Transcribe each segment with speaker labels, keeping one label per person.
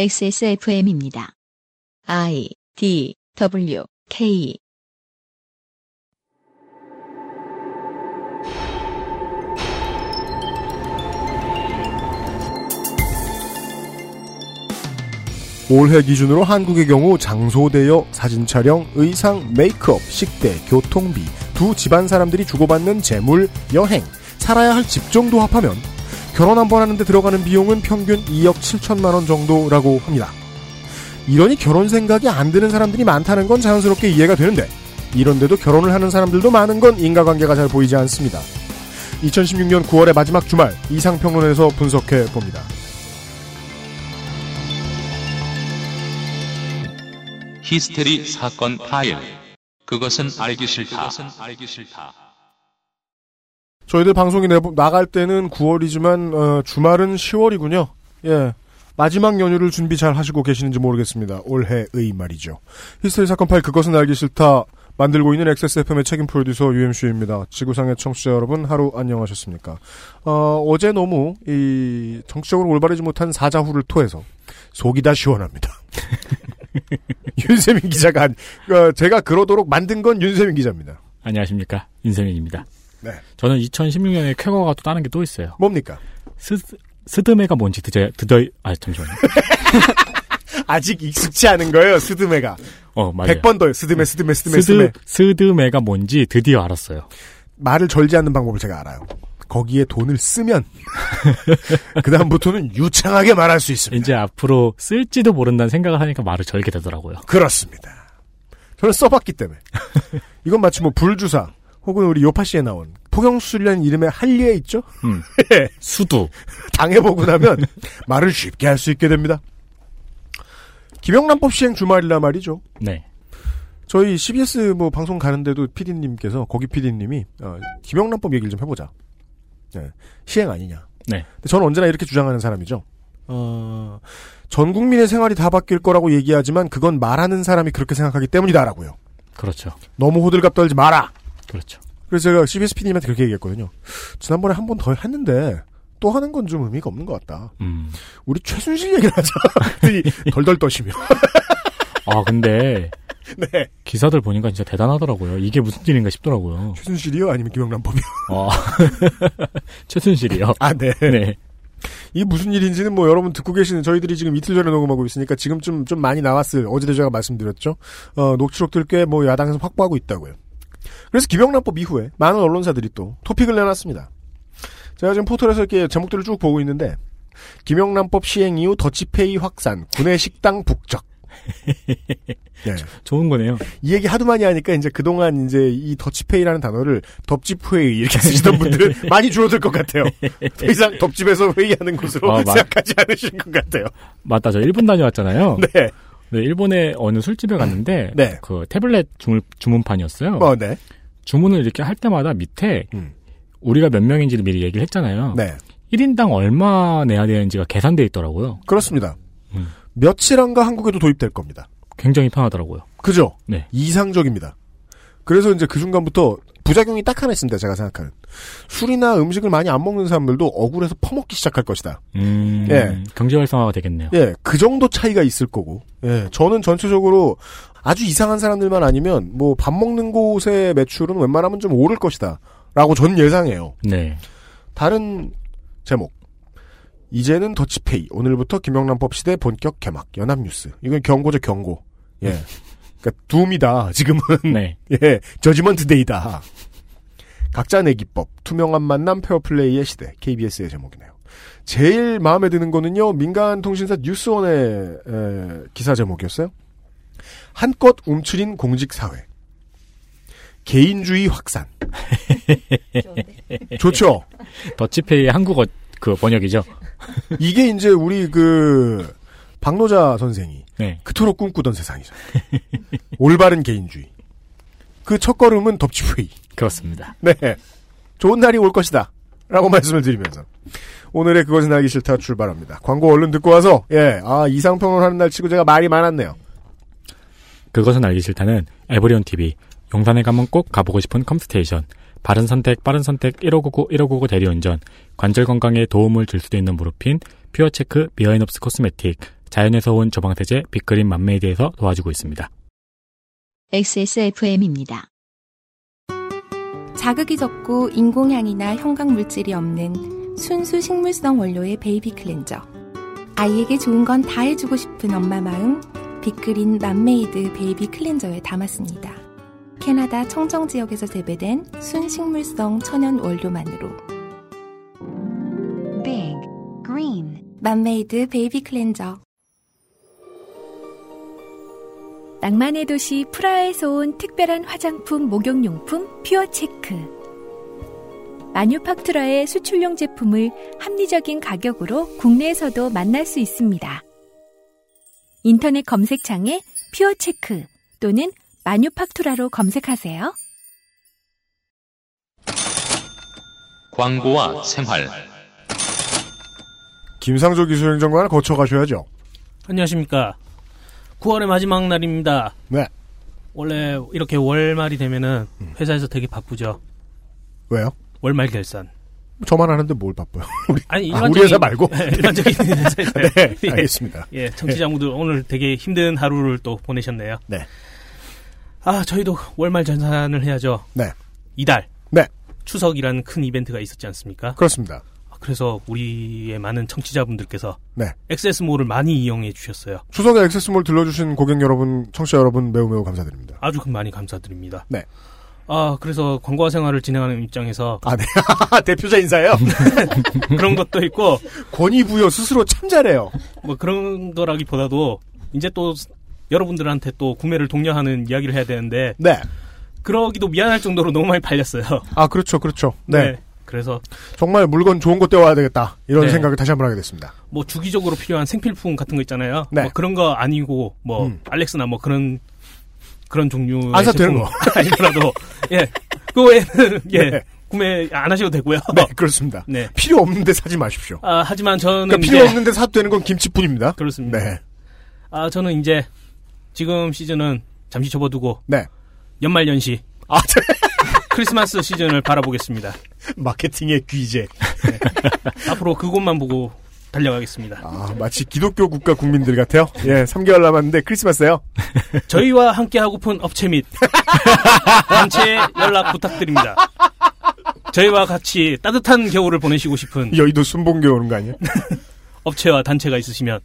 Speaker 1: XSFM입니다. I D W K
Speaker 2: 올해 기준으로 한국의 경우 장소 대여, 사진 촬영, 의상, 메이크업, 식대, 교통비, 두 집안 사람들이 주고받는 재물, 여행, 살아야 할 집 정도 합하면 결혼 한 번 하는데 들어가는 비용은 평균 2억 7천만 원 정도라고 합니다. 이러니 결혼 생각이 안 드는 사람들이 많다는 건 자연스럽게 이해가 되는데 이런데도 결혼을 하는 사람들도 많은 건 인과관계가 잘 보이지 않습니다. 2016년 9월의 마지막 주말 이상평론에서 분석해 봅니다.
Speaker 3: 히스테리 사건 파일. 그것은 알기 싫다. 그것은 알기 싫다.
Speaker 2: 저희들 방송이 내보- 나갈 때는 9월이지만 어, 주말은 10월이군요. 예. 마지막 연휴를 준비 잘 하시고 계시는지 모르겠습니다. 올해의 말이죠. 히스테리 사건 파일 그것은 알기 싫다 만들고 있는 XSFM의 책임 프로듀서 UMC입니다. 지구상의 청취자 여러분 하루 안녕하셨습니까? 어, 제 너무 이 정치적으로 올바르지 못한 사자후를 토해서 속이 다 시원합니다. 윤세민 기자가 한- 어, 제가 그러도록 만든 건 윤세민 기자입니다.
Speaker 4: 안녕하십니까 윤세민입니다.
Speaker 2: 네.
Speaker 4: 저는 2016년에 쾌거가 또 다른 게 또 있어요.
Speaker 2: 뭡니까?
Speaker 4: 스, 스드메가 뭔지 드저 드저 아 잠시만요.
Speaker 2: 아직 익숙치 않은 거예요, 스드메가.
Speaker 4: 어 맞아요.
Speaker 2: 100번 더요. 스드메, 스드메, 예. 스드메, 스드메.
Speaker 4: 스드 스드메가 뭔지 드디어 알았어요.
Speaker 2: 말을 절지 않는 방법을 제가 알아요. 거기에 돈을 쓰면 그다음부터는 유창하게 말할 수 있습니다.
Speaker 4: 이제 앞으로 쓸지도 모른다는 생각을 하니까 말을 절게 되더라고요.
Speaker 2: 그렇습니다. 저는 써봤기 때문에. 이건 마치 뭐 불주사 혹은 우리 요파시에 나온 포경수술이라는 이름의 한리에 있죠?
Speaker 4: 음.
Speaker 2: 예.
Speaker 4: 수두
Speaker 2: 당해보고 나면 말을 쉽게 할 수 있게 됩니다. 김영란법 시행 주말이라 말이죠.
Speaker 4: 네
Speaker 2: 저희 CBS 뭐 방송 가는데도 PD님께서 거기 PD님이 어, 김영란법 얘기를 좀 해보자. 예, 시행 아니냐.
Speaker 4: 네.
Speaker 2: 근데 저는 언제나 이렇게 주장하는 사람이죠. 어, 전 국민의 생활이 다 바뀔 거라고 얘기하지만 그건 말하는 사람이 그렇게 생각하기 때문이다라고요.
Speaker 4: 그렇죠
Speaker 2: 너무 호들갑 떨지 마라.
Speaker 4: 그렇죠
Speaker 2: 그래서 제가 CBS PD님한테 그렇게 얘기했거든요. 지난번에 한 번 더 했는데 또 하는 건 좀 의미가 없는 것 같다.
Speaker 4: 음아
Speaker 2: 우리 최순실 얘기를 하자. 그랬더니 덜덜 떠시며.
Speaker 4: 아, 근데
Speaker 2: 네.
Speaker 4: 기사들 보니까 진짜 대단하더라고요. 이게 무슨 일인가 싶더라고요.
Speaker 2: 최순실이요? 아니면 김영란법이요?
Speaker 4: 아 최순실이요.
Speaker 2: 아, 네.
Speaker 4: 네
Speaker 2: 이 무슨 일인지는 뭐 여러분 듣고 계시는 저희들이 지금 이틀 전에 녹음하고 있으니까 지금쯤 좀 많이 나왔어요. 어제도 제가 말씀드렸죠. 어, 녹취록들 꽤 뭐 야당에서 확보하고 있다고요. 그래서 김영란법 이후에 많은 언론사들이 또 토픽을 내놨습니다. 제가 지금 포털에서 이렇게 제목들을 쭉 보고 있는데 김영란법 시행 이후 더치페이 확산, 군의 식당 북적. 네.
Speaker 4: 좋은 거네요.
Speaker 2: 이 얘기 하도 많이 하니까 이제 그동안 이제 이 더치페이라는 단어를 덥집회의 이렇게 쓰시던 분들은 많이 줄어들 것 같아요. 더 이상 덥집에서 회의하는 곳으로
Speaker 4: 아, 맞-
Speaker 2: 생각하지 않으신 것 같아요.
Speaker 4: 맞다 저 일본 다녀왔잖아요.
Speaker 2: 네.
Speaker 4: 네, 일본에 어느 술집에 갔는데
Speaker 2: 네.
Speaker 4: 그 태블릿 주문, 주문판이었어요.
Speaker 2: 어, 네.
Speaker 4: 주문을 이렇게 할 때마다 밑에
Speaker 2: 음.
Speaker 4: 우리가 몇 명인지를 미리 얘기를 했잖아요.
Speaker 2: 네.
Speaker 4: 1인당 얼마 내야 되는지가 계산돼 있더라고요.
Speaker 2: 그렇습니다.
Speaker 4: 음.
Speaker 2: 며칠 안가 한국에도 도입될 겁니다.
Speaker 4: 굉장히 편하더라고요.
Speaker 2: 그죠?
Speaker 4: 네.
Speaker 2: 이상적입니다. 그래서 이제 그 순간부터 부작용이 딱 하나 있습니다. 제가 생각하는. 술이나 음식을 많이 안 먹는 사람들도 억울해서 퍼먹기 시작할 것이다.
Speaker 4: 음,
Speaker 2: 예.
Speaker 4: 경제 활성화가 되겠네요.
Speaker 2: 예, 그 정도 차이가 있을 거고. 예, 저는 전체적으로 아주 이상한 사람들만 아니면 뭐 밥 먹는 곳의 매출은 웬만하면 좀 오를 것이다. 라고 전 예상해요.
Speaker 4: 네.
Speaker 2: 다른 제목. 이제는 더치페이. 오늘부터 김영란법 시대 본격 개막. 연합뉴스. 이건 경고죠, 경고. 예. 그니까, 둠이다, 지금은.
Speaker 4: 네.
Speaker 2: 예, 저지먼트 데이다. 각자 내기법, 투명한 만남 페어플레이의 시대, KBS의 제목이네요. 제일 마음에 드는 거는요, 민간 통신사 뉴스원의 에, 기사 제목이었어요. 한껏 움츠린 공직사회. 개인주의 확산. 좋죠?
Speaker 4: 더치페이 한국어 그 번역이죠.
Speaker 2: 이게 이제 우리 그, 박노자 선생이
Speaker 4: 네.
Speaker 2: 그토록 꿈꾸던 세상이죠. 올바른 개인주의. 그 첫 걸음은 덥치회의.
Speaker 4: 그렇습니다.
Speaker 2: 네. 좋은 날이 올 것이다. 라고 말씀을 드리면서. 오늘의 그것은 알기 싫다 출발합니다. 광고 얼른 듣고 와서, 예, 아, 이상평론 하는 날 치고 제가 말이 많았네요.
Speaker 4: 그것은 알기 싫다는 에브리온 TV. 용산에 가면 꼭 가보고 싶은 컴스테이션. 바른 선택, 빠른 선택, 1599, 1599 대리운전. 관절 건강에 도움을 줄 수도 있는 무릎핀. 퓨어체크, 비어인업스 코스메틱. 자연에서 온 저방세제 빛그린 만매에 대해서 도와주고 있습니다.
Speaker 1: XSFM입니다.
Speaker 5: 자극이 적고 인공향이나 형광물질이 없는 순수 식물성 원료의 베이비 클렌저. 아이에게 좋은 건 다 해주고 싶은 엄마 마음, 빅그린 맘메이드 베이비 클렌저에 담았습니다. 캐나다 청정 지역에서 재배된 순식물성 천연 원료만으로
Speaker 6: Big. Green.
Speaker 5: 맘메이드 베이비 클렌저.
Speaker 7: 낭만의 도시 프라하에서 온 특별한 화장품 목욕용품 퓨어체크. 마뉴팍투라의 수출용 제품을 합리적인 가격으로 국내에서도 만날 수 있습니다. 인터넷 검색창에 퓨어체크 또는 마뉴팍투라로 검색하세요.
Speaker 3: 광고와 생활
Speaker 2: 김상조 기술행정관을 거쳐가셔야죠.
Speaker 8: 안녕하십니까. 9월의 마지막 날입니다.
Speaker 2: 네.
Speaker 8: 원래 이렇게 월말이 되면은
Speaker 2: 음.
Speaker 8: 회사에서 되게 바쁘죠.
Speaker 2: 왜요?
Speaker 8: 월말 결산.
Speaker 2: 저만 하는데 뭘 바빠요? 우리,
Speaker 8: 아니
Speaker 2: 아, 우리 회사 말고?
Speaker 8: 예, 일반적인 회사에서.
Speaker 2: 네,
Speaker 8: 예.
Speaker 2: 알겠습니다.
Speaker 8: 예, 청취자분들 오늘 되게 힘든 하루를 또 보내셨네요.
Speaker 2: 네.
Speaker 8: 아, 저희도 월말 전산을 해야죠.
Speaker 2: 네.
Speaker 8: 이달.
Speaker 2: 네.
Speaker 8: 추석이라는 큰 이벤트가 있었지 않습니까? 아,
Speaker 2: 그렇습니다.
Speaker 8: 그래서 우리의 많은 청취자분들께서
Speaker 2: 네.
Speaker 8: 엑세스몰을 많이 이용해 주셨어요.
Speaker 2: 추석에 액세스몰 들러주신 고객 여러분, 청취자 여러분 매우 매우 감사드립니다.
Speaker 8: 아주 많이 감사드립니다.
Speaker 2: 네.
Speaker 8: 아, 그래서 광고화 생활을 진행하는 입장에서
Speaker 2: 아, 네. 대표자 인사예요?
Speaker 8: 그런 것도 있고
Speaker 2: 권위부여 스스로 참 잘해요.
Speaker 8: 뭐 그런 거라기보다도 이제 또 스- 여러분들한테 또 구매를 독려하는 이야기를 해야 되는데
Speaker 2: 네.
Speaker 8: 그러기도 미안할 정도로 너무 많이 팔렸어요.
Speaker 2: 아, 그렇죠, 그렇죠. 네.
Speaker 8: 그래서
Speaker 2: 정말 물건 좋은 거 떼와야 되겠다. 이런
Speaker 8: 네.
Speaker 2: 생각을 다시 한 번 하게 됐습니다.
Speaker 8: 뭐 주기적으로 필요한 생필품 같은 거 있잖아요.
Speaker 2: 네.
Speaker 8: 뭐 그런 거 아니고 뭐
Speaker 2: 음.
Speaker 8: 알렉스나 뭐 그런 그런 종류
Speaker 2: 안 사도 되는 거.
Speaker 8: 아니더라도 예. 그 외에는 예.
Speaker 2: 네.
Speaker 8: 구매 안 하셔도 되고요.
Speaker 2: 네, 그렇습니다.
Speaker 8: 네.
Speaker 2: 필요 없는데 사지 마십시오.
Speaker 8: 아, 하지만 저는
Speaker 2: 그러니까
Speaker 8: 이제
Speaker 2: 필요 없는데 사도 되는 건 김치뿐입니다.
Speaker 8: 그렇습니다.
Speaker 2: 네.
Speaker 8: 아, 저는 이제 지금 시즌은 잠시 접어두고
Speaker 2: 네.
Speaker 8: 연말 연시
Speaker 2: 아, 제
Speaker 8: 크리스마스 시즌을 바라보겠습니다.
Speaker 2: 마케팅의 귀재.
Speaker 8: 앞으로 그곳만 보고 달려가겠습니다.
Speaker 2: 아, 마치 기독교 국가 국민들 같아요. 예, 3개월 남았는데 크리스마스예요.
Speaker 8: 저희와 함께 하고픈 업체 및 단체에 연락 부탁드립니다. 저희와 같이 따뜻한 겨울을 보내시고 싶은
Speaker 2: 여의도 순봉교 오는 거 아니에요?
Speaker 8: 업체와 단체가 있으시면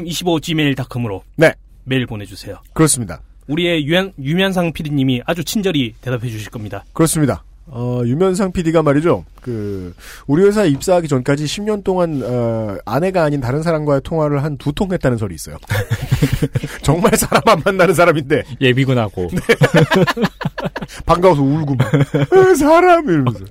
Speaker 8: xsfm25gmail.com으로
Speaker 2: 네,
Speaker 8: 메일 보내주세요.
Speaker 2: 그렇습니다.
Speaker 8: 우리의 유현, 유면상 PD님이 아주 친절히 대답해 주실 겁니다.
Speaker 2: 그렇습니다. 어, 유면상 PD가 말이죠. 그, 우리 회사에 입사하기 전까지 10년 동안, 어, 아내가 아닌 다른 사람과의 통화를 한 두 통 했다는 소리 있어요. 정말 사람 안 만나는 사람인데,
Speaker 4: 예비군하고
Speaker 2: 반가워서 울고 막, "에, 사람! 이러면서.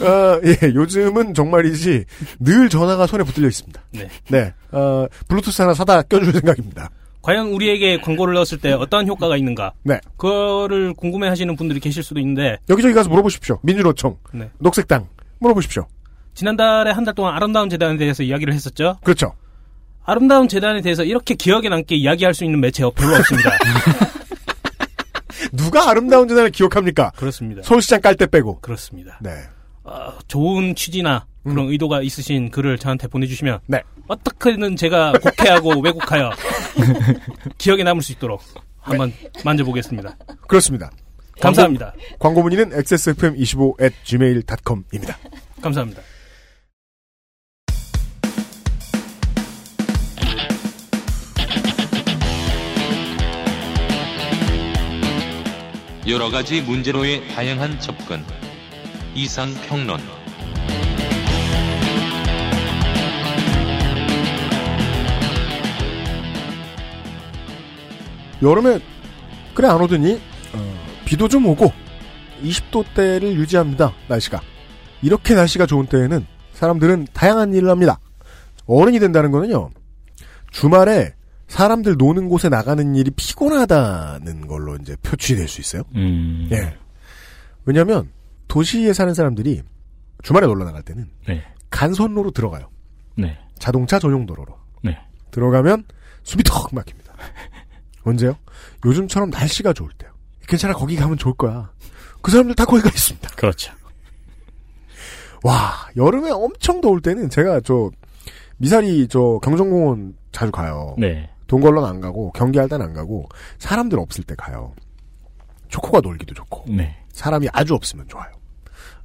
Speaker 2: 어, 예, 요즘은 정말이지, 늘 전화가 손에 붙들려 있습니다.
Speaker 8: 네.
Speaker 2: 네, 어, 블루투스 하나 사다 껴줄 생각입니다.
Speaker 8: 과연 우리에게 광고를 넣었을 때 어떠한 효과가 있는가?
Speaker 2: 네.
Speaker 8: 그거를 궁금해 하시는 분들이 계실 수도 있는데,
Speaker 2: 여기저기 가서 물어보십시오. 민주노총,
Speaker 8: 네.
Speaker 2: 녹색당, 물어보십시오.
Speaker 8: 지난달에 한 달 동안 아름다운 재단에 대해서 이야기를 했었죠?
Speaker 2: 그렇죠.
Speaker 8: 아름다운 재단에 대해서 이렇게 기억에 남게 이야기할 수 있는 매체가 별로 없습니다.
Speaker 2: 누가 아름다운 재단을 기억합니까?
Speaker 8: 그렇습니다.
Speaker 2: 서울시장 깔 때 빼고.
Speaker 8: 그렇습니다.
Speaker 2: 네.
Speaker 8: 어, 좋은 취지나 그런 의도가 있으신 글을 저한테 보내주시면
Speaker 2: 네.
Speaker 8: 어떻게든 제가 곡해하고 왜곡하여 기억에 남을 수 있도록 한번 만져보겠습니다.
Speaker 2: 그렇습니다.
Speaker 8: 감사합니다.
Speaker 2: 광고 문의는 xsfm25@gmail.com입니다.
Speaker 8: 감사합니다.
Speaker 3: 여러 가지 문제로의 다양한 접근 이상 평론
Speaker 2: 여름에 그래 안 오더니 어, 비도 좀 오고 20도대를 유지합니다. 날씨가 이렇게 날씨가 좋은 때에는 사람들은 다양한 일을 합니다. 어른이 된다는 거는요 주말에 사람들 노는 곳에 나가는 일이 피곤하다는 걸로 이제 표출이 될 수 있어요.
Speaker 4: 음,
Speaker 2: 예. 왜냐하면 도시에 사는 사람들이 주말에 놀러 나갈 때는
Speaker 4: 네.
Speaker 2: 간선로로 들어가요.
Speaker 4: 네.
Speaker 2: 자동차 전용 도로로.
Speaker 4: 네.
Speaker 2: 들어가면 숨이 턱 막힙니다. 언제요? 요즘처럼 날씨가 좋을 때요. 괜찮아 거기 가면 좋을 거야. 그 사람들 다 거기 가 있습니다.
Speaker 4: 그렇죠.
Speaker 2: 와 여름에 엄청 더울 때는 제가 저 미사리 저 경정공원 자주 가요.
Speaker 4: 네.
Speaker 2: 동걸런 안 가고 경기할 땐 안 가고 사람들 없을 때 가요. 초코가 놀기도 좋고
Speaker 4: 네.
Speaker 2: 사람이 아주 없으면 좋아요.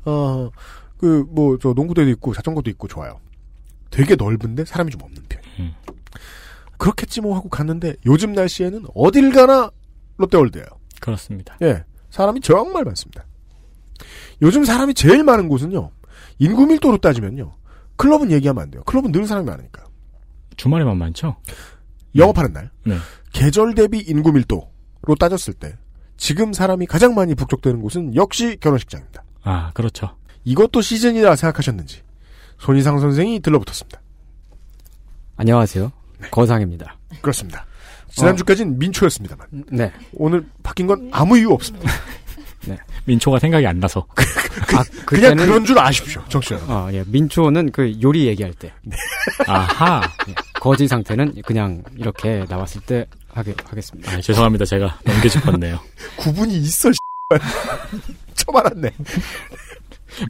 Speaker 2: 어, 그, 뭐, 저, 농구대도 있고, 자전거도 있고, 좋아요. 되게 넓은데, 사람이 좀 없는 편.
Speaker 4: 음.
Speaker 2: 그렇겠지 뭐 하고 갔는데, 요즘 날씨에는 어딜 가나 롯데월드예요
Speaker 4: 그렇습니다.
Speaker 2: 예. 사람이 정말 많습니다. 요즘 사람이 제일 많은 곳은요, 인구 밀도로 따지면요, 클럽은 얘기하면 안 돼요. 클럽은 늘 사람이 많으니까.
Speaker 4: 주말에만 많죠?
Speaker 2: 영업하는 날.
Speaker 4: 네.
Speaker 2: 계절 대비 인구 밀도로 따졌을 때, 지금 사람이 가장 많이 북적대는 곳은 역시 결혼식장입니다.
Speaker 4: 아, 그렇죠.
Speaker 2: 이것도 시즌이라 생각하셨는지 손희상 선생이 들러붙었습니다. 네.
Speaker 9: 안녕하세요. 거상입니다. 어.
Speaker 2: 그렇습니다. 지난주까지는 민초였습니다만
Speaker 9: 네.
Speaker 2: 오늘 바뀐 건 아무 이유 없습니다.
Speaker 4: 민초가 생각이 안 나서.
Speaker 9: 아,
Speaker 2: 그냥 그런 줄 아십시오. 정치 여러분.
Speaker 9: 어, 예. 민초는 그 요리 얘기할 때.
Speaker 4: 아하.
Speaker 9: 예. 거지 상태는 그냥 이렇게 나왔을 때 하게 하겠습니다.
Speaker 4: 아, 죄송합니다. 제가 넘겨짚었네요.
Speaker 2: 구분이 있어. 처음 알았네.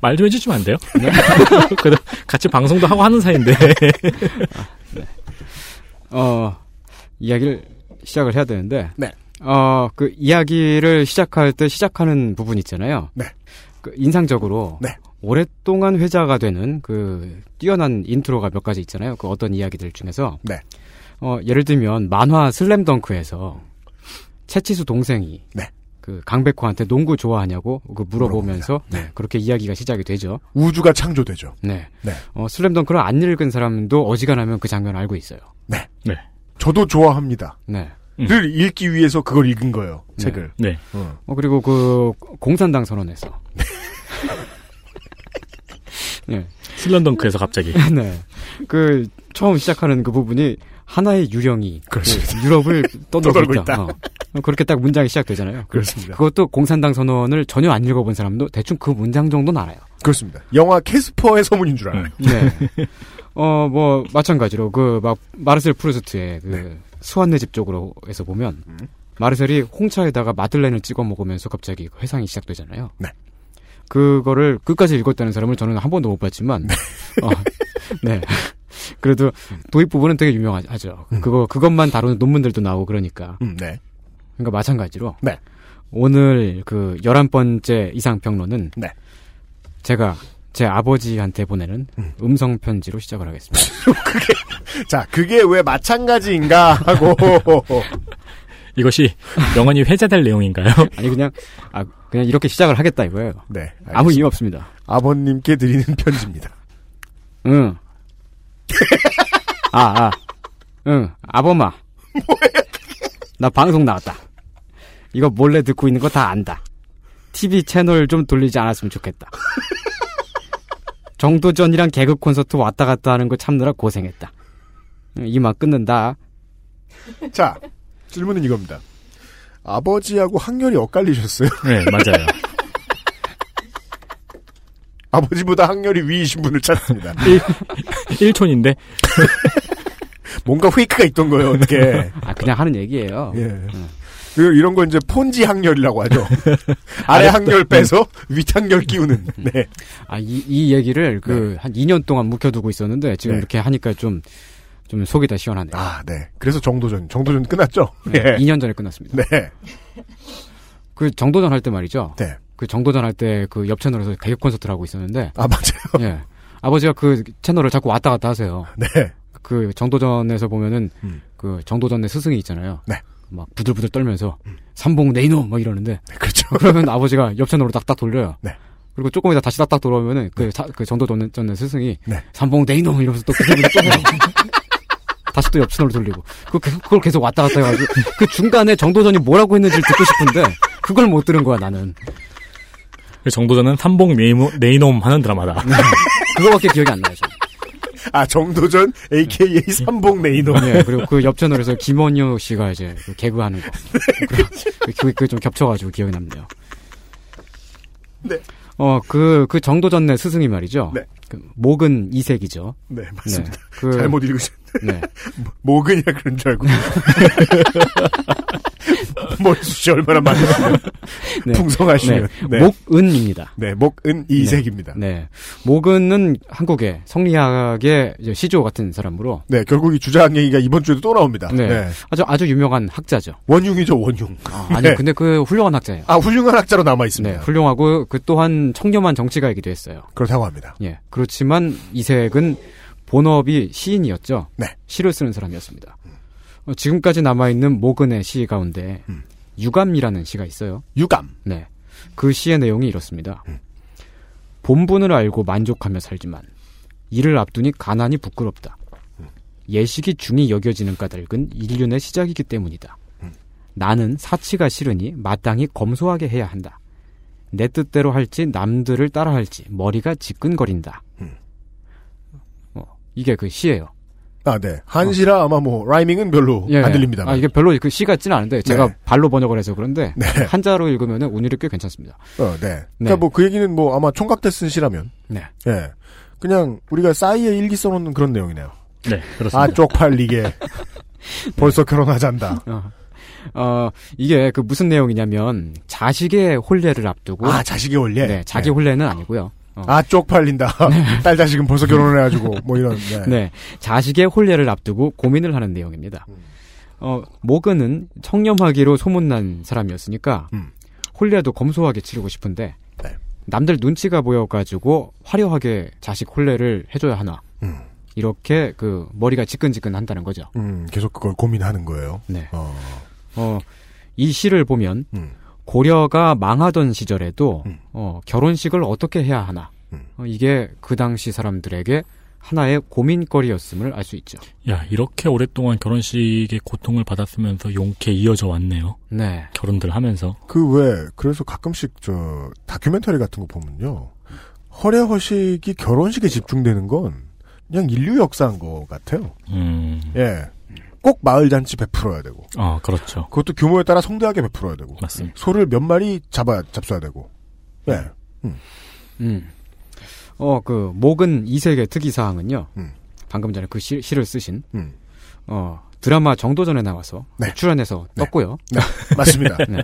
Speaker 4: 말 좀 해주시면 안 돼요? 그래도 같이 방송도 하고 하는 사이인데.
Speaker 9: 어, 이야기를 시작을 해야 되는데.
Speaker 2: 네.
Speaker 9: 어, 그 이야기를 시작할 때 시작하는 부분 있잖아요.
Speaker 2: 네.
Speaker 9: 그 인상적으로.
Speaker 2: 네.
Speaker 9: 오랫동안 회자가 되는 그 뛰어난 인트로가 몇 가지 있잖아요. 그 어떤 이야기들 중에서.
Speaker 2: 네.
Speaker 9: 어, 예를 들면 만화 슬램덩크에서 채치수 동생이.
Speaker 2: 네.
Speaker 9: 그 강백호한테 농구 좋아하냐고 그 물어보면서 네, 그렇게 이야기가 시작이 되죠.
Speaker 2: 우주가 창조되죠.
Speaker 9: 네.
Speaker 2: 네.
Speaker 9: 어, 슬램덩크를 안 읽은 사람도 어지간하면 그 장면 알고 있어요.
Speaker 2: 저도 좋아합니다.
Speaker 9: 네.
Speaker 4: 음.
Speaker 2: 늘 읽기 위해서 그걸 읽은 거예요.
Speaker 9: 네.
Speaker 2: 책을.
Speaker 4: 네.
Speaker 2: 어.
Speaker 9: 어, 그리고 그 공산당 선언에서. 네.
Speaker 4: 슬런덩크에서 갑자기.
Speaker 9: 네. 그 처음 시작하는 그 부분이 하나의 유령이 그
Speaker 2: 그렇습니다.
Speaker 9: 유럽을
Speaker 2: 떠돌고
Speaker 9: 떠돌고 있다.
Speaker 2: 있다.
Speaker 9: 어. 그렇게 딱 문장이 시작되잖아요.
Speaker 2: 그렇습니다.
Speaker 9: 그것도 공산당 선언을 전혀 안 읽어본 사람도 대충 그 문장 정도는 알아요.
Speaker 2: 그렇습니다. 영화 캐스퍼의 소문인 줄 알아요.
Speaker 9: 네. 어, 뭐, 마찬가지로, 그, 막, 마르셀 프루스트의 그, 수완내 집 쪽으로 해서 보면, 마르셀이 홍차에다가 마들렌을 찍어 먹으면서 갑자기 그 회상이 시작되잖아요.
Speaker 2: 네.
Speaker 9: 그거를 끝까지 읽었다는 사람을 저는 한 번도 못 봤지만, 어, 네. 그래도 도입 부분은 되게 유명하죠. 그거, 그것만 다루는 논문들도 나오고 그러니까.
Speaker 2: 음, 네.
Speaker 9: 그러니까 마찬가지로,
Speaker 2: 네.
Speaker 9: 오늘 그 11번째 이상평론은,
Speaker 2: 네.
Speaker 9: 제가 제 아버지한테 보내는 음성 편지로 시작을 하겠습니다.
Speaker 2: 자, 그게 왜 마찬가지인가 하고
Speaker 4: 이것이 영원히 회자될 내용인가요?
Speaker 9: 아니 그냥 아 그냥 이렇게 시작을 하겠다 이거예요.
Speaker 2: 네. 알겠습니다.
Speaker 9: 아무 이유 없습니다.
Speaker 2: 아버님께 드리는 편지입니다.
Speaker 9: 응. 아, 아. 응. 아범아. 나 방송 나왔다. 이거 몰래 듣고 있는 거 다 안다. TV 채널 좀 돌리지 않았으면 좋겠다. 정도전이랑 개그 콘서트 왔다 갔다 하는 거 참느라 고생했다. 응, 이만 끊는다.
Speaker 2: 자, 질문은 이겁니다. 아버지하고 학렬이 엇갈리셨어요?
Speaker 4: 네, 맞아요.
Speaker 2: 아버지보다 학렬이 위이신 분을 찾습니다.
Speaker 4: 1촌인데.
Speaker 2: 뭔가 페이크가 있던 거예요, 어떻게.
Speaker 9: 아, 그냥 하는 얘기예요.
Speaker 2: 예. 그, 이런 거 이제 폰지 학렬이라고 하죠. 아래 네. 음. 학렬 빼서 윗 학렬 끼우는. 네.
Speaker 9: 아, 이, 이 얘기를 그 한 2년 동안 묵혀두고 있었는데 지금
Speaker 2: 네.
Speaker 9: 이렇게 하니까 좀, 좀 속이 다 시원하네요.
Speaker 2: 아, 네. 그래서 정도전, 정도전 끝났죠? 예.
Speaker 9: 2년 전에 끝났습니다.
Speaker 2: 네.
Speaker 9: 그 정도전 할 때 말이죠.
Speaker 2: 네.
Speaker 9: 그 정도전 할 때 그 옆 채널에서 개그 콘서트를 하고 있었는데,
Speaker 2: 아, 맞아요.
Speaker 9: 예. 아버지가 그 채널을 자꾸 왔다 갔다 하세요.
Speaker 2: 네.
Speaker 9: 그 정도전에서 보면은
Speaker 2: 음.
Speaker 9: 그 정도전의 스승이 있잖아요.
Speaker 2: 네. 음.
Speaker 9: 막 부들부들 떨면서 삼봉 네이노 막 이러는데
Speaker 2: 네, 그렇죠.
Speaker 9: 그러면 아버지가 옆 채널로 딱딱 돌려요.
Speaker 2: 네.
Speaker 9: 그리고 조금 있다 다시 딱딱 돌아오면은 그, 자- 그 정도전 전에 스승이
Speaker 2: 네.
Speaker 9: 삼봉 네이놈 이러면서 또 그걸 또 해요. 다시 또 옆선으로 돌리고 그걸 계속, 그걸 계속 왔다 갔다 해가지고 그 중간에 정도전이 뭐라고 했는지 를 듣고 싶은데 그걸 못 들은 거야 나는
Speaker 4: 그 정도전은 삼봉 네이모- 네이놈 하는 드라마다.
Speaker 9: 그거밖에 기억이 안 나요 저는.
Speaker 2: 아, 정도전, AKA 삼봉 네이노.
Speaker 9: 네, 그리고 그 옆 채널에서 김원효 씨가 이제 그 개그하는 거 그게 그게 좀 겹쳐가지고 기억이 남네요
Speaker 2: 네.
Speaker 9: 어그 그 정도전의 스승이 말이죠
Speaker 2: 네.
Speaker 9: 그 목은 이색이죠
Speaker 2: 네, 맞습니다.
Speaker 9: 그
Speaker 2: 잘못 읽으셨네.
Speaker 9: 네.
Speaker 2: 모근이라 그런 줄 알고. 머리숱이 얼마나 많으시면
Speaker 9: 네.
Speaker 2: 풍성하시면. 네.
Speaker 9: 목은입니다.
Speaker 2: 네, 목은 이색입니다. 네.
Speaker 9: 네. 목은은 한국의 성리학의 이제 시조 같은 사람으로
Speaker 2: 네, 결국 이 주자학 얘기가 이번 주에도 또 나옵니다. 네.
Speaker 9: 네. 아주 아주 유명한 학자죠.
Speaker 2: 원흉이죠, 원흉.
Speaker 9: 아니요,
Speaker 2: 네.
Speaker 9: 근데 그 훌륭한 학자예요.
Speaker 2: 아, 훌륭한 학자로 남아
Speaker 9: 네,
Speaker 2: 있습니다.
Speaker 9: 훌륭하고 그 또한 청렴한 정치가이기도 했어요.
Speaker 2: 그렇다고 합니다.
Speaker 9: 예. 그렇지만 이색은 본업이 시인이었죠.
Speaker 2: 네.
Speaker 9: 시를 쓰는 사람이었습니다. 어, 지금까지 남아있는 모근의 시 가운데
Speaker 2: 음.
Speaker 9: 유감이라는 시가 있어요.
Speaker 2: 유감.
Speaker 9: 네. 그 시의 내용이 이렇습니다.
Speaker 2: 음.
Speaker 9: 본분을 알고 만족하며 살지만 이를 앞두니 가난이 부끄럽다.
Speaker 2: 음.
Speaker 9: 예식이 중히 여겨지는 까닭은 인륜의 시작이기 때문이다.
Speaker 2: 음.
Speaker 9: 나는 사치가 싫으니 마땅히 검소하게 해야 한다. 내 뜻대로 할지 남들을 따라할지 머리가 지끈거린다.
Speaker 2: 음.
Speaker 9: 어, 이게 그 시예요.
Speaker 2: 아, 네. 한시라 아마 뭐, 라이밍은 별로
Speaker 9: 예.
Speaker 2: 안 들립니다.
Speaker 9: 아, 이게 별로 그 시 같지는 않은데 제가
Speaker 2: 네.
Speaker 9: 발로 번역을 해서 그런데
Speaker 2: 네.
Speaker 9: 한자로 읽으면 운율이 꽤 괜찮습니다.
Speaker 2: 어, 네. 그러니까 뭐 그 얘기는 뭐 아마 총각대 쓴 시라면
Speaker 9: 네.
Speaker 2: 예. 그냥 우리가 싸이의 일기 써놓는 그런 내용이네요.
Speaker 4: 네,
Speaker 2: 아
Speaker 4: 그렇습니다.
Speaker 9: 네.
Speaker 2: 쪽팔리게 벌써 결혼하잔다.
Speaker 9: 어, 어, 이게 그 무슨 내용이냐면 자식의 혼례를 앞두고
Speaker 2: 아 자식의 원래.
Speaker 9: 뭐- 네, 자기 혼례는 아니고요. 어,
Speaker 2: 아 쪽팔린다. 딸 자식은 벌써 결혼을 해가지고 뭐 이런. 네.
Speaker 9: 네, 자식의 혼례를 앞두고 고민을 하는 내용입니다.
Speaker 2: 음.
Speaker 9: 어, 모근은 청렴하기로 소문난 사람이었으니까
Speaker 2: 음.
Speaker 9: 혼례도 검소하게 치르고 싶은데
Speaker 2: 네.
Speaker 9: 남들 눈치가 보여가지고 화려하게 자식 혼례를 해줘야 하나
Speaker 2: 음.
Speaker 9: 이렇게 그 머리가 지끈지끈한다는 거죠.
Speaker 2: 음 계속 그걸 고민하는 거예요.
Speaker 9: 네.
Speaker 2: 어.
Speaker 9: 어, 이 시를 보면
Speaker 2: 음.
Speaker 9: 고려가 망하던 시절에도
Speaker 2: 음.
Speaker 9: 어, 결혼식을 어떻게 해야 하나
Speaker 2: 음.
Speaker 9: 어, 이게 그 당시 사람들에게 하나의 고민거리였음을 알 수 있죠.
Speaker 4: 야, 이렇게 오랫동안 결혼식의 고통을 받았으면서 용케 이어져 왔네요.
Speaker 9: 네,
Speaker 4: 결혼들 하면서.
Speaker 2: 그 왜 그래서 가끔씩 저 다큐멘터리 같은 거 보면요. 허례허식이 결혼식에 집중되는 건 그냥 인류 역사인 것 같아요.
Speaker 4: 음,
Speaker 2: 예. 꼭 마을 잔치 베풀어야 되고
Speaker 4: 아, 그렇죠.
Speaker 2: 그것도 규모에 따라 성대하게 베풀어야 되고
Speaker 4: 맞습니다.
Speaker 2: 소를 몇 마리 잡아 잡숴야 되고. 예.
Speaker 9: 음, 어그 목은 이색의 특이 사항은요.
Speaker 2: 음.
Speaker 9: 방금 전에 그 시, 시를 쓰신
Speaker 2: 음.
Speaker 9: 어 드라마 정도전에 나와서
Speaker 2: 네.
Speaker 9: 출연해서
Speaker 2: 네.
Speaker 9: 떴고요.
Speaker 2: 맞습니다.
Speaker 9: 네.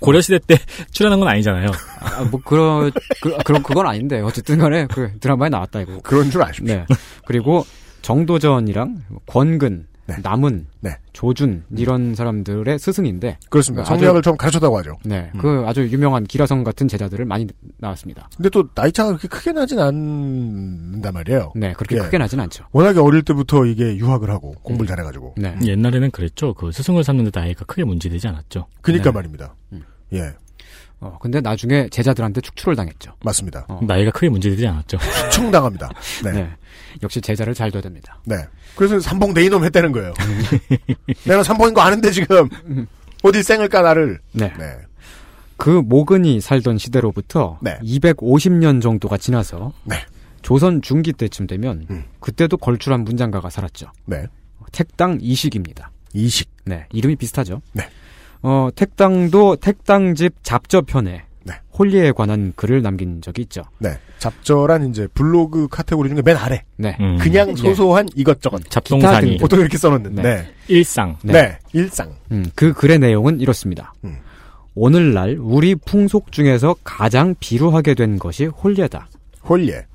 Speaker 4: 고려시대 때 출연한 건 아니잖아요.
Speaker 9: 아, 뭐 그런 그, 그런 그건 아닌데 어쨌든간에 그 드라마에 나왔다 이거.
Speaker 2: 그런 줄 아십시오.
Speaker 9: 네. 그리고 정도전이랑 권근,
Speaker 2: 네.
Speaker 9: 남은,
Speaker 2: 네.
Speaker 9: 조준 이런 사람들의 스승인데,
Speaker 2: 그렇습니다.
Speaker 9: 아주-
Speaker 2: 성리학을 처음 가르쳤다고 하죠.
Speaker 9: 네,
Speaker 2: 음.
Speaker 9: 그 아주 유명한 기라성 같은 제자들을 많이 나왔습니다.
Speaker 2: 근데 또 나이 차가 그렇게 크게 나진 않는단 말이에요.
Speaker 9: 네, 그렇게
Speaker 2: 예.
Speaker 9: 크게 나진 않죠.
Speaker 2: 워낙에 어릴 때부터 이게 유학을 하고 공부를 잘해가지고.
Speaker 9: 네,
Speaker 4: 옛날에는 그랬죠. 그 스승을 삼는데 나이가 크게 문제되지 않았죠.
Speaker 2: 그니까
Speaker 9: 네.
Speaker 2: 말입니다.
Speaker 9: 음.
Speaker 2: 예,
Speaker 9: 어, 근데 나중에 제자들한테 축출을 당했죠.
Speaker 2: 맞습니다.
Speaker 9: 어.
Speaker 4: 나이가 크게 문제되지 않았죠.
Speaker 2: 충당합니다. 네.
Speaker 9: 네.
Speaker 2: 네.
Speaker 9: 역시 제자를 잘 둬야 됩니다.
Speaker 2: 그래서 삼봉대 이놈 했다는 거예요. 내가 삼봉인 거 아는데 지금. 어디 쌩을까 나를.
Speaker 9: 음. 네.
Speaker 2: 네.
Speaker 9: 그 모근이 살던 시대로부터
Speaker 2: 네.
Speaker 9: 250년 정도가 지나서
Speaker 2: 네.
Speaker 9: 조선 중기 때쯤 되면
Speaker 2: 음.
Speaker 9: 그때도 걸출한 문장가가 살았죠. 어,
Speaker 2: 네.
Speaker 9: 택당 이식입니다.
Speaker 2: 이식.
Speaker 9: 네, 이름이 비슷하죠.
Speaker 2: 네.
Speaker 9: 어, 택당도 택당집 잡저편에
Speaker 2: 네.
Speaker 9: 홀리에 관한 글을 남긴 적이 있죠.
Speaker 2: 네. 잡절한 이제 블로그 카테고리 중에 맨 아래.
Speaker 9: 네.
Speaker 4: 음.
Speaker 2: 그냥 소소한 이것저것.
Speaker 9: 기타
Speaker 4: 잡동사니,
Speaker 9: 등등.
Speaker 2: 보통 이렇게 써놓는데.
Speaker 9: 네.
Speaker 2: 네.
Speaker 4: 일상.
Speaker 9: 네.
Speaker 2: 네. 일상.
Speaker 9: 음, 그 글의 내용은 이렇습니다.
Speaker 2: 음.
Speaker 9: 오늘날 우리 풍속 중에서 가장 비루하게 된 것이 홀리에다.
Speaker 2: 홀예.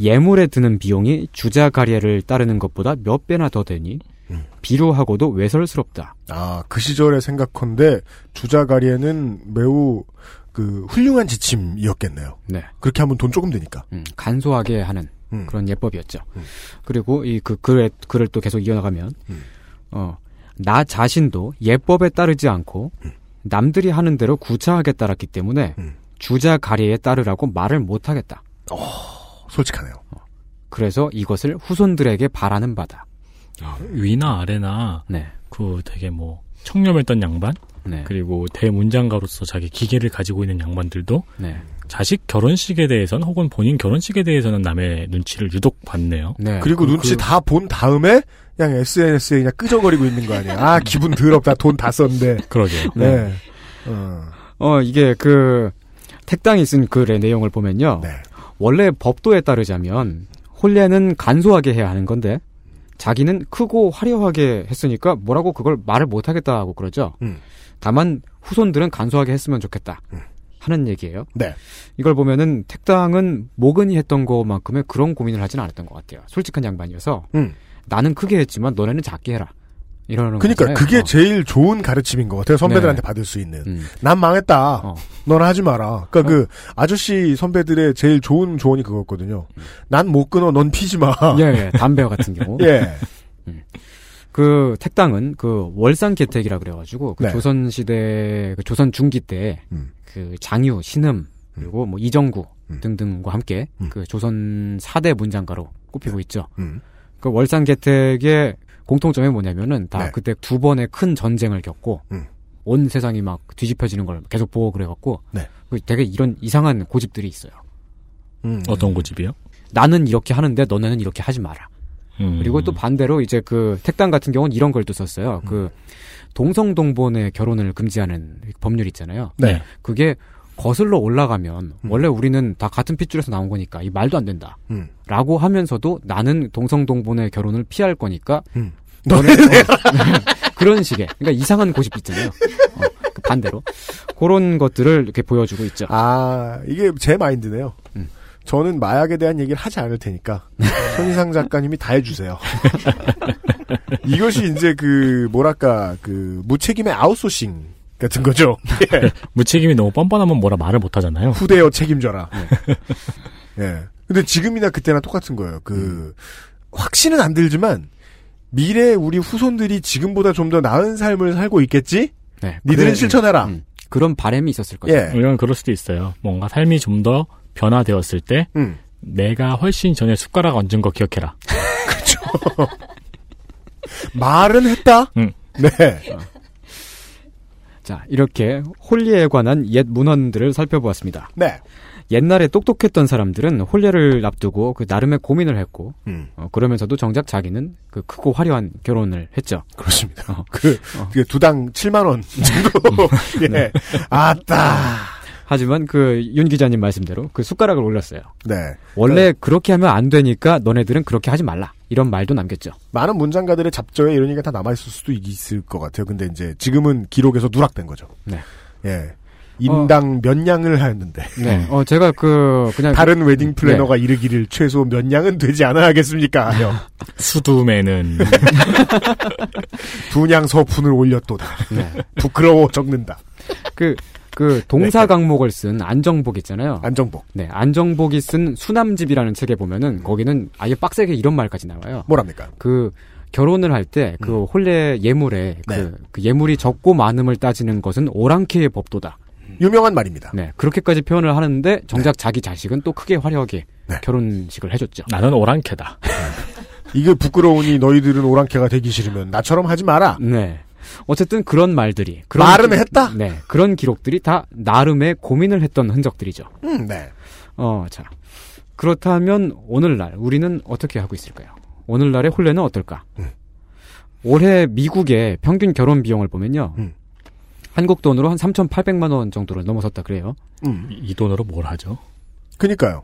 Speaker 9: 예물에 드는 비용이 주자 가례를 따르는 것보다 몇 배나 더 되니
Speaker 2: 음.
Speaker 9: 비루하고도 외설스럽다.
Speaker 2: 아, 그 시절의 생각컨대 주자가리에는 매우 그 훌륭한 지침이었겠네요.
Speaker 9: 네.
Speaker 2: 그렇게 하면 돈 조금 되니까.
Speaker 9: 음, 간소하게 하는
Speaker 2: 음.
Speaker 9: 그런 예법이었죠.
Speaker 2: 음.
Speaker 9: 그리고 이 그 글에 글을 또 계속 이어나가면
Speaker 2: 음.
Speaker 9: 어나 자신도 예법에 따르지 않고 남들이 하는 대로 구차하게 따랐기 때문에
Speaker 2: 음.
Speaker 9: 주자 가리에 따르라고 말을 못하겠다.
Speaker 2: 솔직하네요.
Speaker 9: 그래서 이것을 후손들에게 바라는 바다.
Speaker 4: 야, 위나 아래나
Speaker 9: 네,
Speaker 4: 그 되게 뭐 청렴했던 양반
Speaker 9: 네,
Speaker 4: 그리고 대문장가로서 자기 기계를 가지고 있는 양반들도
Speaker 9: 네,
Speaker 2: 음.
Speaker 4: 자식 결혼식에 대해서는 혹은 본인 결혼식에 대해서는 남의 눈치를 유독 봤네요.
Speaker 9: 네.
Speaker 2: 그리고 눈치 다 본 다음에 그냥 SNS에 그냥 끄적거리고 있는 거 아니야. 아, 기분 더럽다. 돈 다 썼는데.
Speaker 4: 그러게요.
Speaker 2: 네. 어,
Speaker 9: 어 이게 그 택당이 쓴 글의 내용을 보면요.
Speaker 2: 네.
Speaker 9: 원래 법도에 따르자면 혼례는 간소하게 해야 하는 건데 자기는 크고 화려하게 했으니까 뭐라고 그걸 말을 못하겠다고 그러죠.
Speaker 2: 음.
Speaker 9: 다만 후손들은 간소하게 했으면 좋겠다
Speaker 2: 음.
Speaker 9: 하는 얘기예요.
Speaker 2: 네.
Speaker 9: 이걸 보면은 택당은 모근이 했던 것만큼의 그런 고민을 하진 않았던 것 같아요. 솔직한 양반이어서
Speaker 2: 음.
Speaker 9: 나는 크게 했지만 너네는 작게 해라 이러는
Speaker 2: 그러니까
Speaker 9: 거잖아요.
Speaker 2: 그게
Speaker 9: 어.
Speaker 2: 제일 좋은 가르침인 것 같아요. 선배들한테
Speaker 9: 네.
Speaker 2: 받을 수 있는.
Speaker 9: 음.
Speaker 2: 난 망했다.
Speaker 9: 어.
Speaker 2: 넌 하지 마라. 그러니까 그 아저씨 선배들의 제일 좋은 조언이 그거였거든요.
Speaker 9: 음.
Speaker 2: 난 못 끊어. 넌 피지 마.
Speaker 9: 예, 예, 담배와 같은 경우.
Speaker 2: 예.
Speaker 9: 그 택당은 그 월상 개택이라 그래가지고 그
Speaker 2: 네.
Speaker 9: 조선 시대 그 조선 중기 때
Speaker 2: 음.
Speaker 9: 그 장유 신음 그리고 뭐 이정구
Speaker 2: 음.
Speaker 9: 등등과 함께
Speaker 2: 음.
Speaker 9: 그 조선 4대 문장가로 꼽히고 있죠.
Speaker 2: 음.
Speaker 9: 그 월상 개택의 공통점이 뭐냐면은 다
Speaker 2: 네.
Speaker 9: 그때 두 번의 큰 전쟁을 겪고
Speaker 2: 음.
Speaker 9: 온 세상이 막 뒤집혀지는 걸 계속 보고 그래갖고
Speaker 2: 네.
Speaker 9: 그 되게 이런 이상한 고집들이 있어요.
Speaker 2: 음.
Speaker 4: 어떤 그 고집이요?
Speaker 9: 나는 이렇게 하는데 너네는 이렇게 하지 마라.
Speaker 4: 음.
Speaker 9: 그리고 또 반대로 이제 그 택당 같은 경우는 이런 걸 또
Speaker 2: 음.
Speaker 9: 썼어요. 그 동성 동본의 결혼을 금지하는 법률 있잖아요.
Speaker 2: 네.
Speaker 9: 그게 거슬러 올라가면 원래 우리는 다 같은 핏줄에서 나온 거니까 이 말도 안 된다.
Speaker 2: 음.
Speaker 9: 라고 하면서도 나는 동성 동본의 결혼을 피할 거니까
Speaker 2: 음.
Speaker 9: 너네 어, 그런 식의 그러니까 이상한 고집 있잖아요. 어, 그 반대로 그런 것들을 이렇게 보여주고 있죠.
Speaker 2: 아, 이게 제 마인드네요.
Speaker 9: 음.
Speaker 2: 저는 마약에 대한 얘기를 하지 않을 테니까 손희상 작가님이 다 해주세요. 이것이 이제 그 뭐랄까 그 무책임의 아웃소싱 같은 거죠. 예.
Speaker 4: 무책임이 너무 뻔뻔하면 뭐라 말을 못 하잖아요.
Speaker 2: 후대여 책임져라.
Speaker 9: 네.
Speaker 2: 예. 근데 지금이나 그때나 똑같은 거예요. 그 확신은 안 들지만 미래 우리 후손들이 지금보다 좀 더 나은 삶을 살고 있겠지?
Speaker 9: 네,
Speaker 2: 니들은
Speaker 9: 그래,
Speaker 2: 실천해라.
Speaker 9: 음, 그렇죠. 그런 바람이 있었을 거죠.
Speaker 2: 예.
Speaker 4: 이건 그럴 수도 있어요. 뭔가 삶이 좀 더 변화되었을 때
Speaker 2: 음.
Speaker 4: 내가 훨씬 전에 숟가락 얹은 거 기억해라.
Speaker 2: 말은 했다.
Speaker 4: 음.
Speaker 2: 네.
Speaker 9: 자 이렇게 홀리에 관한 옛 문헌들을 살펴보았습니다.
Speaker 2: 네.
Speaker 9: 옛날에 똑똑했던 사람들은 혼례를 앞두고 그 나름의 고민을 했고
Speaker 2: 음.
Speaker 9: 어, 그러면서도 정작 자기는 그 크고 화려한 결혼을 했죠.
Speaker 2: 그렇습니다.
Speaker 9: 어.
Speaker 2: 그,
Speaker 9: 어. 네.
Speaker 2: 그 두당 7만원 정도. 예. 아따.
Speaker 9: 하지만 그 윤 기자님 말씀대로 그 숟가락을 올렸어요.
Speaker 2: 네.
Speaker 9: 원래 그렇게 하면 안 되니까 너네들은 그렇게 하지 말라 이런 말도 남겼죠.
Speaker 2: 많은 문장가들의 잡저에 이런 얘기가 다 남아있을 수도 있을 것 같아요. 근데 이제 지금은 기록에서 누락된 거죠.
Speaker 9: 네. 어.
Speaker 2: 예. 인당 몇 냥을 하였는데.
Speaker 9: 네, 어 제가 그 그냥
Speaker 2: 다른 웨딩 플래너가 이르기를 최소 몇 냥은 되지 않아야 하겠습니까?
Speaker 9: 네.
Speaker 2: 하며
Speaker 4: 수두매는
Speaker 2: 두냥 서푼을 올렸도다.
Speaker 9: 네,
Speaker 2: 부끄러워 적는다.
Speaker 9: 그. 그 동사 강목을 쓴 안정복 있잖아요.
Speaker 2: 네. 안정복.
Speaker 9: 네, 안정복이 쓴 수남집이라는 책에 보면은 거기는 아예 빡세게 이런 말까지 나와요.
Speaker 2: 뭐랍니까?
Speaker 9: 그 결혼을 할 때 그 혼례 예물에
Speaker 2: 음. 네.
Speaker 9: 그, 그 예물이 적고 많음을 따지는 것은 오랑캐의 법도다.
Speaker 2: 유명한 말입니다.
Speaker 9: 네 그렇게까지 표현을 하는데 정작 자기 자식은 또 크게 화려하게
Speaker 2: 네.
Speaker 9: 결혼식을 해줬죠.
Speaker 4: 나는 오랑캐다.
Speaker 2: 이게 부끄러우니 너희들은 오랑캐가 되기 싫으면 나처럼 하지 마라.
Speaker 9: 네 어쨌든 그런 말들이 그런
Speaker 2: 말은
Speaker 9: 기-
Speaker 2: 아. 했다.
Speaker 9: 네 그런 기록들이 다 나름의 고민을 했던 흔적들이죠.
Speaker 2: 음, 네.
Speaker 9: 어자 그렇다면 오늘날 우리는 어떻게 하고 있을까요? 오늘날의 혼례는 어떨까? 올해 미국의 평균 결혼 비용을 보면요.
Speaker 2: 음.
Speaker 9: 한국 돈으로 한 3,800만 원 정도를 넘어섰다 그래요.
Speaker 2: 음.
Speaker 4: 이 돈으로 뭘 하죠?
Speaker 2: 그니까요.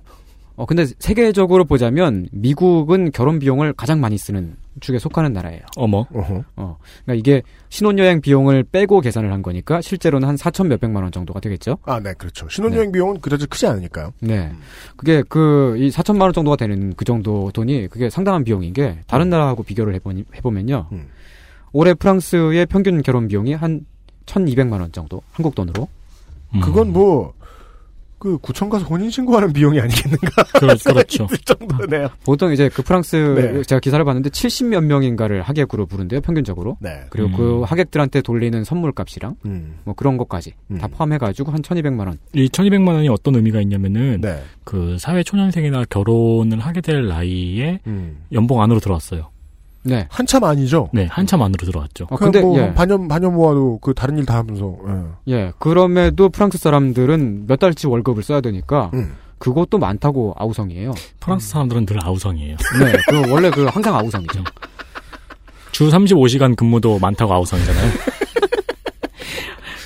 Speaker 9: 어 근데 세계적으로 보자면 미국은 결혼 비용을 가장 많이 쓰는 축에 속하는 나라예요.
Speaker 4: 어머.
Speaker 2: 어허.
Speaker 9: 어. 그러니까 이게 신혼여행 비용을 빼고 계산을 한 거니까 실제로는 한 4천 몇백만 원 정도가 되겠죠.
Speaker 2: 아, 네, 그렇죠. 신혼여행 비용은 그다지 크지 않으니까요.
Speaker 9: 네. 그게 그 이 4천만 원 정도가 되는 그 정도 돈이 그게 상당한 비용인 게 다른 나라하고 비교를 해보니 해보면요.
Speaker 2: 음.
Speaker 9: 올해 프랑스의 평균 결혼 비용이 한 1,200만 원 정도 한국 돈으로.
Speaker 4: 음.
Speaker 2: 그건 뭐, 그, 구청 가서 혼인신고하는 비용이 아니겠는가
Speaker 4: 그렇, 그렇죠.
Speaker 2: 그 정도네요.
Speaker 9: 보통 이제 그 프랑스
Speaker 2: 네.
Speaker 9: 제가 기사를 봤는데 70 몇 명인가를 하객으로 부른대요 평균적으로.
Speaker 2: 네.
Speaker 9: 그리고
Speaker 4: 음.
Speaker 9: 그 하객들한테 돌리는 선물값이랑
Speaker 2: 음.
Speaker 9: 뭐 그런 것까지
Speaker 2: 음.
Speaker 9: 다 포함해가지고 한 1,200만 원.
Speaker 4: 이 1200만 원이 어떤 의미가 있냐면은
Speaker 2: 네.
Speaker 4: 그 사회 초년생이나 결혼을 하게 될 나이에
Speaker 2: 음.
Speaker 4: 연봉 안으로 들어왔어요.
Speaker 9: 네.
Speaker 2: 한참 아니죠?
Speaker 4: 네, 한참 안으로 들어왔죠.
Speaker 9: 어,
Speaker 2: 그냥
Speaker 9: 근데
Speaker 2: 뭐,
Speaker 9: 예,
Speaker 2: 한 반년, 반년 모아도 그 다른 일 다 하면서, 예.
Speaker 9: 예. 그럼에도 프랑스 사람들은 몇 달치 월급을 써야 되니까
Speaker 2: 음.
Speaker 9: 그것도 많다고 아우성이에요. 음.
Speaker 4: 프랑스 사람들은 늘 아우성이에요.
Speaker 9: 네. 그 원래 그 항상 아우성이죠.
Speaker 4: 주 35시간 근무도 많다고 아우성이잖아요.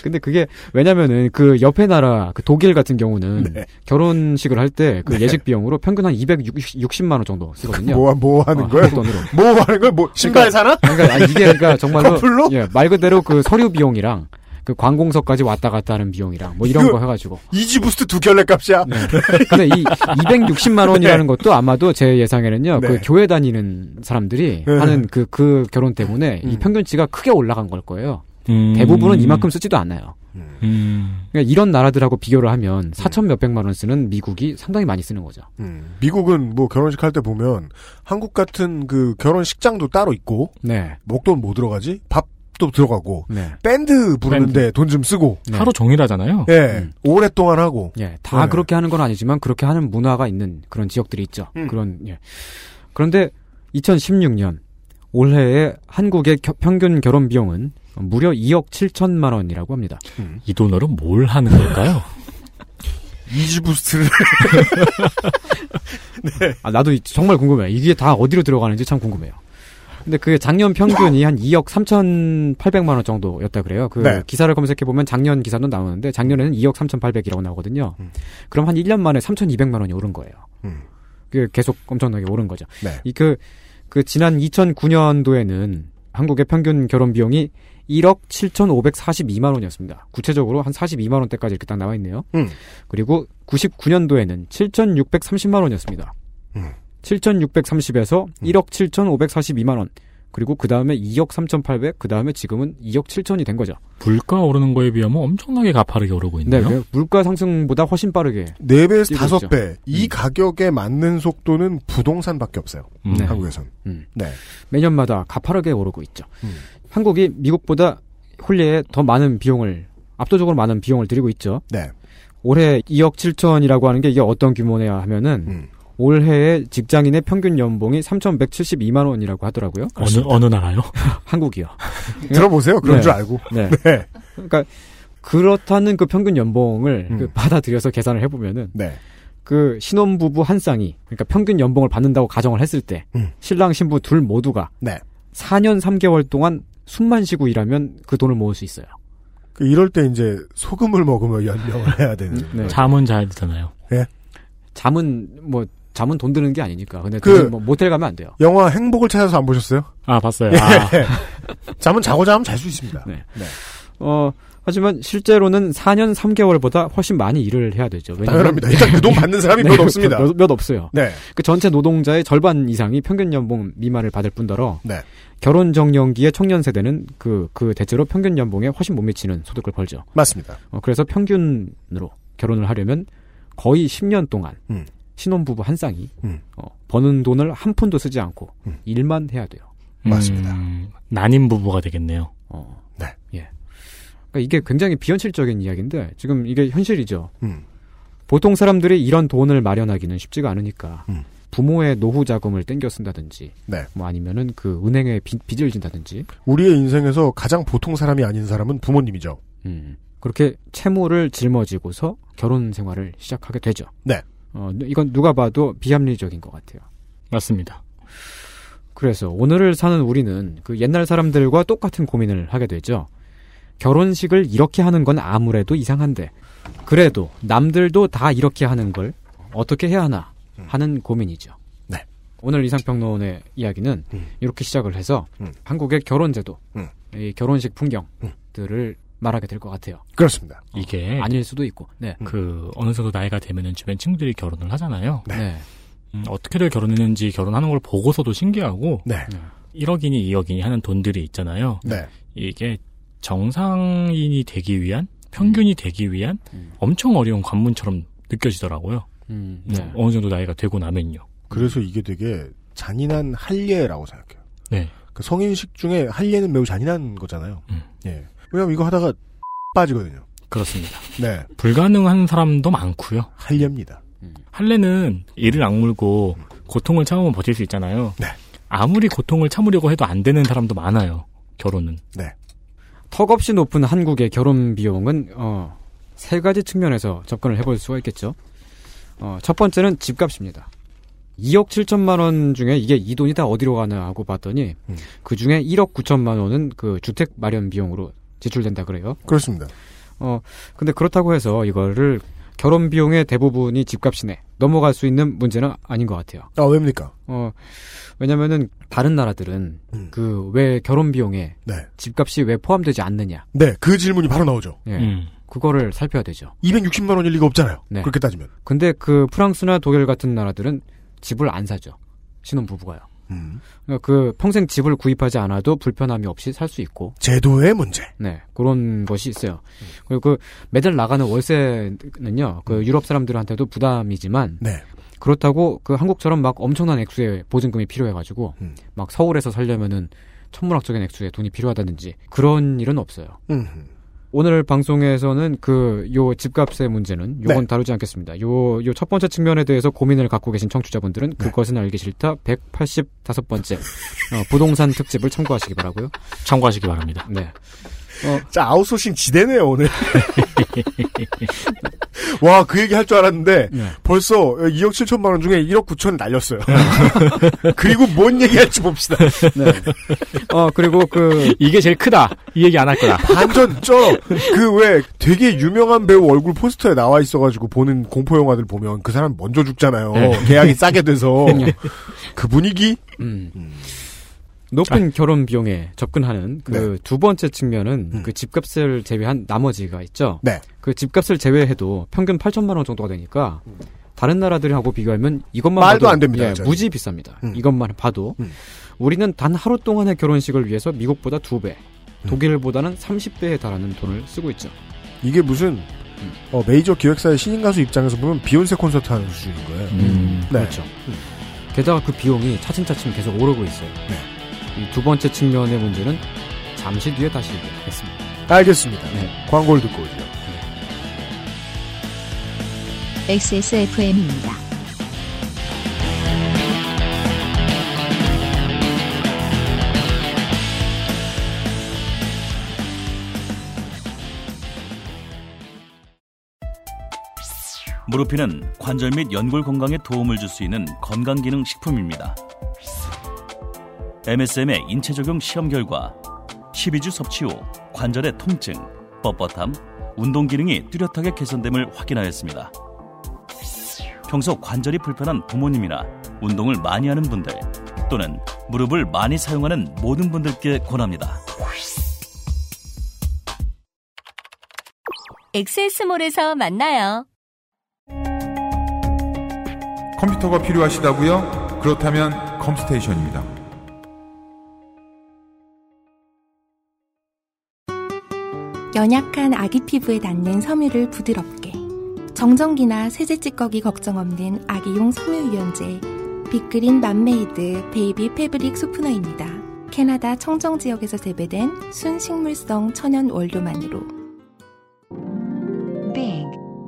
Speaker 9: 근데 그게 왜냐면은 그 옆에 나라 그 독일 같은 경우는
Speaker 2: 네.
Speaker 9: 결혼식을 할 때 그
Speaker 2: 네.
Speaker 9: 예식 비용으로 평균 한 260만 원 정도 쓰거든요.
Speaker 2: 뭐, 뭐 하는
Speaker 9: 어,
Speaker 2: 거야?
Speaker 9: 한국 돈으로.
Speaker 2: 뭐 하는 거야? 뭐, 신발 사나?
Speaker 9: 그러니까 아, 이게 그러니까 정말로
Speaker 2: 커플로?
Speaker 9: 예, 말 그대로 그 서류 비용이랑 그 관공서까지 왔다 갔다 하는 비용이랑 뭐 이런
Speaker 2: 이거-
Speaker 9: 거 해가지고. 네.
Speaker 2: 이지부스트 두 켤레 값이야?
Speaker 9: 근데 이 260만 원이라는 것도 아마도 제 예상에는요.
Speaker 2: 네.
Speaker 9: 그 교회 다니는 사람들이
Speaker 2: 네.
Speaker 9: 하는 그 그 결혼 때문에 이
Speaker 2: 음.
Speaker 9: 평균치가 크게 올라간 걸 거예요.
Speaker 4: 음.
Speaker 9: 대부분은 이만큼 쓰지도 않아요.
Speaker 4: 음.
Speaker 9: 그러니까 이런 나라들하고 비교를 하면
Speaker 2: 네.
Speaker 9: 4천 몇백만 원 쓰는 미국이 상당히 많이 쓰는 거죠.
Speaker 2: 음, 미국은 뭐 결혼식 할 때 보면 한국 같은 그 결혼식장도 따로 있고
Speaker 9: 네.
Speaker 2: 목돈 뭐 들어가지? 밥도 들어가고
Speaker 9: 네.
Speaker 2: 밴드 부르는데 돈 좀 쓰고
Speaker 9: 네.
Speaker 4: 하루 종일 하잖아요.
Speaker 2: 예
Speaker 9: 음.
Speaker 2: 오랫동안 하고
Speaker 9: 예, 다
Speaker 2: 네.
Speaker 9: 그렇게 하는 건 아니지만 그렇게 하는 문화가 있는 그런 지역들이 있죠.
Speaker 2: 음.
Speaker 9: 그런 예. 그런데 2016년 올해의 한국의 겨- 평균 결혼 비용은 무려 2억 7천만 원이라고 합니다.
Speaker 4: 이 돈으로 뭘 하는 걸까요?
Speaker 2: 이지부스트를
Speaker 9: 아, 나도 이- 정말 궁금해요. 이게 다 어디로 들어가는지 참 궁금해요. 근데 그게 작년 평균이 한 2억 3,800만 원 정도였다 그래요. 그
Speaker 2: 네.
Speaker 9: 기사를 검색해 보면 작년 기사도 나오는데 작년에는 2억 3,800이라고 나오거든요.
Speaker 2: 음.
Speaker 9: 그럼 한 1년 만에 3,200만 원이 오른 거예요.
Speaker 2: 음.
Speaker 9: 그게 계속 엄청나게 오른 거죠.
Speaker 2: 네.
Speaker 9: 이그 그 지난 2009년도에는 한국의 평균 결혼 비용이 1억 7,542만 원이었습니다. 구체적으로 한 42만 원대까지 이렇게 딱 나와 있네요.
Speaker 2: 음.
Speaker 9: 그리고 99년도에는 7,630만 원이었습니다.
Speaker 2: 음.
Speaker 9: 7,630에서 1억 7,542만 원. 그리고 그 다음에 2억 3,800, 그 다음에 지금은 2억 7천이 된 거죠.
Speaker 4: 물가 오르는 거에 비하면 엄청나게 가파르게 오르고
Speaker 9: 네,
Speaker 4: 있네요.
Speaker 9: 그 물가 상승보다 훨씬 빠르게.
Speaker 2: 네배에서
Speaker 9: 이거
Speaker 2: 다섯
Speaker 9: 있죠.
Speaker 2: 배 이
Speaker 9: 음.
Speaker 2: 가격에 맞는 속도는 부동산밖에 없어요
Speaker 4: 음.
Speaker 9: 네.
Speaker 2: 한국에선
Speaker 9: 음.
Speaker 2: 네
Speaker 9: 매년마다 가파르게 오르고 있죠.
Speaker 2: 음.
Speaker 9: 한국이 미국보다 홀리에 더 많은 비용을, 압도적으로 많은 비용을 들이고 있죠.
Speaker 2: 네.
Speaker 9: 올해 2억 7천이라고 하는 게 이게 어떤 규모냐 하면은
Speaker 2: 음.
Speaker 9: 올해의 직장인의 평균 연봉이 3,172만 원이라고 하더라고요.
Speaker 4: 어느 어느 나라요?
Speaker 9: 한국이요.
Speaker 2: 음. 들어보세요 그런
Speaker 9: 네.
Speaker 2: 줄 알고
Speaker 9: 네.
Speaker 2: 네.
Speaker 9: 그러니까 그렇다는 그 평균 연봉을
Speaker 2: 음.
Speaker 9: 그 받아들여서 계산을 해보면은
Speaker 2: 네
Speaker 9: 그 신혼부부 한 쌍이 그러니까 평균 연봉을 받는다고 가정을 했을 때
Speaker 2: 음.
Speaker 9: 신랑 신부 둘 모두가
Speaker 2: 네.
Speaker 9: 4년 3개월 동안 숨만 쉬고 일하면 그 돈을 모을 수 있어요.
Speaker 2: 그 이럴 때 이제 소금을 먹으며 연명을 해야 되는
Speaker 9: 네.
Speaker 4: 잠은 잘 드잖아요.
Speaker 9: 잠은 뭐 잠은 돈 드는 게 아니니까. 근데
Speaker 2: 그-
Speaker 9: 그 모텔 가면 안 돼요.
Speaker 2: 영화 행복을 찾아서 안 보셨어요?
Speaker 4: 아 봤어요. 아,
Speaker 2: 잠은 자고 자면 잘 수 있습니다
Speaker 9: 네. 어, 하지만 실제로는 4년 3개월보다 훨씬 많이 일을 해야 되죠. 왜냐면-
Speaker 2: 당연합니다 일단 그 돈 받는 사람이
Speaker 9: 네,
Speaker 2: 몇 없습니다
Speaker 9: 몇, 몇 없어요.
Speaker 2: 네
Speaker 9: 그 전체 노동자의 절반 이상이 평균 연봉 미만을 받을 뿐더러
Speaker 2: 네.
Speaker 9: 결혼 정년기의 청년 세대는 그, 그 대체로 평균 연봉에 훨씬 못 미치는 소득을 벌죠.
Speaker 2: 맞습니다
Speaker 9: 어, 그래서 평균으로 결혼을 하려면 거의 10년 동안
Speaker 2: 음.
Speaker 9: 신혼부부 한 쌍이
Speaker 2: 음.
Speaker 9: 어, 버는 돈을 한 푼도 쓰지 않고
Speaker 2: 음.
Speaker 9: 일만 해야 돼요.
Speaker 2: 맞습니다.
Speaker 4: 음, 난임 부부가 되겠네요.
Speaker 9: 어.
Speaker 2: 네.
Speaker 9: 예. 그러니까 이게 굉장히 비현실적인 이야기인데 지금 이게 현실이죠.
Speaker 2: 음.
Speaker 9: 보통 사람들이 이런 돈을 마련하기는 쉽지가 않으니까
Speaker 2: 음.
Speaker 9: 부모의 노후 자금을 땡겨 쓴다든지
Speaker 2: 네.
Speaker 9: 뭐 아니면은 그 은행에 빚, 빚을 진다든지
Speaker 2: 우리의 인생에서 가장 보통 사람이 아닌 사람은 부모님이죠
Speaker 9: 음, 그렇게 채무를 짊어지고서 결혼 생활을 시작하게 되죠.
Speaker 2: 네.
Speaker 9: 어, 이건 누가 봐도 비합리적인 것 같아요.
Speaker 4: 맞습니다.
Speaker 9: 그래서 오늘을 사는 우리는 그 옛날 사람들과 똑같은 고민을 하게 되죠. 결혼식을 이렇게 하는 건 아무래도 이상한데 그래도 남들도 다 이렇게 하는 걸 어떻게 해야 하나 하는 고민이죠.
Speaker 2: 네.
Speaker 9: 오늘 이상평론의 이야기는
Speaker 2: 음.
Speaker 9: 이렇게 시작을 해서
Speaker 2: 음.
Speaker 9: 한국의 결혼제도,
Speaker 2: 음.
Speaker 9: 이 결혼식 풍경들을 말하게 될 것 같아요.
Speaker 2: 그렇습니다
Speaker 4: 이게
Speaker 9: 아닐 수도 있고. 네.
Speaker 4: 그 어느 정도 나이가 되면은 주변 친구들이 결혼을 하잖아요.
Speaker 2: 네.
Speaker 9: 네.
Speaker 4: 음, 어떻게들 결혼했는지 결혼하는 걸 보고서도 신기하고
Speaker 2: 네.
Speaker 4: 1억이니 2억이니 하는 돈들이 있잖아요.
Speaker 2: 네.
Speaker 4: 이게 정상인이 되기 위한 평균이 되기 위한
Speaker 9: 음.
Speaker 4: 엄청 어려운 관문처럼 느껴지더라고요.
Speaker 9: 음, 네.
Speaker 4: 어느 정도 나이가 되고 나면요.
Speaker 2: 그래서 이게 되게 잔인한 한례라고 생각해요.
Speaker 4: 네.
Speaker 2: 그 성인식 중에 한례는 매우 잔인한 거잖아요.
Speaker 4: 음.
Speaker 2: 예. 왜냐면 이거 하다가 빠지거든요.
Speaker 4: 그렇습니다.
Speaker 2: 네.
Speaker 4: 불가능한 사람도 많고요.
Speaker 2: 한례입니다.
Speaker 4: 할례는 이를 악물고 고통을 참으면 버틸 수 있잖아요.
Speaker 2: 네.
Speaker 4: 아무리 고통을 참으려고 해도 안 되는 사람도 많아요. 결혼은.
Speaker 9: 턱없이 높은 한국의 결혼 비용은 어, 세 가지 측면에서 접근을 해볼 수가 있겠죠. 어, 첫 번째는 집값입니다. 2억 7천만 원 중에 이게 이 돈이 다 어디로 가나 하고 봤더니
Speaker 2: 음.
Speaker 9: 그 중에 1억 9천만 원은 그 주택 마련 비용으로 지출된다 그래요.
Speaker 2: 그렇습니다.
Speaker 9: 어, 근데 그렇다고 해서 이거를 결혼 비용의 대부분이 집값이네. 넘어갈 수 있는 문제는 아닌 것 같아요.
Speaker 2: 아, 왜입니까?
Speaker 9: 어, 왜냐면은 다른 나라들은
Speaker 2: 음.
Speaker 9: 그 왜 결혼 비용에
Speaker 2: 네.
Speaker 9: 집값이 왜 포함되지 않느냐.
Speaker 2: 네, 그 질문이 바로 나오죠.
Speaker 9: 예.
Speaker 4: 음.
Speaker 9: 그거를 살펴야 되죠.
Speaker 2: 260만 원일 리가 없잖아요.
Speaker 9: 네.
Speaker 2: 그렇게 따지면.
Speaker 9: 근데 그 프랑스나 독일 같은 나라들은 집을 안 사죠. 신혼부부가요.
Speaker 2: 음.
Speaker 9: 그러니까 그 평생 집을 구입하지 않아도 불편함이 없이 살 수 있고,
Speaker 2: 제도의 문제.
Speaker 9: 네 그런 것이 있어요. 그리고 그 매달 나가는 월세는요, 그 유럽 사람들한테도 부담이지만
Speaker 2: 네.
Speaker 9: 그렇다고 그 한국처럼 막 엄청난 액수의 보증금이 필요해가지고
Speaker 2: 음.
Speaker 9: 막 서울에서 살려면은 천문학적인 액수의 돈이 필요하다든지 그런 일은 없어요.
Speaker 2: 음.
Speaker 9: 오늘 방송에서는 그 요 집값의 문제는 요건
Speaker 2: 네.
Speaker 9: 다루지 않겠습니다. 요 요 첫 번째 측면에 대해서 고민을 갖고 계신
Speaker 2: 네.
Speaker 9: 청취자분들은 그것은 알기 싫다 185번째 어, 부동산 특집을 참고하시기 바라고요.
Speaker 4: 참고하시기 바랍니다.
Speaker 9: 네.
Speaker 2: 자, 아웃소싱 지대네요, 오늘. 와, 그 얘기 할 줄 알았는데,
Speaker 9: 네.
Speaker 2: 벌써 2억 7천만 원 중에 1억 9천 날렸어요. 그리고 뭔 얘기 할지 봅시다.
Speaker 9: 어 그리고 그
Speaker 4: 이게 제일 크다. 이 얘기 안 할 거다.
Speaker 2: 완전 쩔어. 그 왜 되게 유명한 배우 얼굴 포스터에 나와 있어가지고 보는 공포 영화들 보면 그 사람 먼저 죽잖아요.
Speaker 4: 네.
Speaker 2: 계약이 싸게 돼서 그 분위기.
Speaker 9: 음. 높은 결혼 비용에 접근하는 그
Speaker 2: 아. 네.
Speaker 9: 두 번째 측면은
Speaker 2: 음.
Speaker 9: 그 집값을 제외한 나머지가 있죠.
Speaker 2: 네.
Speaker 9: 그 집값을 제외해도 평균 8천만 원 정도가 되니까 다른 나라들하고 비교하면 이것만
Speaker 2: 말도
Speaker 9: 봐도
Speaker 2: 안 됩니다,
Speaker 9: 예,
Speaker 2: 저희.
Speaker 9: 무지 비쌉니다.
Speaker 2: 음.
Speaker 9: 이것만 봐도
Speaker 2: 음.
Speaker 9: 우리는 단 하루 동안의 결혼식을 위해서 미국보다 두 배,
Speaker 2: 음.
Speaker 9: 독일보다는 30배에 달하는 돈을 쓰고 있죠.
Speaker 2: 이게 무슨 어, 메이저 기획사의 신인 가수 입장에서 보면 비욘세 콘서트 하는 수준인 거예요.
Speaker 4: 음.
Speaker 2: 네.
Speaker 9: 그렇죠. 게다가 그 비용이 차츰차츰 계속 오르고 있어요.
Speaker 2: 네.
Speaker 9: 이 두 번째 측면의 문제는 잠시 뒤에 다시 얘기하겠습니다.
Speaker 2: 알겠습니다.
Speaker 9: 네.
Speaker 2: 광고를 듣고 오죠.
Speaker 1: XSFM입니다.
Speaker 10: 무릎피는 관절 및 연골 건강에 도움을 줄 수 있는 건강기능 식품입니다. MSM의 인체 적용 시험 결과 12주 섭취 후 관절의 통증, 뻣뻣함, 운동 기능이 뚜렷하게 개선됨을 확인하였습니다. 평소 관절이 불편한 부모님이나 운동을 많이 하는 분들 또는 무릎을 많이 사용하는 모든 분들께 권합니다.
Speaker 7: 엑세스몰에서 만나요.
Speaker 11: 컴퓨터가 필요하시다고요? 그렇다면 컴스테이션입니다.
Speaker 5: 연약한 아기 피부에 닿는 섬유를 부드럽게 정전기나 세제 찌꺼기 걱정 없는 아기용 섬유 유연제 빅그린 맘메이드 베이비 패브릭 소프너입니다. 캐나다 청정 지역에서 재배된 순식물성 천연 원료만으로
Speaker 6: Big.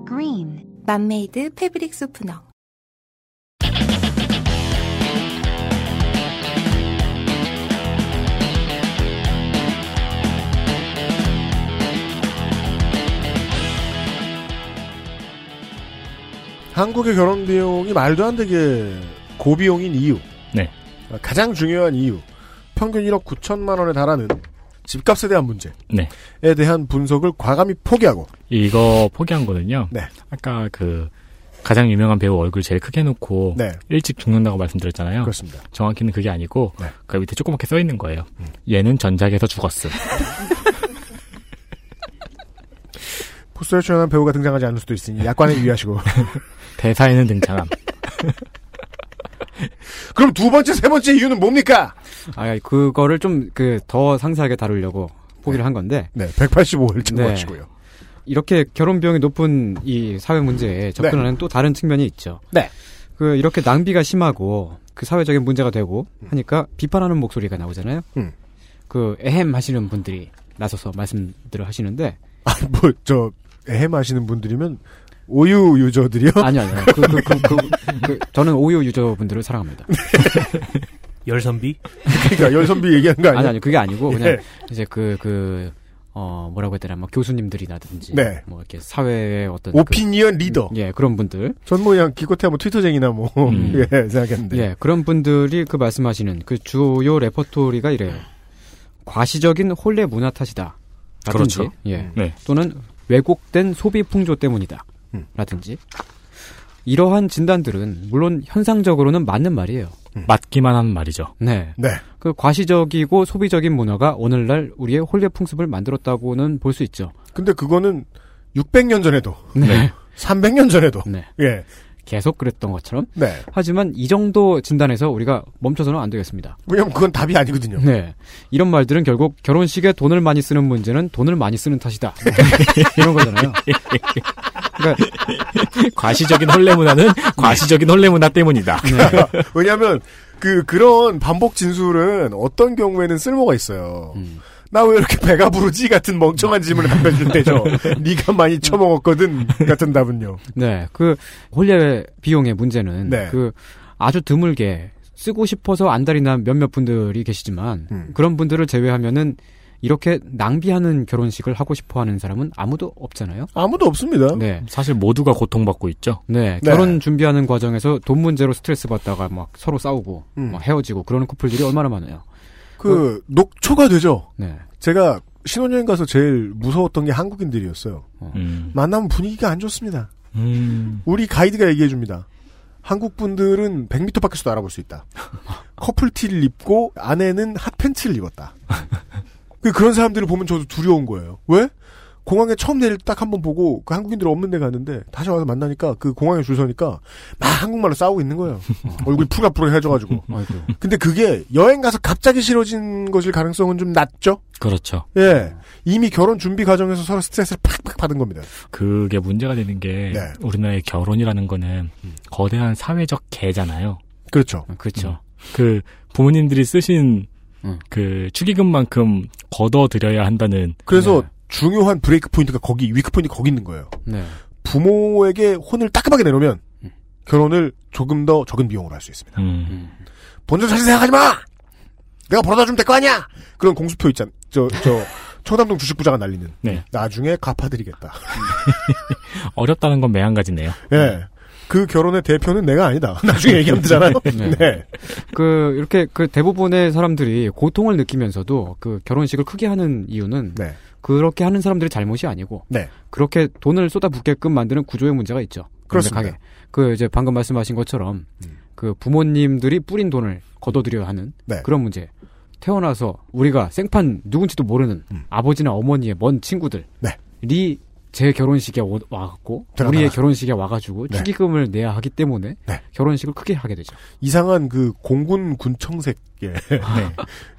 Speaker 6: Green.
Speaker 5: 맘메이드 패브릭 소프너
Speaker 2: 한국의 결혼 비용이 말도 안 되게 고비용인 이유.
Speaker 4: 네.
Speaker 2: 가장 중요한 이유. 평균 1억 9천만 원에 달하는 집값에 대한 문제에
Speaker 4: 네.
Speaker 2: 대한 분석을 과감히 포기하고
Speaker 4: 이거 포기한 거는요.
Speaker 2: 네.
Speaker 4: 아까 그 가장 유명한 배우 얼굴 제일 크게 놓고
Speaker 2: 네.
Speaker 4: 일찍 죽는다고 말씀드렸잖아요.
Speaker 2: 그렇습니다.
Speaker 4: 정확히는 그게 아니고
Speaker 2: 네. 음.
Speaker 4: 그 밑에 조그맣게 써 있는 거예요. 얘는 전작에서 죽었음.
Speaker 2: 포스터에 출연한 배우가 등장하지 않을 수도 있으니 약관에 유의하시고.
Speaker 4: 대사에는 등장함.
Speaker 2: 그럼 두 번째, 세 번째 이유는 뭡니까?
Speaker 9: 아, 그거를 좀 그 더 상세하게 다루려고 포기를 한 건데
Speaker 2: 네, 185일
Speaker 9: 네.
Speaker 2: 참고하시고요.
Speaker 9: 이렇게 결혼 비용이 높은 이 사회 문제에 접근하는 또 다른 측면이 있죠.
Speaker 2: 네.
Speaker 9: 그 이렇게 낭비가 심하고 그 사회적인 문제가 되고 하니까 비판하는 목소리가 나오잖아요.
Speaker 2: 음.
Speaker 9: 그 에헴 하시는 분들이 나서서 말씀들을 하시는데
Speaker 2: 뭐, 저, 애매하시는 분들이면, 오유 유저들이요?
Speaker 9: 아니요 아니요 그, 그, 그, 그, 그, 저는 오유 유저분들을 사랑합니다.
Speaker 2: 네,
Speaker 8: 열선비?
Speaker 2: 그러니까 열선비 얘기하는 거 아니에요?
Speaker 9: 네. 아니 아니 그게 아니고 그냥
Speaker 2: 예.
Speaker 9: 이제 그 그 어 뭐라고 해야 되나 뭐 교수님들이라든지
Speaker 2: 네.
Speaker 9: 뭐 이렇게 사회의 어떤 그-
Speaker 2: 오피니언 리더.
Speaker 9: 예 그런 분들
Speaker 2: 전 뭐 그냥 기껏해야 뭐 트위터쟁이나 뭐,
Speaker 4: 음.
Speaker 2: 예, 생각했는데.
Speaker 9: 예, 그런 분들이 그 말씀하시는 그 주요 레퍼토리가 이래요. 과시적인 혼례 문화 탓이다. 라든지,
Speaker 4: 그렇죠.
Speaker 9: 예.
Speaker 2: 음.
Speaker 4: 네.
Speaker 9: 또는 왜곡된 소비 풍조 때문이다.
Speaker 4: 음.
Speaker 9: 라든지. 이러한 진단들은 물론 현상적으로는 맞는 말이에요.
Speaker 2: 음.
Speaker 4: 맞기만 한 말이죠.
Speaker 9: 네. 그 과시적이고 소비적인 문화가 오늘날 우리의 혼례 풍습을 만들었다고는 볼 수 있죠.
Speaker 2: 근데 그거는 600년 전에도
Speaker 9: 네. 음.
Speaker 2: 300년 전에도 예.
Speaker 9: 계속 그랬던 것처럼.
Speaker 2: 네.
Speaker 9: 하지만 이 정도 진단에서 우리가 멈춰서는 안 되겠습니다.
Speaker 2: 왜냐면 그건 답이 아니거든요.
Speaker 9: 네. 이런 말들은 결국 결혼식에 돈을 많이 쓰는 문제는 돈을 많이 쓰는 탓이다. 이런 거잖아요. 그러니까
Speaker 4: 과시적인 혼례 문화는
Speaker 2: 네.
Speaker 4: 과시적인 혼례 문화 때문이다.
Speaker 2: 왜냐하면 그 그런 반복 진술은 어떤 경우에는 쓸모가 있어요.
Speaker 9: 음.
Speaker 2: 나 왜 이렇게 배가 부르지 같은 멍청한 질문을 답해줄 때죠. 네가 많이 처먹었거든 같은 답은요.
Speaker 9: 네, 그 혼례 비용의 문제는 그 아주 드물게 쓰고 싶어서 안달이 난 몇몇 분들이 계시지만 그런 분들을 제외하면은 이렇게 낭비하는 결혼식을 하고 싶어 하는 사람은 아무도 없잖아요.
Speaker 2: 아무도 없습니다.
Speaker 9: 네.
Speaker 4: 사실 모두가 고통받고 있죠.
Speaker 9: 네,
Speaker 4: 네.
Speaker 9: 결혼 준비하는 과정에서 돈 문제로 스트레스 받다가 막 서로 싸우고
Speaker 2: 음.
Speaker 9: 막 헤어지고 그러는 커플들이 얼마나 많아요.
Speaker 2: 그 녹초가 되죠.
Speaker 9: 네.
Speaker 2: 제가 신혼여행 가서 제일 무서웠던 게 한국인들이었어요.
Speaker 4: 음.
Speaker 2: 만나면 분위기가 안 좋습니다.
Speaker 4: 음.
Speaker 2: 우리 가이드가 얘기해 줍니다. 한국 분들은 100m 밖에서도 알아볼 수 있다. 커플티를 입고 아내는 핫팬츠를 입었다. 그- 그런 사람들을 보면 저도 두려운 거예요. 왜? 공항에 처음 내릴 때 딱 한 번 보고 그 한국인들 없는 데 갔는데 다시 와서 만나니까 그 공항에 줄 서니까 막 한국말로 싸우고 있는 거예요. 얼굴이 푸가푸가해져가지고. 근데 그게 여행 가서 갑자기 싫어진 것일 가능성은 좀 낮죠?
Speaker 4: 그렇죠.
Speaker 2: 예. 이미 결혼 준비 과정에서 서로 스트레스를 팍팍 받은 겁니다.
Speaker 4: 그게 문제가 되는 게
Speaker 2: 네.
Speaker 4: 우리나라의 결혼이라는 거는
Speaker 9: 음.
Speaker 4: 거대한 사회적 개잖아요.
Speaker 2: 그렇죠.
Speaker 9: 그렇죠.
Speaker 4: 그 부모님들이 쓰신
Speaker 9: 음.
Speaker 4: 그 축의금만큼 걷어들여야 한다는
Speaker 2: 그래서 중요한 브레이크 포인트가 거기, 위크 포인트가 거기 있는 거예요.
Speaker 9: 네.
Speaker 2: 부모에게 혼을 따끔하게 내놓으면
Speaker 9: 음.
Speaker 2: 결혼을 조금 더 적은 비용으로 할 수 있습니다.
Speaker 4: 음.
Speaker 2: 본전 사실 생각하지 마! 내가 벌어다 주면 될 거 아니야! 그런 공수표 있잖아. 저, 저, 청담동 주식부자가 날리는.
Speaker 4: 네.
Speaker 2: 나중에 갚아드리겠다.
Speaker 4: 어렵다는 건 매한가지네요.
Speaker 9: 음.
Speaker 2: 예. 그 결혼의 대표는 내가 아니다. 나중에 얘기하면 되잖아요.
Speaker 9: 네.
Speaker 2: 네.
Speaker 9: 그 이렇게 그 대부분의 사람들이 고통을 느끼면서도 그 결혼식을 크게 하는 이유는
Speaker 2: 네.
Speaker 9: 그렇게 하는 사람들의 잘못이 아니고
Speaker 2: 네.
Speaker 9: 그렇게 돈을 쏟아붓게끔 만드는 구조의 문제가 있죠.
Speaker 2: 그렇습니다. 음.
Speaker 9: 명백하게. 그 이제 방금 말씀하신 것처럼 그 부모님들이 뿌린 돈을 거둬들여야 하는
Speaker 2: 네.
Speaker 9: 그런 문제. 태어나서 우리가 생판 누군지도 모르는 아버지나 어머니의 먼 친구들이
Speaker 2: 음. 네.
Speaker 9: 제 결혼식에 오- 와갖고
Speaker 2: 드라마나.
Speaker 9: 우리의 결혼식에 와가지고
Speaker 2: 네.
Speaker 9: 축의금을 내야 하기 때문에
Speaker 2: 네.
Speaker 9: 결혼식을 크게 하게 되죠.
Speaker 2: 이상한 그 공군 군청색의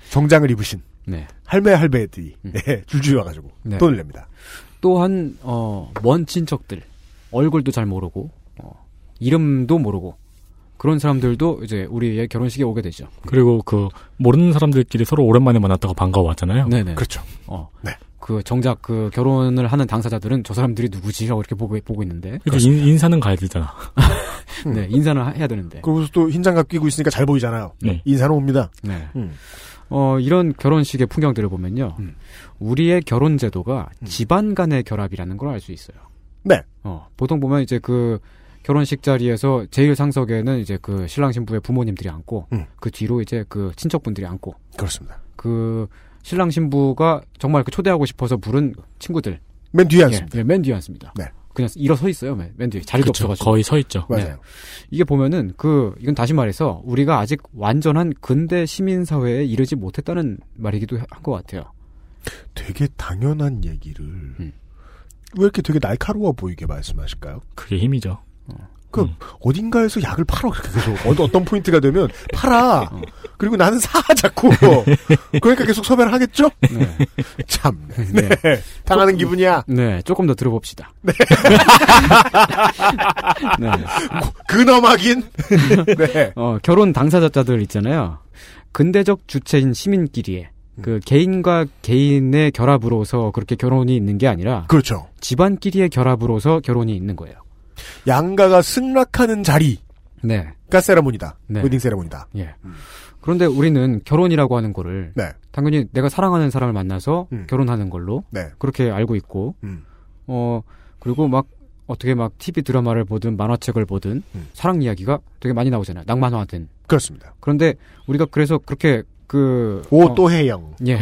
Speaker 2: 정장을 입으신
Speaker 9: 네.
Speaker 2: 할매 할배들이 네, 줄줄이 와가지고
Speaker 9: 음. 네.
Speaker 2: 돈을 냅니다.
Speaker 9: 또한 어, 먼 친척들 얼굴도 잘 모르고 어, 이름도 모르고 그런 사람들도 이제 우리의 결혼식에 오게 되죠.
Speaker 4: 그리고 그 모르는 사람들끼리 서로 오랜만에 만났다고 반가워하잖아요.
Speaker 9: 네네.
Speaker 2: 그렇죠.
Speaker 9: 어,
Speaker 2: 네.
Speaker 9: 그 정작 그 결혼을 하는 당사자들은 저 사람들이 누구지라고 이렇게 보고 보고 있는데,
Speaker 4: 그리고 인, 인사는 가야 되잖아.
Speaker 9: 네 인사는 하- 해야 되는데.
Speaker 2: 그러고서 또 흰장갑 끼고 있으니까 잘 보이잖아요.
Speaker 4: 네.
Speaker 2: 인사는 옵니다.
Speaker 9: 네.
Speaker 2: 음.
Speaker 9: 어, 이런 결혼식의 풍경들을 보면요. 우리의 결혼 제도가 집안 간의 결합이라는 걸 알 수 있어요.
Speaker 2: 음. 네.
Speaker 9: 어, 보통 보면 이제 그 결혼식 자리에서 제일 상석에는 이제 그 신랑 신부의 부모님들이 앉고
Speaker 2: 음.
Speaker 9: 그 뒤로 이제 그 친척분들이 앉고
Speaker 2: 그렇습니다.
Speaker 9: 그 신랑 신부가 정말 그 초대하고 싶어서 부른 친구들
Speaker 2: 맨 뒤에 앉습니다.
Speaker 9: 예, 예, 맨 뒤에 앉습니다.
Speaker 2: 네.
Speaker 9: 그냥 일어서 있어요. 맨, 맨 뒤에 자리도
Speaker 4: 그쵸,
Speaker 9: 없어가지고
Speaker 4: 거의 서 있죠.
Speaker 2: 맞아요.
Speaker 9: 이게 보면은 그 이건 다시 말해서 우리가 아직 완전한 근대 시민 사회에 이르지 못했다는 말이기도 한 것 같아요.
Speaker 2: 되게 당연한 얘기를 왜 이렇게 되게 날카로워 보이게 말씀하실까요?
Speaker 4: 그게 힘이죠.
Speaker 2: 그 어딘가에서 약을 팔아 그렇게 계속 어, 어떤 포인트가 되면 팔아 그리고 나는 사 자꾸 그러니까 계속 섭외를 하겠죠? 참 네. 당하는 기분이야.
Speaker 9: 네, 조금 더 들어봅시다. 네.
Speaker 2: 근엄하긴 네.
Speaker 9: 어, 결혼 당사자들 있잖아요. 근대적 주체인 시민끼리의 그 개인과 개인의 결합으로서 그렇게 결혼이 있는 게 아니라
Speaker 2: 그렇죠.
Speaker 9: 집안끼리의 결합으로서 결혼이 있는 거예요.
Speaker 2: 양가가 승낙하는 자리가
Speaker 9: 네.
Speaker 2: 세라모니다.
Speaker 9: 네.
Speaker 2: 웨딩 세라모니다.
Speaker 9: 예. 그런데 우리는 결혼이라고 하는 거를
Speaker 2: 네.
Speaker 9: 당연히 내가 사랑하는 사람을 만나서
Speaker 2: 음.
Speaker 9: 결혼하는 걸로
Speaker 2: 네.
Speaker 9: 그렇게 알고 있고
Speaker 2: 음.
Speaker 9: 어 그리고 막 어떻게 막 TV 드라마를 보든 만화책을 보든
Speaker 2: 음.
Speaker 9: 사랑 이야기가 되게 많이 나오잖아요. 낭만화된.
Speaker 2: 그렇습니다.
Speaker 9: 그런데 우리가 그래서 그렇게 그.
Speaker 2: 오또해영. 음.
Speaker 9: 예.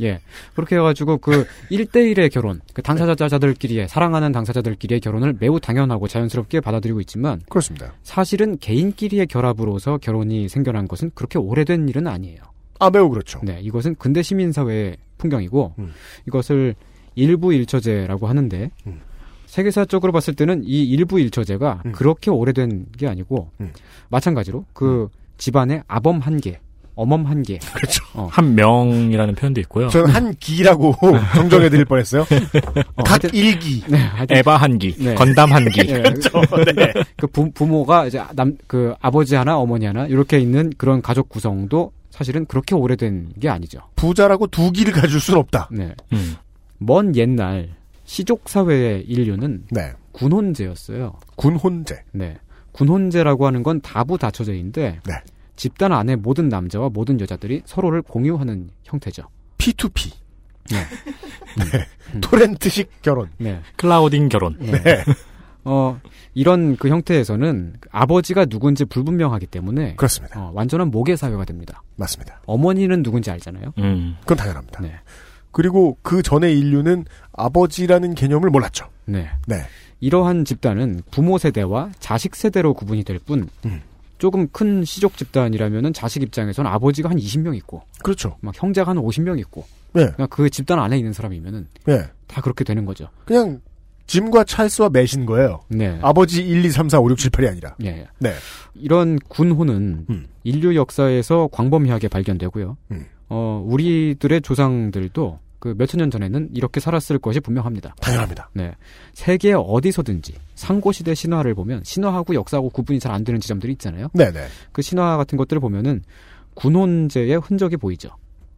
Speaker 9: 예. 그렇게 해가지고 그 1대1의 결혼, 그 당사자자들끼리의, 사랑하는 당사자들끼리의 결혼을 매우 당연하고 자연스럽게 받아들이고 있지만.
Speaker 2: 그렇습니다.
Speaker 9: 사실은 개인끼리의 결합으로서 결혼이 생겨난 것은 그렇게 오래된 일은 아니에요.
Speaker 2: 아, 매우 그렇죠.
Speaker 9: 네. 이것은 근대 시민사회의 풍경이고, 이것을 일부 일처제라고 하는데, 세계사적으로 봤을 때는 이 일부 일처제가 그렇게 오래된 게 아니고, 마찬가지로 그 집안의 아범 한 개, 어멈 한 개.
Speaker 2: 그렇죠.
Speaker 4: 한 명이라는 표현도 있고요.
Speaker 2: 저는 한 기라고 정정해드릴 뻔했어요. 각 일기.
Speaker 9: 네, 하여튼-
Speaker 4: 에바 한 기,
Speaker 9: 네.
Speaker 4: 건담 한 기.
Speaker 9: 예. 그 부, 부모가 이제 남, 그 아버지 하나 어머니 하나 이렇게 있는 그런 가족 구성도 사실은 그렇게 오래된 게 아니죠.
Speaker 2: 부자라고 두 기를 가질 순 없다.
Speaker 9: 네.
Speaker 4: 음.
Speaker 9: 먼 옛날 시족 사회의 인류는
Speaker 2: 네.
Speaker 9: 군혼제였어요.
Speaker 2: 군혼제.
Speaker 9: 네. 군혼제라고 하는 건 다부 다처제인데
Speaker 2: 네.
Speaker 9: 집단 안에 모든 남자와 모든 여자들이 서로를 공유하는 형태죠.
Speaker 2: P2P. 네. 토렌트식 결혼.
Speaker 9: 네.
Speaker 4: 클라우딩 결혼.
Speaker 2: 음. 네.
Speaker 9: 어, 이런 그 형태에서는 아버지가 누군지 불분명하기 때문에
Speaker 2: 그렇습니다.
Speaker 9: 어, 완전한 모계 사회가 됩니다.
Speaker 2: 맞습니다.
Speaker 9: 어머니는 누군지 알잖아요.
Speaker 4: 음.
Speaker 2: 그건 당연합니다.
Speaker 9: 네.
Speaker 2: 그리고 그 전에 인류는 아버지라는 개념을 몰랐죠.
Speaker 9: 네.
Speaker 2: 네.
Speaker 9: 이러한 집단은 부모 세대와 자식 세대로 구분이 될 뿐,
Speaker 2: 음.
Speaker 9: 조금 큰 시족 집단이라면은 자식 입장에선 아버지가 한 20명 있고,
Speaker 2: 그렇죠.
Speaker 9: 막 형제가 한 50명 있고,
Speaker 2: 네.
Speaker 9: 그냥 그 집단 안에 있는 사람이면은
Speaker 2: 네.
Speaker 9: 다 그렇게 되는 거죠.
Speaker 2: 그냥 짐과 찰스와 매신 거예요.
Speaker 9: 네.
Speaker 2: 아버지 1, 2, 3, 4, 5, 6, 7, 8이 아니라.
Speaker 9: 예.
Speaker 2: 네.
Speaker 9: 이런 군호는
Speaker 2: 음.
Speaker 9: 인류 역사에서 광범위하게 발견되고요.
Speaker 2: 음.
Speaker 9: 어, 우리들의 조상들도 그 몇천 년 전에는 이렇게 살았을 것이 분명합니다.
Speaker 2: 당연합니다.
Speaker 9: 네. 세계 어디서든지 상고시대 신화를 보면 신화하고 역사하고 구분이 잘 안 되는 지점들이 있잖아요.
Speaker 2: 네네.
Speaker 9: 그 신화 같은 것들을 보면은 군혼제의 흔적이 보이죠.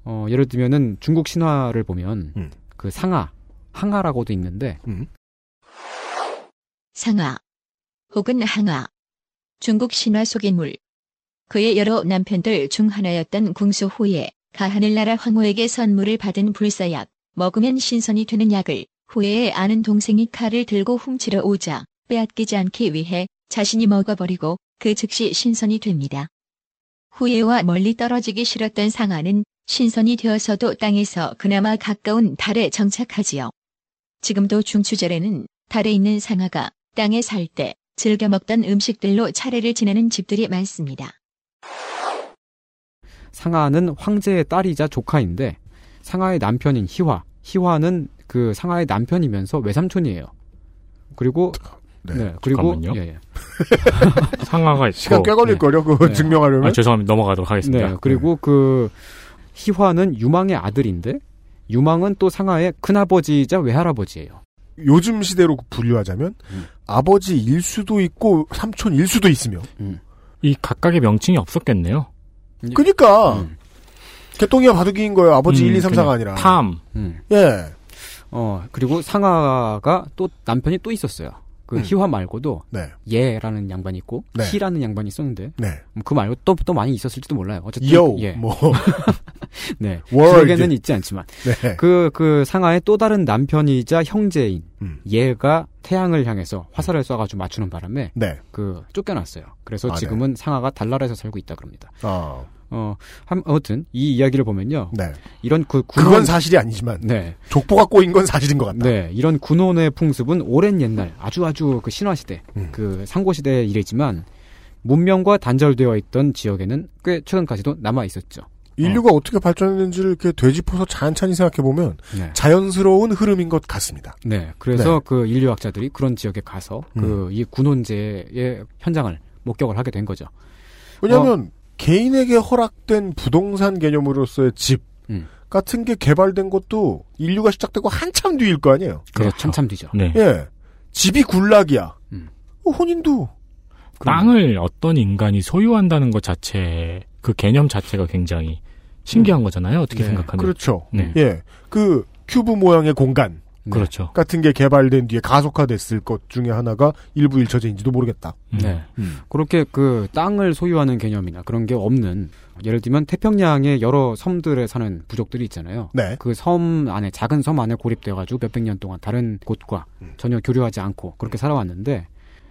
Speaker 9: 어, 예를 들면은 중국 신화를 보면
Speaker 2: 음.
Speaker 9: 그 상하, 항하라고도 있는데
Speaker 1: 상하 혹은 항하 중국 신화 속인물 그의 여러 남편들 중 하나였던 궁수호에 가하늘 나라 황후에게 선물을 받은 불사약 먹으면 신선이 되는 약을 호에의 아는 동생이 칼을 들고 훔치러 오자 빼앗기지 않기 위해 자신이 먹어버리고 그 즉시 신선이 됩니다. 후예와 멀리 떨어지기 싫었던 상아는 신선이 되어서도 땅에서 그나마 가까운 달에 정착하지요. 지금도 중추절에는 달에 있는 상아가 땅에 살 때 즐겨 먹던 음식들로 차례를 지내는 집들이 많습니다.
Speaker 9: 상하는 황제의 딸이자 조카인데 상하의 남편인 희화, 희화는 그 상하의 남편이면서 외삼촌이에요. 그리고
Speaker 2: 네.
Speaker 9: 네, 그리고
Speaker 4: 잠깐만요.
Speaker 9: 예, 예.
Speaker 4: 상하가 있고.
Speaker 2: 시간 꽤 걸릴
Speaker 9: 네.
Speaker 2: 거요 그거
Speaker 9: 네.
Speaker 2: 증명하려면.
Speaker 4: 아, 죄송합니다. 넘어가도록 하겠습니다.
Speaker 9: 네, 그리고 그 희화는 유망의 아들인데 유망은 또 상하의 큰아버지이자 외할아버지예요.
Speaker 2: 요즘 시대로 분류하자면 아버지 일 수도 있고 삼촌 일 수도 있으며.
Speaker 4: 이 각각의 명칭이 없었겠네요.
Speaker 2: 그니까
Speaker 9: 음.
Speaker 2: 그러니까 개똥이와 바둑이인 거예요. 아버지
Speaker 4: 음,
Speaker 2: 1, 2, 3, 4가 아니라.
Speaker 4: 탐.
Speaker 9: 음.
Speaker 2: 예.
Speaker 9: 어, 그리고 상아가 또 남편이 또 있었어요. 그
Speaker 2: 음.
Speaker 9: 희화 말고도
Speaker 2: 네.
Speaker 9: 예라는 양반이 있고
Speaker 2: 네.
Speaker 9: 희라는 양반이 있었는데
Speaker 2: 네.
Speaker 9: 음, 그 말고 또 또 많이 있었을지도 몰라요. 어쨌든
Speaker 2: 요.
Speaker 9: 예.
Speaker 2: 뭐.
Speaker 9: 네.
Speaker 2: 월드.
Speaker 9: 기억에는 있지 않지만
Speaker 2: 네.
Speaker 9: 그 그 상아의 또 다른 남편이자 형제인
Speaker 2: 음.
Speaker 9: 예가 태양을 향해서 화살을 쏴 가지고 맞추는 바람에
Speaker 2: 네.
Speaker 9: 그 쫓겨났어요. 그래서
Speaker 2: 아, 네.
Speaker 9: 지금은 상아가 달나라에서 살고 있다 그럽니다.
Speaker 2: 아.
Speaker 9: 어, 함, 아무튼 이 이야기를 보면요.
Speaker 2: 네.
Speaker 9: 이런 그 군혼
Speaker 2: 그건 사실이 아니지만
Speaker 9: 네.
Speaker 2: 족보가 꼬인 건 사실인 것 같다.
Speaker 9: 네, 이런 군혼의 풍습은 오랜 옛날 아주 아주 그 신화 시대,
Speaker 2: 음.
Speaker 9: 그 상고 시대의 일이지만 문명과 단절되어 있던 지역에는 꽤 최근까지도 남아 있었죠.
Speaker 2: 인류가 어. 떻게 발전했는지를 이렇게 되짚어서 찬찬히 생각해 보면
Speaker 9: 네.
Speaker 2: 자연스러운 흐름인 것 같습니다.
Speaker 9: 네, 그래서
Speaker 2: 네.
Speaker 9: 그 인류학자들이 그런 지역에 가서 그 이 군혼제의 현장을 목격을 하게 된 거죠.
Speaker 2: 왜냐하면
Speaker 9: 어.
Speaker 2: 개인에게 허락된 부동산 개념으로서의 집
Speaker 9: 음.
Speaker 2: 같은 게 개발된 것도 인류가 시작되고 한참 뒤일 거 아니에요.
Speaker 9: 그래서
Speaker 4: 그렇죠.
Speaker 9: 한참 뒤죠.
Speaker 4: 네.
Speaker 2: 예. 집이 굴락이야.
Speaker 9: 음.
Speaker 2: 어, 혼인도
Speaker 4: 땅을 어떤 인간이 소유한다는 것 자체, 그 개념 자체가 굉장히 신기한 거잖아요. 어떻게
Speaker 9: 네.
Speaker 4: 생각하면.
Speaker 2: 음. 그렇죠.
Speaker 4: 네.
Speaker 2: 예. 그 큐브 모양의 공간
Speaker 9: 네.
Speaker 4: 그렇죠.
Speaker 2: 같은 게 개발된 뒤에 가속화됐을 것 중에 하나가 일부 일처제인지도 모르겠다.
Speaker 4: 음.
Speaker 9: 네. 그렇게 그 땅을 소유하는 개념이나 그런 게 없는 예를 들면 태평양의 여러 섬들에 사는 부족들이 있잖아요.
Speaker 2: 네.
Speaker 9: 그 섬 안에 작은 섬 안에 고립돼가지고 몇백 년 동안 다른 곳과 전혀 교류하지 않고 그렇게 살아왔는데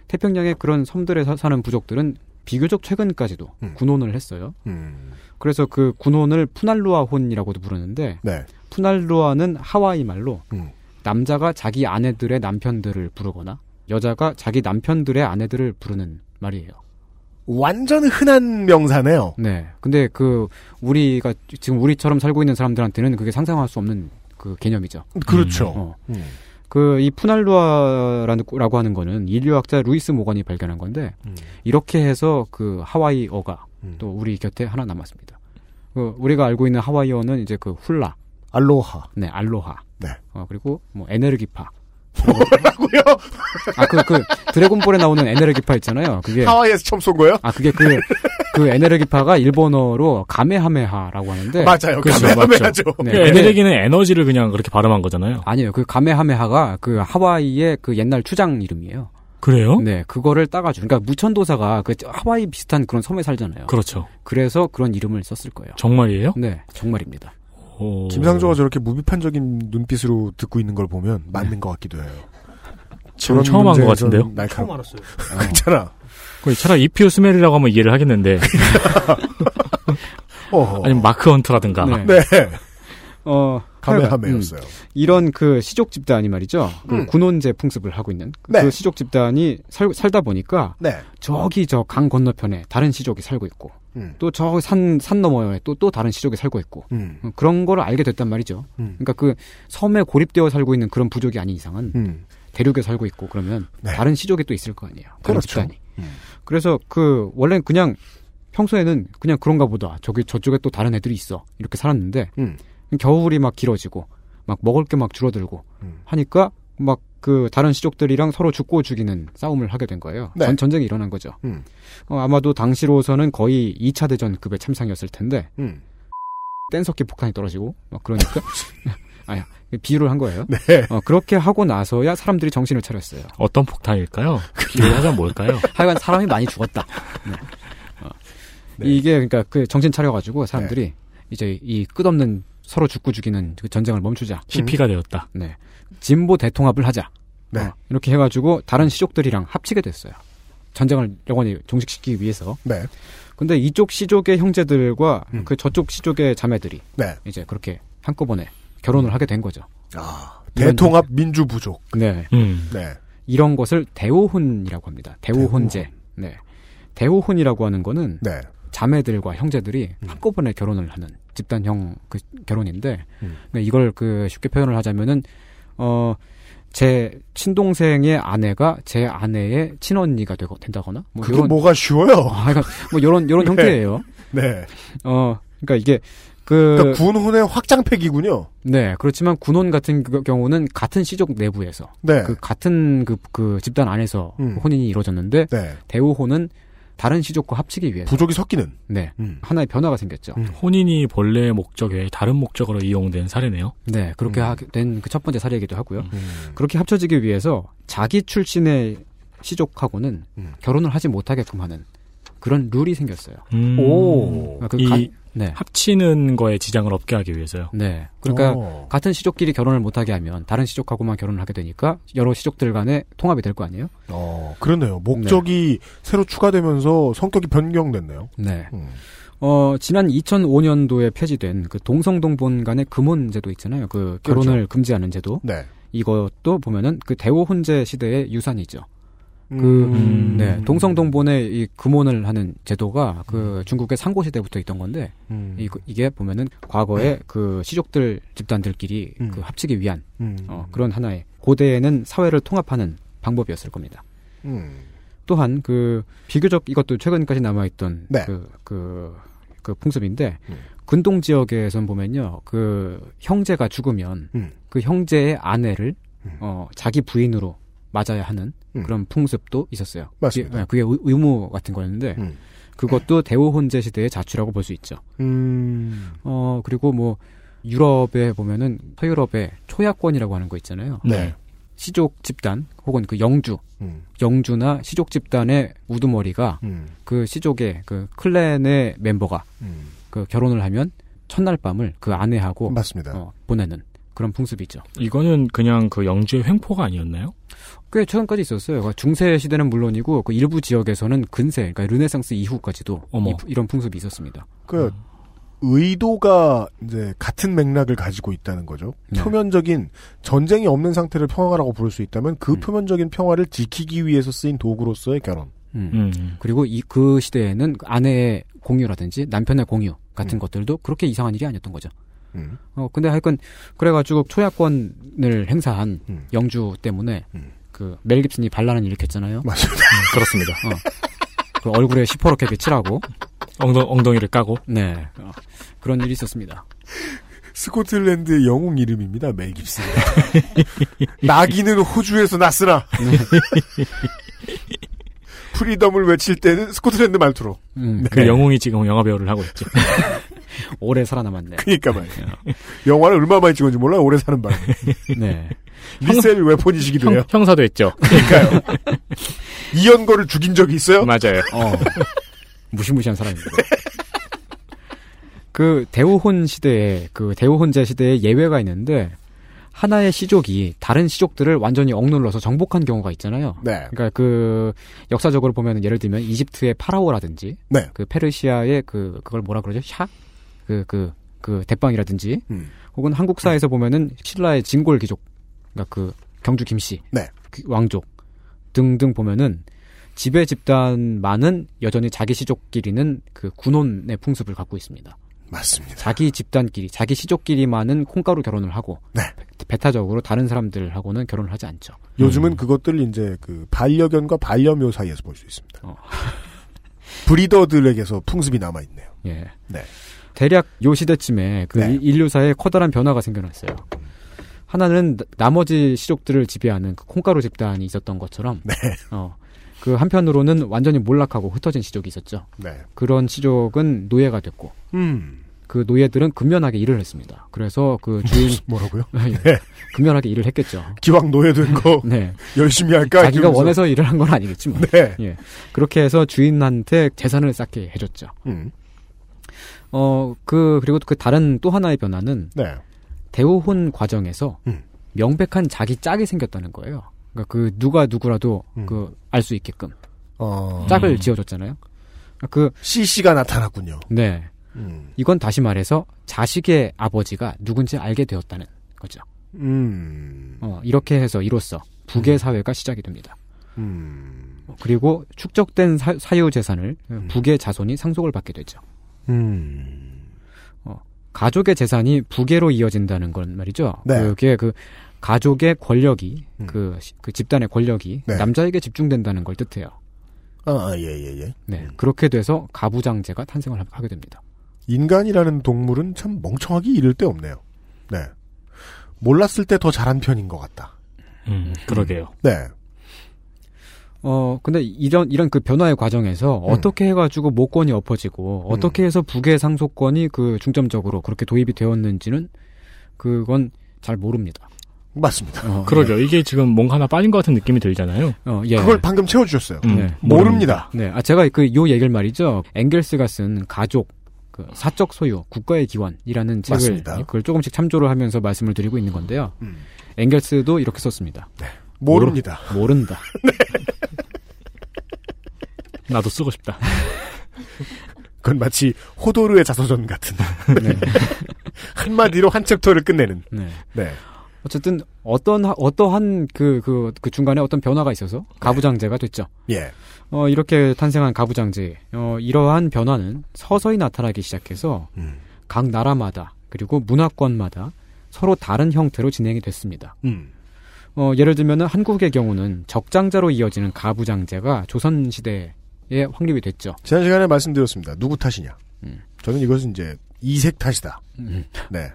Speaker 9: 태평양의 그런 섬들에 사- 사는 부족들은 비교적 최근까지도
Speaker 2: 음.
Speaker 9: 군혼을 했어요.
Speaker 2: 음.
Speaker 9: 그래서 그 군혼을 푸날루아혼이라고도 부르는데
Speaker 2: 네.
Speaker 9: 푸날루아는 하와이 말로
Speaker 2: 음.
Speaker 9: 남자가 자기 아내들의 남편들을 부르거나 여자가 자기 남편들의 아내들을 부르는 말이에요.
Speaker 2: 완전 흔한 명사네요.
Speaker 9: 네. 근데 그 우리가 지금 우리처럼 살고 있는 사람들한테는 그게 상상할 수 없는 그 개념이죠.
Speaker 2: 그렇죠.
Speaker 9: 어.
Speaker 2: 음.
Speaker 9: 그 이 푸날루아라고 하는 거는 인류학자 루이스 모건이 발견한 건데
Speaker 2: 음.
Speaker 9: 이렇게 해서 그 하와이어가
Speaker 2: 음.
Speaker 9: 또 우리 곁에 하나 남았습니다. 그 우리가 알고 있는 하와이어는 이제 그 훌라,
Speaker 2: 알로하.
Speaker 9: 네 알로하,
Speaker 2: 네.
Speaker 9: 어, 그리고 뭐 에네르기파.
Speaker 2: 뭐라고요?
Speaker 9: 아그 그 드래곤볼에 나오는 에네르기파 있잖아요. 그게
Speaker 2: 하와이에서 처음 쏜 거예요?
Speaker 9: 아 그게 그 그 에네르기파가 일본어로 가메하메하라고 하는데
Speaker 2: 맞아요.
Speaker 9: 그렇죠,
Speaker 2: 가메하메하죠.
Speaker 9: 맞죠. 네,
Speaker 4: 그
Speaker 9: 근데-
Speaker 4: 에네르기는 에너지를 그냥 그렇게 발음한 거잖아요.
Speaker 9: 아니에요. 그 가메하메하가 그 하와이의 그 옛날 추장 이름이에요.
Speaker 2: 어?
Speaker 4: 그래요?
Speaker 9: 네, 그거를 따가지고, 그러니까 무천도사가 그 하와이 비슷한 그런 섬에 살잖아요.
Speaker 4: 그렇죠.
Speaker 9: 그, 래서 그런 이름을 썼을 거예요.
Speaker 4: 정말이에요?
Speaker 9: 네, 정말입니다.
Speaker 4: 어...
Speaker 2: 김상조가 저렇게 무비판적인 눈빛으로 듣고 있는 걸 보면 맞는 것 같기도 해요.
Speaker 4: 저는 처음 한것 같은데요?
Speaker 2: 날카로.
Speaker 8: 처음 알았어요.
Speaker 2: 괜찮아.
Speaker 4: 거의 차라리 이피오 스멜이라고 하면 이해를 하겠는데
Speaker 2: 어허.
Speaker 4: 아니면 뭐, 마크 헌트라든가
Speaker 9: 네.
Speaker 2: 네.
Speaker 9: 어,
Speaker 2: 가메하메였어요.
Speaker 9: 음, 이런 그 시족 집단이 말이죠. 그
Speaker 2: 음.
Speaker 9: 군혼제 풍습을 하고 있는 그
Speaker 2: 네.
Speaker 9: 시족 집단이 살, 살다 보니까
Speaker 2: 네.
Speaker 9: 저기 저 강 건너편에 다른 시족이 살고 있고
Speaker 2: 음.
Speaker 9: 또 저 산, 산 너머에 또, 또 다른 시족이 살고 있고
Speaker 2: 음.
Speaker 9: 음, 그런 걸 알게 됐단 말이죠.
Speaker 2: 음.
Speaker 9: 그러니까 그 섬에 고립되어 살고 있는 그런 부족이 아닌 이상은
Speaker 2: 음.
Speaker 9: 대륙에 살고 있고 그러면
Speaker 2: 네.
Speaker 9: 다른 시족이 또 있을 거 아니에요. 다른
Speaker 2: 그렇죠.
Speaker 9: 집단이.
Speaker 2: 음.
Speaker 9: 그래서 그 원래는 그냥 평소에는 그냥 그런가 보다. 저기 저쪽에 또 다른 애들이 있어. 이렇게 살았는데
Speaker 2: 음.
Speaker 9: 겨울이 막 길어지고 막 먹을 게 막 줄어들고
Speaker 2: 음.
Speaker 9: 하니까 막 그 다른 시족들이랑 서로 죽고 죽이는 싸움을 하게 된 거예요.
Speaker 2: 네.
Speaker 9: 전, 전쟁이 일어난 거죠.
Speaker 2: 음.
Speaker 9: 어, 아마도 당시로서는 거의 2차 대전급의 참상이었을 텐데
Speaker 2: 음.
Speaker 9: 뗀석기 폭탄이 떨어지고 막 그러니까 아야 비유를 한 거예요.
Speaker 2: 네.
Speaker 9: 어, 그렇게 하고 나서야 사람들이 정신을 차렸어요.
Speaker 4: 어떤 폭탄일까요? 기회하자
Speaker 2: 음.
Speaker 4: 뭘까요?
Speaker 9: 하여간 사람이 많이 죽었다. 네. 어.
Speaker 2: 네.
Speaker 9: 이게 그러니까 그 정신 차려가지고 사람들이 이제 이 끝없는 서로 죽고 죽이는 그 전쟁을 멈추자.
Speaker 4: CP가 되었다.
Speaker 9: 네. 진보 대통합을 하자.
Speaker 2: 네.
Speaker 9: 어, 이렇게 해가지고 다른 시족들이랑 합치게 됐어요. 전쟁을 영원히 종식시키기 위해서.
Speaker 2: 네.
Speaker 9: 근데 이쪽 시족의 형제들과
Speaker 2: 음.
Speaker 9: 그 저쪽 시족의 자매들이
Speaker 2: 네.
Speaker 9: 이제 그렇게 한꺼번에 결혼을 하게 된 거죠.
Speaker 2: 아. 대통합 민주 부족.
Speaker 9: 네.
Speaker 4: 음.
Speaker 2: 네.
Speaker 9: 이런 것을 대오혼이라고 합니다. 대오혼제. 네. 대오혼이라고 하는 거는
Speaker 2: 네.
Speaker 9: 자매들과 형제들이
Speaker 2: 음.
Speaker 9: 한꺼번에 결혼을 하는 집단형 그 결혼인데
Speaker 2: 음.
Speaker 9: 근데 이걸 그 쉽게 표현을 하자면은 어 제 친동생의 아내가 제 아내의 친언니가 되고 된다거나 뭐
Speaker 2: 그게
Speaker 9: 요런-
Speaker 2: 뭐가 쉬워요?
Speaker 9: 아, 그러니까 뭐 요런 요런
Speaker 2: 네.
Speaker 9: 형태예요.
Speaker 2: 네.
Speaker 9: 어 그러니까 이게 그
Speaker 2: 그러니까 군혼의 확장팩이군요.
Speaker 9: 네, 그렇지만 군혼 같은 그 경우는 같은 시족 내부에서
Speaker 2: 네.
Speaker 9: 그 같은 그, 그 집단 안에서
Speaker 2: 음.
Speaker 9: 혼인이 이루어졌는데
Speaker 2: 네.
Speaker 9: 대우혼은 다른 시족과 합치기 위해서
Speaker 2: 부족이 섞이는.
Speaker 9: 네
Speaker 2: 음.
Speaker 9: 하나의 변화가 생겼죠.
Speaker 2: 음.
Speaker 4: 혼인이 본래의 목적 외에 다른 목적으로 이용된 사례네요.
Speaker 9: 네, 그렇게
Speaker 2: 음.
Speaker 9: 된 그 첫 번째 사례이기도 하고요. 그렇게 합쳐지기 위해서 자기 출신의 시족하고는
Speaker 2: 음.
Speaker 9: 결혼을 하지 못하게끔 하는 그런 룰이 생겼어요.
Speaker 4: 음.
Speaker 2: 오.
Speaker 9: 그러니까 그
Speaker 4: 이
Speaker 9: 가- 네,
Speaker 4: 합치는 거에 지장을 없게 하기 위해서요.
Speaker 9: 네. 그러니까
Speaker 2: 어.
Speaker 9: 같은 시족끼리 결혼을 못하게 하면 다른 시족하고만 결혼을 하게 되니까 여러 시족들 간에 통합이 될 거 아니에요?
Speaker 2: 어, 그러네요. 목적이 새로 추가되면서 성격이 변경됐네요.
Speaker 9: 네.
Speaker 2: 음.
Speaker 9: 어, 지난 2005년도에 폐지된 그 동성동본 간의 금혼제도 있잖아요. 그 결혼을 금지하는 제도.
Speaker 2: 네.
Speaker 9: 이것도 보면은 그 대오혼제 시대의 유산이죠.
Speaker 2: 음.
Speaker 4: 음.
Speaker 9: 네, 동성동본의 이 금혼을 하는 제도가 그 중국의 상고시대부터 있던 건데
Speaker 2: 음.
Speaker 9: 이, 게 보면은 과거에 그 시족들 집단들끼리
Speaker 2: 네. 음.
Speaker 9: 그 합치기 위한
Speaker 2: 음.
Speaker 9: 어, 그런 하나의 고대에는 사회를 통합하는 방법이었을 겁니다.
Speaker 2: 음.
Speaker 9: 또한 그 비교적 이것도 최근까지 남아있던
Speaker 2: 네.
Speaker 9: 그, 그, 그 풍습인데
Speaker 2: 음.
Speaker 9: 근동 지역에선 보면요 그 형제가 죽으면
Speaker 2: 음.
Speaker 9: 그 형제의 아내를
Speaker 2: 음.
Speaker 9: 어, 자기 부인으로 맞아야 하는
Speaker 2: 음.
Speaker 9: 그런 풍습도 있었어요.
Speaker 2: 맞습니다.
Speaker 9: 그게, 네, 그게 의- 의무 같은 거였는데
Speaker 2: 음.
Speaker 9: 그것도 대오혼제 시대의 자취라고 볼 수 있죠.
Speaker 2: 음.
Speaker 9: 어 그리고 뭐 유럽에 보면은 서유럽의 초야권이라고 하는 거 있잖아요.
Speaker 2: 네.
Speaker 9: 시족 집단 혹은 그 영주
Speaker 2: 음.
Speaker 9: 영주나 시족 집단의 우두머리가
Speaker 2: 음.
Speaker 9: 그 시족의 그 클랜의 멤버가
Speaker 2: 음.
Speaker 9: 그 결혼을 하면 첫날 밤을 그 아내하고
Speaker 2: 맞습니다.
Speaker 9: 어, 보내는 그런 풍습이 있죠.
Speaker 4: 이거는 그냥 그 영주의 횡포가 아니었나요?
Speaker 9: 꽤 최근까지 있었어요. 그러니까 중세 시대는 물론이고 그 일부 지역에서는 근세, 그러니까 르네상스 이후까지도
Speaker 4: 어머.
Speaker 9: 이, 런 풍습이 있었습니다.
Speaker 2: 그 의도가 이제 같은 맥락을 가지고 있다는 거죠.
Speaker 9: 네.
Speaker 2: 표면적인 전쟁이 없는 상태를 평화라고 부를 수 있다면 그 표면적인 평화를 지키기 위해서 쓰인 도구로서의 결혼.
Speaker 9: 음. 그리고 이 그 시대에는 그 아내의 공유라든지 남편의 공유
Speaker 4: 음.
Speaker 9: 같은 것들도 그렇게 이상한 일이 아니었던 거죠.
Speaker 2: 음.
Speaker 9: 어 근데 하여간 그래가지고 초야권을 행사한 영주 때문에 그 멜 깁슨이 반란을 일으켰잖아요.
Speaker 2: 맞아요.
Speaker 4: 그렇습니다.
Speaker 9: 그 얼굴에 시퍼렇게 배칠하고
Speaker 4: 엉덩, 엉덩이를 까고
Speaker 9: 네 어, 그런 일이 있었습니다.
Speaker 2: 스코틀랜드의 영웅 이름입니다. 멜 깁슨. 나기는 호주에서 났으나 프리덤을 외칠 때는 스코틀랜드 말투로.
Speaker 9: 음,
Speaker 4: 그 영웅이 지금 영화 배우를 하고 있죠.
Speaker 9: 오래 살아남았네.
Speaker 2: 그니까 그러니까 말이에요. 영화를 얼마 많이 찍었는지 몰라요. 오래 사는 바람에.
Speaker 9: 네.
Speaker 2: 리셀 웨폰이시기도 해요.
Speaker 4: 형, 사도 했죠.
Speaker 2: 이연거를 죽인 적이 있어요?
Speaker 4: 맞아요.
Speaker 9: 어. 무시무시한 사람입니다. 그 대우혼 시대에 그 대우혼제 시대에 예외가 있는데 하나의 시족이 다른 시족들을 완전히 억눌러서 정복한 경우가 있잖아요.
Speaker 2: 네.
Speaker 9: 그러니까 그 역사적으로 보면 예를 들면 이집트의 파라오라든지
Speaker 2: 네.
Speaker 9: 그 페르시아의 그 그걸 뭐라 그러죠? 샤? 그 그 그 대빵이라든지
Speaker 2: 음.
Speaker 9: 혹은 한국사에서 보면은 신라의 진골 귀족 그러니까 그 경주 김씨
Speaker 2: 네.
Speaker 9: 귀- 왕족 등등 보면은 지배 집단만은 여전히 자기 시족끼리는 그 군혼의 풍습을 갖고 있습니다.
Speaker 2: 맞습니다.
Speaker 9: 자기 집단끼리, 자기 시족끼리만은 콩가루 결혼을 하고
Speaker 2: 네.
Speaker 9: 배- 배타적으로 다른 사람들하고는 결혼을 하지 않죠.
Speaker 2: 요즘은 그것들 이제 그 반려견과 반려묘 사이에서 볼 수 있습니다.
Speaker 9: 어.
Speaker 2: 브리더들에게서 풍습이 남아 있네요.
Speaker 9: 예.
Speaker 2: 네.
Speaker 9: 대략 요 시대쯤에 그
Speaker 2: 네.
Speaker 9: 이- 인류사에 커다란 변화가 생겨났어요. 하나는 나- 나머지 시족들을 지배하는 그 콩가루 집단이 있었던 것처럼
Speaker 2: 네.
Speaker 9: 어, 그 한편으로는 완전히 몰락하고 흩어진 시족이 있었죠.
Speaker 2: 네.
Speaker 9: 그런 시족은 노예가 됐고
Speaker 2: 음.
Speaker 9: 그 노예들은 근면하게 일을 했습니다. 그래서 그 주인
Speaker 2: 뭐라고요?
Speaker 9: 예, 근면하게 일을 했겠죠.
Speaker 2: 기왕 노예된 거
Speaker 9: 네.
Speaker 2: 열심히 할까?
Speaker 9: 자기가
Speaker 2: 그러니까 이러면서.
Speaker 9: 원해서 일을 한 건 아니겠지만.
Speaker 2: 네.
Speaker 9: 예. 그렇게 해서 주인한테 재산을 쌓게 해줬죠.
Speaker 2: 음.
Speaker 9: 어, 그, 그리고 그 다른 또 하나의 변화는
Speaker 2: 네.
Speaker 9: 대우혼 과정에서
Speaker 2: 음.
Speaker 9: 명백한 자기 짝이 생겼다는 거예요. 그러니까 그 누가 누구라도
Speaker 2: 음.
Speaker 9: 그 알 수 있게끔
Speaker 2: 어.
Speaker 9: 짝을
Speaker 4: 음.
Speaker 9: 지어줬잖아요. 그,
Speaker 2: CC가 나타났군요.
Speaker 9: 네.
Speaker 2: 음.
Speaker 9: 이건 다시 말해서 자식의 아버지가 누군지 알게 되었다는 거죠.
Speaker 2: 음.
Speaker 9: 어, 이렇게 해서 이로써 북의 사회가 시작이 됩니다.
Speaker 2: 음.
Speaker 9: 그리고 축적된 사, 사유 재산을
Speaker 2: 음.
Speaker 9: 북의 자손이 상속을 받게 되죠.
Speaker 2: 음.
Speaker 9: 가족의 재산이 부계로 이어진다는 건 말이죠.
Speaker 2: 네.
Speaker 9: 그게 그 가족의 권력이
Speaker 2: 음.
Speaker 9: 그, 시- 그 집단의 권력이
Speaker 2: 네.
Speaker 9: 남자에게 집중된다는 걸 뜻해요.
Speaker 2: 아, 아, 예, 예, 예.
Speaker 9: 네. 그렇게 돼서 가부장제가 탄생을 하- 하게 됩니다.
Speaker 2: 인간이라는 동물은 참 멍청하기 이를 데 없네요. 네. 몰랐을 때 더 잘한 편인 것 같다.
Speaker 4: 음, 그러게요.
Speaker 2: 네.
Speaker 9: 어 근데 이런 이런 그 변화의 과정에서
Speaker 2: 음.
Speaker 9: 어떻게 해가지고 모권이 엎어지고 어떻게 해서 북의 상속권이 그 중점적으로 그렇게 도입이 되었는지는 그건 잘 모릅니다.
Speaker 2: 맞습니다.
Speaker 9: 어,
Speaker 4: 그러게요. 이게 지금 뭔가 하나 빠진 것 같은 느낌이 들잖아요.
Speaker 9: 네. 어, 예.
Speaker 2: 그걸 방금 채워주셨어요.
Speaker 4: 음,
Speaker 9: 네.
Speaker 2: 모릅니다.
Speaker 9: 네, 아 제가 그 요 얘기를 말이죠. engels가 쓴 가족, 그 사적 소유, 국가의 기원이라는 책을 예,
Speaker 2: 맞습니다.
Speaker 9: 그걸 조금씩 참조를 하면서 말씀을 드리고 있는 건데요.
Speaker 2: 음.
Speaker 9: 엥겔스도 이렇게 썼습니다.
Speaker 2: 모릅니다.
Speaker 9: 모르- 모른다.
Speaker 4: 나도 쓰고 싶다.
Speaker 2: 그건 마치 호도르의 자서전 같은
Speaker 9: 네.
Speaker 2: 한마디로 한 챕터를 끝내는.
Speaker 9: 네.
Speaker 2: 네.
Speaker 9: 어쨌든 어떤 하- 어떠한 그그그 중간에 어떤 변화가 있어서 가부장제가 됐죠.
Speaker 2: 예.
Speaker 9: 어 이렇게 탄생한 가부장제. 어 이러한 변화는 서서히 나타나기 시작해서
Speaker 2: 음.
Speaker 9: 각 나라마다 그리고 문화권마다 서로 다른 형태로 진행이 됐습니다.
Speaker 2: 음.
Speaker 9: 어, 예를 들면 한국의 경우는 적장자로 이어지는 가부장제가 조선시대에 확립이 됐죠.
Speaker 2: 지난 시간에 말씀드렸습니다. 누구 탓이냐?
Speaker 9: 음.
Speaker 2: 저는 이것은 이제 이색 탓이다. 네.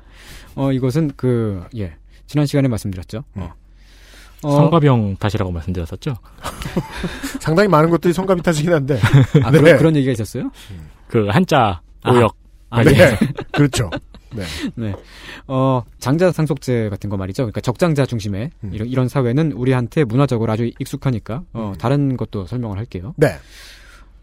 Speaker 9: 어, 이것은 그, 예. 지난 시간에 말씀드렸죠. 어. 어,
Speaker 4: 성가병 탓이라고 말씀드렸었죠.
Speaker 2: 상당히 많은 것들이 성감이 탓이긴 한데.
Speaker 9: 아,
Speaker 2: 네.
Speaker 9: 그런, 그런 얘기가 있었어요?
Speaker 4: 그 한자
Speaker 9: 아.
Speaker 4: 오역.
Speaker 9: 아,
Speaker 2: 네.
Speaker 9: 예.
Speaker 2: 그렇죠. 네.
Speaker 9: 네. 어, 장자 상속제 같은 거 말이죠. 그러니까 적장자 중심의
Speaker 2: 음.
Speaker 9: 이런, 이런 사회는 우리한테 문화적으로 아주 익숙하니까, 어,
Speaker 2: 음.
Speaker 9: 다른 것도 설명을 할게요.
Speaker 2: 네.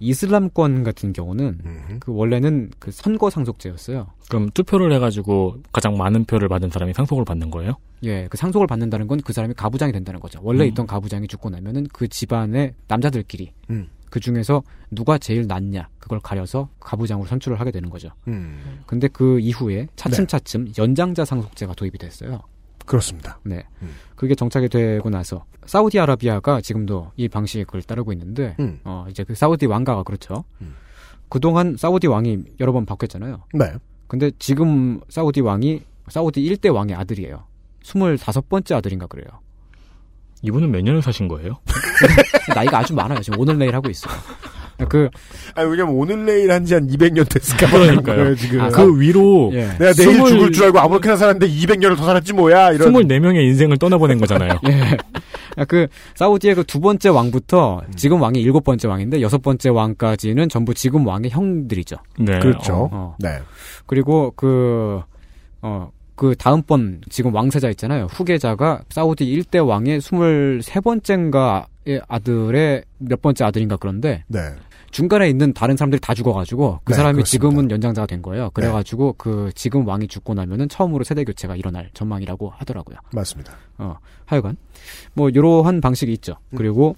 Speaker 9: 이슬람권 같은 경우는
Speaker 2: 음.
Speaker 9: 그 원래는 그 선거 상속제였어요.
Speaker 4: 그럼 투표를 해가지고 가장 많은 표를 받은 사람이 상속을 받는 거예요?
Speaker 9: 예, 그 상속을 받는다는 건 그 사람이 가부장이 된다는 거죠. 원래
Speaker 4: 음.
Speaker 9: 있던 가부장이 죽고 나면은 그 집안의 남자들끼리
Speaker 2: 음.
Speaker 9: 그 중에서 누가 제일 낫냐 그걸 가려서 가부장으로 선출을 하게 되는 거죠.
Speaker 2: 음.
Speaker 9: 근데 그 이후에
Speaker 2: 네.
Speaker 9: 차츰차츰 연장자 상속제가 도입이 됐어요.
Speaker 2: 그렇습니다.
Speaker 9: 네. 그게 정착이 되고 나서 사우디아라비아가 지금도 이 방식을 따르고 있는데
Speaker 2: 음.
Speaker 9: 어 이제 그 사우디 왕가가 그렇죠. 그동안 사우디 왕이 여러 번 바뀌었잖아요.
Speaker 2: 네.
Speaker 9: 근데 지금 사우디 왕이 사우디 일대 왕의 아들이에요. 25번째 아들인가 그래요.
Speaker 4: 이분은 몇 년을 사신 거예요?
Speaker 9: 나이가 아주 많아요. 지금 오늘 내일 하고 있어요. 그
Speaker 2: 아니, 왜냐면 오늘 내일 한 지 한 200년 됐을까 봐 그런 거예요,
Speaker 4: 그러니까요.
Speaker 2: 지금.
Speaker 4: 아, 그 위로
Speaker 9: 예.
Speaker 2: 내가 내일 죽을 줄 알고 아무렇게나 살았는데 200년을 더 살았지 뭐야, 이런.
Speaker 4: 24명의 인생을 떠나보낸 거잖아요.
Speaker 9: 예. 아, 그 사우디의 그 두 번째 왕부터 지금 왕이 일곱 번째 왕인데 여섯 번째 왕까지는 전부 지금 왕의 형들이죠.
Speaker 4: 네.
Speaker 2: 그렇죠.
Speaker 9: 어.
Speaker 2: 네.
Speaker 9: 그리고 그, 어, 그 다음번 지금 왕세자 있잖아요. 후계자가 사우디 일대 왕의 23번째인가의 아들의 몇 번째 아들인가 그런데
Speaker 2: 네.
Speaker 9: 중간에 있는 다른 사람들이 다 죽어가지고 그
Speaker 2: 네,
Speaker 9: 사람이
Speaker 2: 그렇습니다. 네.
Speaker 9: 지금은 연장자가 된 거예요. 그래가지고 그 지금 왕이 죽고 나면은 처음으로 세대 교체가 일어날 전망이라고 하더라고요.
Speaker 2: 맞습니다.
Speaker 9: 어, 하여간 뭐 이러한 방식이 있죠.
Speaker 2: 음.
Speaker 9: 그리고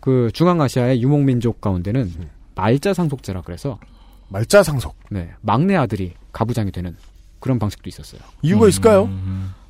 Speaker 9: 그 중앙아시아의 유목 민족 가운데는
Speaker 2: 음.
Speaker 9: 말자 상속제라 그래서
Speaker 2: 말자 상속.
Speaker 9: 네, 막내 아들이 가부장이 되는 그런 방식도 있었어요.
Speaker 4: 음.
Speaker 2: 이유가 있을까요?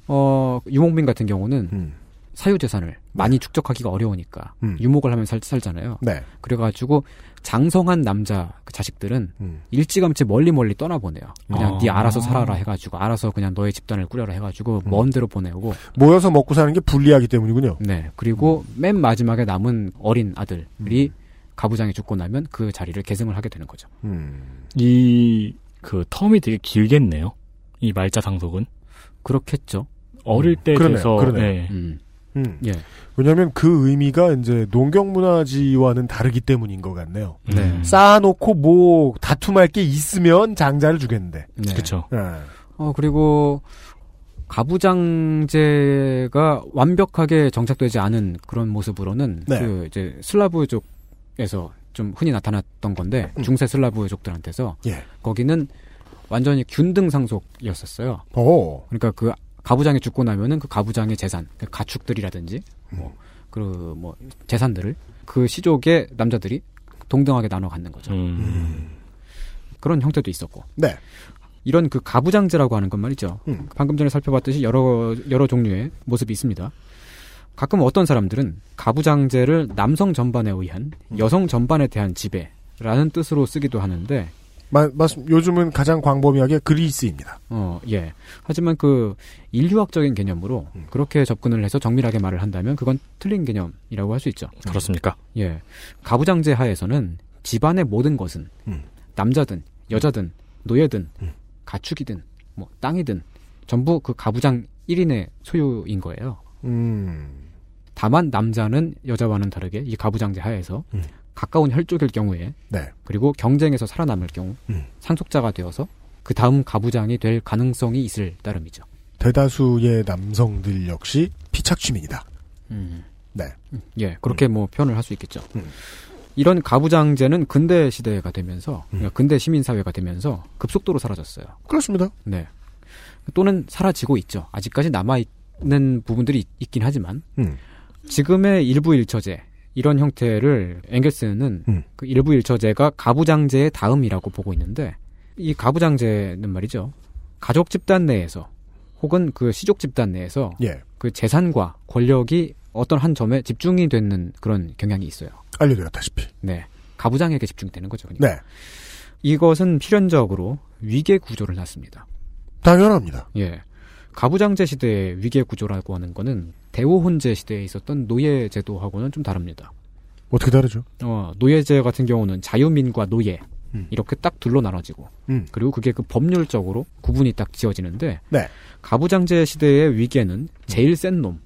Speaker 9: 어, 유목민 같은 경우는 사유 재산을 많이 축적하기가 어려우니까
Speaker 2: 음.
Speaker 9: 유목을 하면 살, 살잖아요.
Speaker 2: 네.
Speaker 9: 그래가지고 장성한 남자 그 자식들은
Speaker 2: 음.
Speaker 9: 일찌감치 멀리 멀리 떠나보내요. 그냥
Speaker 4: 아.
Speaker 9: 네 알아서 살아라 해가지고 알아서 그냥 너의 집단을 꾸려라 해가지고 먼 데로 보내고
Speaker 2: 모여서 먹고 사는 게 불리하기 때문이군요.
Speaker 9: 네 그리고 맨 마지막에 남은 어린 아들이 가부장이 죽고 나면 그 자리를 계승을 하게 되는 거죠.
Speaker 2: 음.
Speaker 4: 이, 그 텀이 되게 길겠네요. 이 말자 상속은.
Speaker 9: 그렇겠죠.
Speaker 4: 어릴
Speaker 2: 음,
Speaker 4: 때
Speaker 2: 그러네요,
Speaker 4: 돼서.
Speaker 2: 그러네요.
Speaker 4: 예.
Speaker 9: 음.
Speaker 2: 음.
Speaker 9: 예.
Speaker 2: 왜냐면 그 의미가 이제 농경문화지와는 다르기 때문인 것 같네요.
Speaker 9: 네.
Speaker 4: 음.
Speaker 2: 쌓아놓고 뭐 다툼할 게 있으면 장자를 주겠는데.
Speaker 9: 네.
Speaker 4: 그쵸.
Speaker 2: 네.
Speaker 9: 어, 그리고 가부장제가 완벽하게 정착되지 않은 그런 모습으로는
Speaker 2: 네.
Speaker 9: 그 이제 슬라브족에서 좀 흔히 나타났던 건데
Speaker 2: 음.
Speaker 9: 중세 슬라브족들한테서
Speaker 2: 예.
Speaker 9: 거기는 완전히 균등 상속이었었어요.
Speaker 2: 오.
Speaker 9: 그러니까 그 가부장이 죽고 나면은 그 가부장의 재산, 그 가축들이라든지
Speaker 2: 음.
Speaker 9: 뭐 그 뭐 재산들을 그 시족의 남자들이 동등하게 나눠 갖는 거죠.
Speaker 4: 음.
Speaker 9: 그런 형태도 있었고.
Speaker 2: 네.
Speaker 9: 이런 그 가부장제라고 하는 건 말이죠.
Speaker 2: 음.
Speaker 9: 방금 전에 살펴봤듯이 여러 여러 종류의 모습이 있습니다. 가끔 어떤 사람들은 가부장제를 남성 전반에 의한
Speaker 2: 음.
Speaker 9: 여성 전반에 대한 지배라는 뜻으로 쓰기도 하는데,
Speaker 2: 마, 맞, 요즘은 가장 광범위하게 그리스입니다.
Speaker 9: 어, 예. 하지만 그 인류학적인 개념으로
Speaker 2: 음.
Speaker 9: 그렇게 접근을 해서 정밀하게 말을 한다면 그건 틀린 개념이라고 할 수 있죠.
Speaker 4: 그렇습니까?
Speaker 9: 예. 가부장제 하에서는 집안의 모든 것은
Speaker 2: 음.
Speaker 9: 남자든 여자든 노예든 가축이든 뭐 땅이든 전부 그 가부장 1인의 소유인 거예요.
Speaker 2: 음.
Speaker 9: 다만 남자는 여자와는 다르게 이 가부장제 하에서
Speaker 2: 음.
Speaker 9: 가까운 혈족일 경우에
Speaker 2: 네.
Speaker 9: 그리고 경쟁에서 살아남을 경우
Speaker 2: 음.
Speaker 9: 상속자가 되어서 그 다음 가부장이 될 가능성이 있을 따름이죠.
Speaker 2: 대다수의 남성들 역시 피착취민이다. 네.
Speaker 9: 예, 그렇게 뭐 표현을 할 수 있겠죠.
Speaker 2: 음.
Speaker 9: 이런 가부장제는 근대 시대가 되면서
Speaker 2: 음.
Speaker 9: 그러니까 근대 시민 사회가 되면서 급속도로 사라졌어요.
Speaker 2: 그렇습니다.
Speaker 9: 네. 또는 사라지고 있죠. 아직까지 남아 있는 부분들이 있- 있긴 하지만
Speaker 2: 음.
Speaker 9: 지금의 일부 일처제 이런 형태를 engels는
Speaker 2: 음.
Speaker 9: 그 일부 일처제가 가부장제의 다음이라고 보고 있는데 이 가부장제는 말이죠. 가족 집단 내에서 혹은 그 시족 집단 내에서
Speaker 2: 예.
Speaker 9: 그 재산과 권력이 어떤 한 점에 집중이 되는 그런 경향이 있어요.
Speaker 2: 알려드렸다시피.
Speaker 9: 네. 가부장에게 집중되는 거죠. 그러니까.
Speaker 2: 네.
Speaker 9: 이것은 필연적으로 위계 구조를 낳습니다.
Speaker 2: 당연합니다.
Speaker 9: 예. 가부장제 시대의 위계 구조라고 하는 거는 대우혼제 시대에 있었던 노예 제도하고는 좀 다릅니다.
Speaker 2: 어떻게 다르죠?
Speaker 9: 어, 노예제 같은 경우는 자유민과 노예
Speaker 2: 음.
Speaker 9: 이렇게 딱 둘로 나눠지고
Speaker 2: 음.
Speaker 9: 그리고 그게 그 법률적으로 구분이 딱 지어지는데
Speaker 2: 네. 음.
Speaker 9: 가부장제 시대의 위계는 제일 센 놈,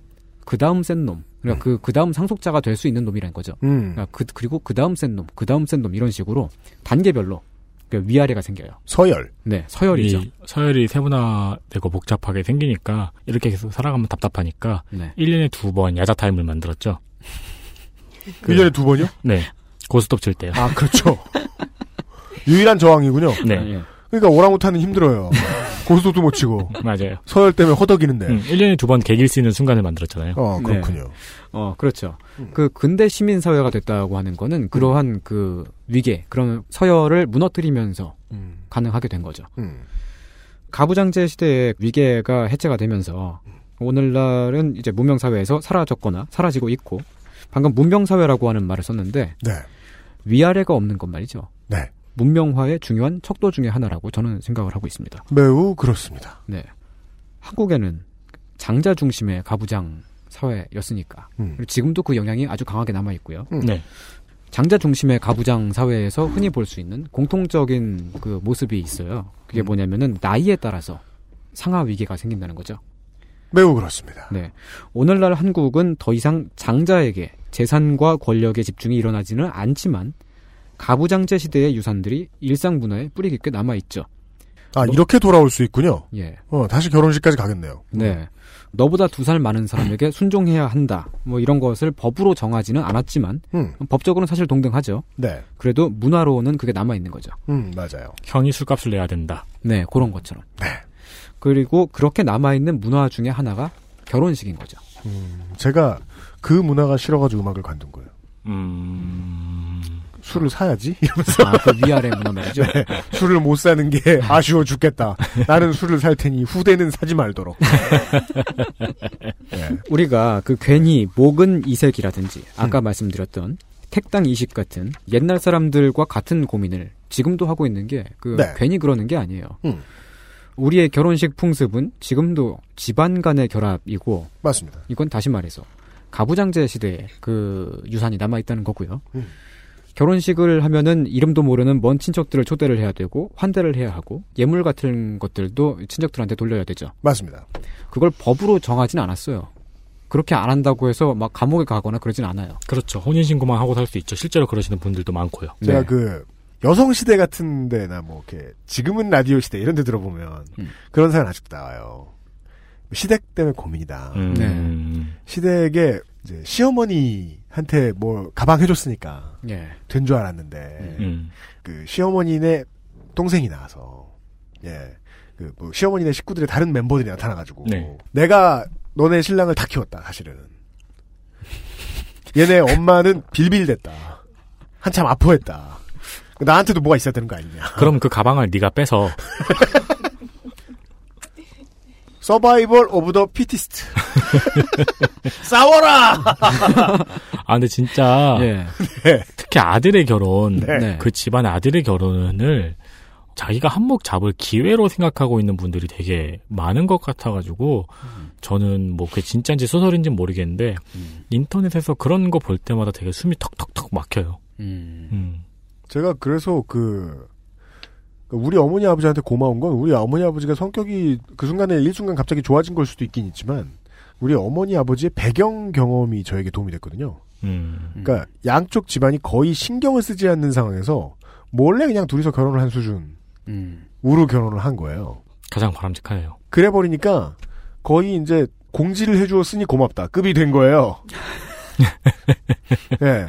Speaker 9: 그 다음 센 놈, 그러니까 그, 그 다음 상속자가 될 수 있는 놈이라는 거죠.
Speaker 2: 음.
Speaker 9: 그러니까 그, 그리고 그 다음 센 놈, 그 다음 센 놈 이런 식으로 단계별로 그 위아래가 생겨요.
Speaker 2: 서열.
Speaker 9: 네, 서열이죠.
Speaker 4: 이 서열이 세분화되고 복잡하게 생기니까 이렇게 계속 살아가면 답답하니까
Speaker 9: 네.
Speaker 4: 1년에 두 번 야자 타임을 만들었죠.
Speaker 2: 일년에두 그 번이요?
Speaker 4: 네. 고스톱 칠 때요.
Speaker 2: 아, 그렇죠. 유일한 저항이군요.
Speaker 9: 아, 예.
Speaker 4: 네.
Speaker 2: 그러니까 오랑우탄은 힘들어요. 고스톱도 못 치고.
Speaker 4: 맞아요.
Speaker 2: 서열 때문에 허덕이는데.
Speaker 4: 음, 1년에 두 번 개길 수 있는 순간을 만들었잖아요.
Speaker 2: 어, 그렇군요.
Speaker 9: 어, 그렇죠.
Speaker 2: 음.
Speaker 9: 그 근대 시민 사회가 됐다고 하는 거는 그러한 그 위계, 그런 서열을 무너뜨리면서 가능하게 된 거죠.
Speaker 2: 음.
Speaker 9: 가부장제 시대의 위계가 해체가 되면서 오늘날은 이제 문명 사회에서 사라졌거나 사라지고 있고 방금 문명 사회라고 하는 말을 썼는데
Speaker 2: 네.
Speaker 9: 위아래가 없는 건 말이죠.
Speaker 2: 네.
Speaker 9: 문명화의 중요한 척도 중의 하나라고 저는 생각을 하고 있습니다.
Speaker 2: 매우 그렇습니다.
Speaker 9: 네. 한국에는 장자 중심의 가부장 사회였으니까.
Speaker 2: 음.
Speaker 9: 그리고 지금도 그 영향이 아주 강하게 남아 있고요.
Speaker 2: 음.
Speaker 4: 네.
Speaker 9: 장자 중심의 가부장 사회에서 흔히 볼 수 있는 공통적인 그 모습이 있어요. 그게
Speaker 2: 음.
Speaker 9: 뭐냐면은 나이에 따라서 상하 위계가 생긴다는 거죠.
Speaker 2: 매우 그렇습니다.
Speaker 9: 네. 오늘날 한국은 더 이상 장자에게 재산과 권력의 집중이 일어나지는 않지만 가부장제 시대의 유산들이 일상 문화에 뿌리 깊게 남아 있죠.
Speaker 2: 아, 이렇게 돌아올 수 있군요.
Speaker 9: 예.
Speaker 2: 어, 다시 결혼식까지 가겠네요.
Speaker 9: 네. 너보다 두 살 많은 사람에게 순종해야 한다. 뭐 이런 것을 법으로 정하지는 않았지만
Speaker 2: 음.
Speaker 9: 법적으로는 사실 동등하죠.
Speaker 2: 네.
Speaker 9: 그래도 문화로는 그게 남아 있는 거죠.
Speaker 2: 음, 맞아요.
Speaker 4: 형이 술값을 내야 된다.
Speaker 9: 네, 그런 것처럼. 그리고 그렇게 남아 있는 문화 중에 하나가 결혼식인 거죠.
Speaker 2: 제가 그 문화가 싫어가지고 음악을 관둔 거예요.
Speaker 4: 음.
Speaker 2: 술을 사야지? 이러면서.
Speaker 9: 아, 그 위아래 문화 말이죠.
Speaker 2: 네. 술을 못 사는 게 아쉬워 죽겠다. 나는 술을 살 테니 후대는 사지 말도록. 네.
Speaker 9: 우리가 그 괜히 목은
Speaker 2: 음.
Speaker 9: 이색이라든지 아까 말씀드렸던 택당 이식 같은 옛날 사람들과 같은 고민을 지금도 하고 있는 게 그
Speaker 2: 네.
Speaker 9: 괜히 그러는 게 아니에요.
Speaker 2: 음.
Speaker 9: 우리의 결혼식 풍습은 지금도 집안 간의 결합이고
Speaker 2: 맞습니다.
Speaker 9: 이건 다시 말해서 가부장제 시대의 그 유산이 남아 있다는 거고요.
Speaker 2: 음.
Speaker 9: 결혼식을 하면은 이름도 모르는 먼 친척들을 초대를 해야 되고 환대를 해야 하고 예물 같은 것들도 친척들한테 돌려야 되죠.
Speaker 2: 맞습니다.
Speaker 9: 그걸 법으로 정하진 않았어요. 그렇게 안 한다고 해서 막 감옥에 가거나 그러진 않아요.
Speaker 4: 그렇죠. 혼인신고만 하고 살 수 있죠. 실제로 그러시는 분들도 많고요.
Speaker 2: 제가
Speaker 9: 네.
Speaker 2: 그 여성 시대 같은 데나 뭐 이렇게 지금은 라디오 시대 이런 데 들어보면
Speaker 9: 음.
Speaker 2: 그런 사연 아직도 나와요. 시댁 때문에 고민이다.
Speaker 4: 음.
Speaker 2: 네. 시댁에 이제 시어머니한테 뭐 가방 해줬으니까
Speaker 9: 예.
Speaker 2: 된 줄 알았는데
Speaker 4: 음.
Speaker 2: 그 시어머니네 동생이 나와서 예. 그 뭐 시어머니네 식구들의 다른 멤버들이 나타나가지고
Speaker 4: 네.
Speaker 2: 내가 너네 신랑을 다 키웠다 사실은 얘네 엄마는 빌빌댔다 한참 아파했다 나한테도 뭐가 있어야 되는 거 아니냐
Speaker 4: 그럼 그 가방을 네가 빼서
Speaker 2: 서바이벌 오브 더 피티스트 싸워라
Speaker 4: 아 근데 진짜
Speaker 9: 예.
Speaker 4: 특히 아들의 결혼
Speaker 2: 네.
Speaker 9: 네.
Speaker 4: 그 집안 아들의 결혼을 자기가 한몫 잡을 기회로 생각하고 있는 분들이 되게 많은 것 같아가지고 저는 뭐 그게 진짜인지 소설인지는 모르겠는데
Speaker 9: 음.
Speaker 4: 인터넷에서 그런 거 볼 때마다 되게 숨이 턱턱턱 막혀요.
Speaker 9: 음.
Speaker 4: 음.
Speaker 2: 제가 그래서 그 우리 어머니 아버지한테 고마운 건 우리 어머니 아버지가 성격이 그 순간에 일순간 갑자기 좋아진 걸 수도 있긴 있지만 우리 어머니 아버지의 배경 경험이 저에게 도움이 됐거든요
Speaker 4: 음.
Speaker 2: 그러니까 양쪽 집안이 거의 신경을 쓰지 않는 상황에서 몰래 그냥 둘이서 결혼을 한 수준으로
Speaker 9: 음.
Speaker 2: 결혼을 한 거예요.
Speaker 4: 가장 바람직하네요.
Speaker 2: 그래 버리니까 거의 이제 공지를 해주었으니 고맙다 급이 된 거예요. 예.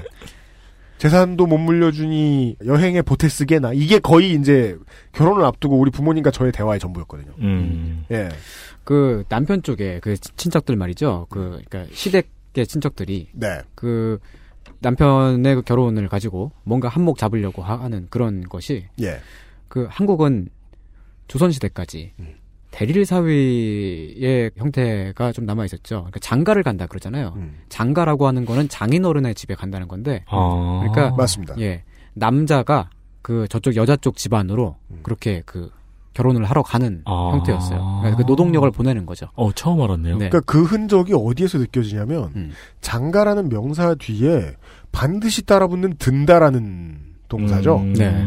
Speaker 2: 재산도 못 물려주니 여행에 보태 쓰게나 이게 거의 이제 결혼을 앞두고 우리 부모님과 저의 대화의 전부였거든요.
Speaker 4: 음.
Speaker 2: 예.
Speaker 9: 그 남편 쪽에 그 친척들 말이죠. 그 그러니까 시댁의 친척들이
Speaker 2: 네.
Speaker 9: 그 남편의 그 결혼을 가지고 뭔가 한몫 잡으려고 하- 하는 그런 것이
Speaker 2: 예.
Speaker 9: 그 한국은 조선 시대까지 대릴 사위의 형태가 좀 남아 있었죠. 그러니까 장가를 간다 그러잖아요.
Speaker 2: 음.
Speaker 9: 장가라고 하는 거는 장인어른의 집에 간다는 건데
Speaker 4: 아.
Speaker 9: 그러니까
Speaker 2: 맞습니다.
Speaker 9: 예. 남자가 그 저쪽 여자 쪽 집안으로
Speaker 2: 음.
Speaker 9: 그렇게 그 결혼을 하러 가는
Speaker 4: 아.
Speaker 9: 형태였어요. 그러니까 그 노동력을 보내는 거죠.
Speaker 4: 어 처음 알았네요.
Speaker 9: 네.
Speaker 2: 그러니까 그 흔적이 어디에서 느껴지냐면
Speaker 9: 음.
Speaker 2: 장가라는 명사 뒤에 반드시 따라붙는 든다라는 동사죠.
Speaker 4: 음.
Speaker 9: 네.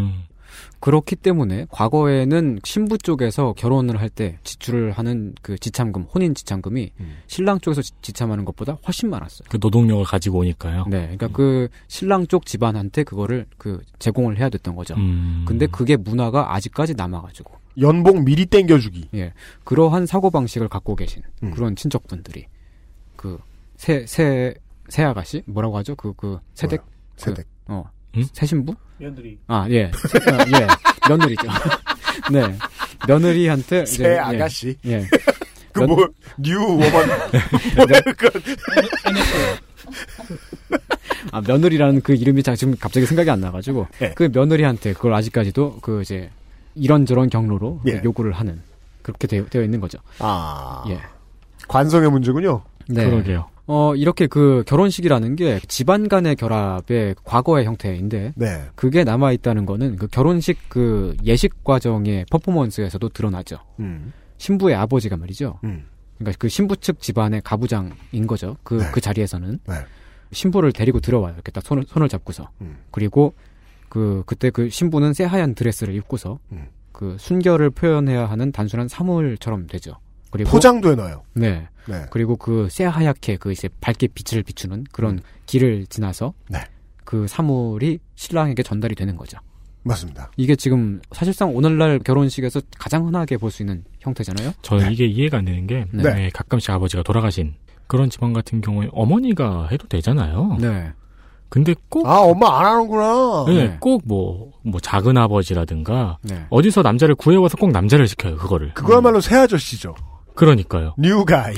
Speaker 9: 그렇기 때문에 과거에는 신부 쪽에서 결혼을 할 때 지출을 하는 그 지참금, 혼인 지참금이
Speaker 2: 음.
Speaker 9: 신랑 쪽에서 지- 지참하는 것보다 훨씬 많았어요.
Speaker 4: 그 노동력을 가지고 오니까요.
Speaker 9: 네. 그러니까 그 신랑 쪽 집안한테 그거를 그 제공을 해야 됐던 거죠.
Speaker 4: 음.
Speaker 9: 근데 그게 문화가 아직까지 남아가지고
Speaker 2: 연봉 미리 땡겨주기.
Speaker 9: 그러한 사고 방식을 갖고 계신
Speaker 2: 음.
Speaker 9: 그런 친척분들이 그 새 새 새아가씨 뭐라고 하죠? 그 그 새댁
Speaker 2: 세대.
Speaker 9: 어 새 신부?
Speaker 8: 며느리.
Speaker 9: 아, 예. 아, 예. 며느리죠. 네. 며느리한테. 이제,
Speaker 2: 새 아가씨.
Speaker 9: 예. 예.
Speaker 2: 그 뭐, 뉴 워먼. 뭐야, 그
Speaker 9: 아, 며느리라는 그 이름이 자- 지금 갑자기 생각이 안 나가지고.
Speaker 2: 예.
Speaker 9: 그 며느리한테 그걸 아직까지도 그 이제 이런저런 경로로 그
Speaker 2: 예.
Speaker 9: 요구를 하는. 그렇게 되, 되어 있는 거죠.
Speaker 2: 아.
Speaker 9: 예.
Speaker 2: 관성의 문제군요.
Speaker 9: 네.
Speaker 4: 그러게요.
Speaker 9: 어, 이렇게 그 결혼식이라는 게 집안 간의 결합의 과거의 형태인데
Speaker 2: 네.
Speaker 9: 그게 남아 있다는 거는 그 결혼식 그 예식 과정의 퍼포먼스에서도 드러나죠.
Speaker 2: 음.
Speaker 9: 신부의 아버지가 말이죠.
Speaker 2: 음.
Speaker 9: 그러니까 그 신부 측 집안의 가부장인 거죠. 그 그
Speaker 2: 네.
Speaker 9: 자리에서는
Speaker 2: 네.
Speaker 9: 신부를 데리고 들어와요. 이렇게 딱 손을 손을 잡고서
Speaker 2: 음.
Speaker 9: 그리고 그 그때 그 신부는 새하얀 드레스를 입고서
Speaker 2: 음.
Speaker 9: 그 순결을 표현해야 하는 단순한 사물처럼 되죠. 그리고
Speaker 2: 포장도 해놔요.
Speaker 9: 네.
Speaker 2: 네.
Speaker 9: 그리고 그 새하얗게 그 이제 밝게 빛을 비추는 그런 길을 지나서
Speaker 2: 음. 네.
Speaker 9: 그 사물이 신랑에게 전달이 되는 거죠.
Speaker 2: 맞습니다.
Speaker 9: 이게 지금 사실상 오늘날 결혼식에서 가장 흔하게 볼 수 있는 형태잖아요.
Speaker 4: 저는
Speaker 2: 네.
Speaker 4: 이게 이해가 안 되는 게
Speaker 9: 네.
Speaker 4: 네, 가끔씩 아버지가 돌아가신 그런 집안 같은 경우에 어머니가 해도 되잖아요.
Speaker 9: 네.
Speaker 4: 근데 꼭,
Speaker 2: 아, 엄마 안 하는구나.
Speaker 4: 네,
Speaker 9: 네.
Speaker 4: 꼭 뭐, 뭐 작은 아버지라든가
Speaker 9: 네.
Speaker 4: 어디서 남자를 구해와서 꼭 남자를 시켜요, 그거를.
Speaker 2: 그거야말로 새 아저씨죠.
Speaker 4: 그러니까요.
Speaker 2: 뉴 가이.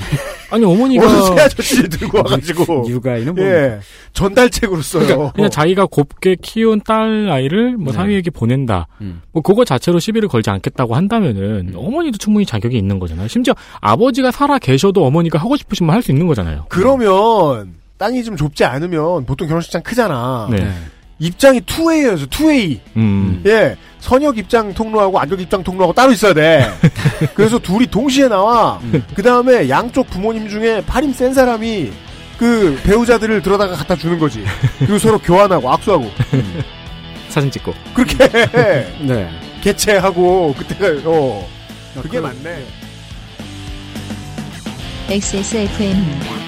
Speaker 4: 아니, 어머니가.
Speaker 2: 어느 새 아저씨 들고
Speaker 4: 음,
Speaker 2: 와가지고.
Speaker 9: 육아에는 뭐
Speaker 2: 예. 전달책으로 써요.
Speaker 4: 그러니까
Speaker 2: 어.
Speaker 4: 그냥 자기가 곱게 키운 딸 아이를
Speaker 9: 네.
Speaker 4: 뭐 사위에게 보낸다.
Speaker 9: 음.
Speaker 4: 뭐 그거 자체로 시비를 걸지 않겠다고 한다면은
Speaker 9: 음.
Speaker 4: 어머니도 충분히 자격이 있는 거잖아요. 심지어 아버지가 살아 계셔도 어머니가 하고 싶으신 말 할 수 있는 거잖아요.
Speaker 2: 그러면 땅이 좀 좁지 않으면 보통 결혼식장 크잖아.
Speaker 4: 네.
Speaker 9: 네.
Speaker 2: 입장이 투웨이여서 투웨이.
Speaker 4: 음.
Speaker 2: 예. 선역 입장 통로하고 안격 입장 통로하고 따로 있어야 돼. 그래서 둘이 동시에 나와. 그 다음에 양쪽 부모님 중에 팔힘 센 사람이 그 배우자들을 들어다가 갖다 주는 거지. 그리고 서로 교환하고 악수하고
Speaker 9: 음.
Speaker 4: 사진 찍고.
Speaker 2: 그렇게 해.
Speaker 9: 네.
Speaker 2: 개최하고 그때가 어 그게 예. 맞네.
Speaker 1: XSFM입니다.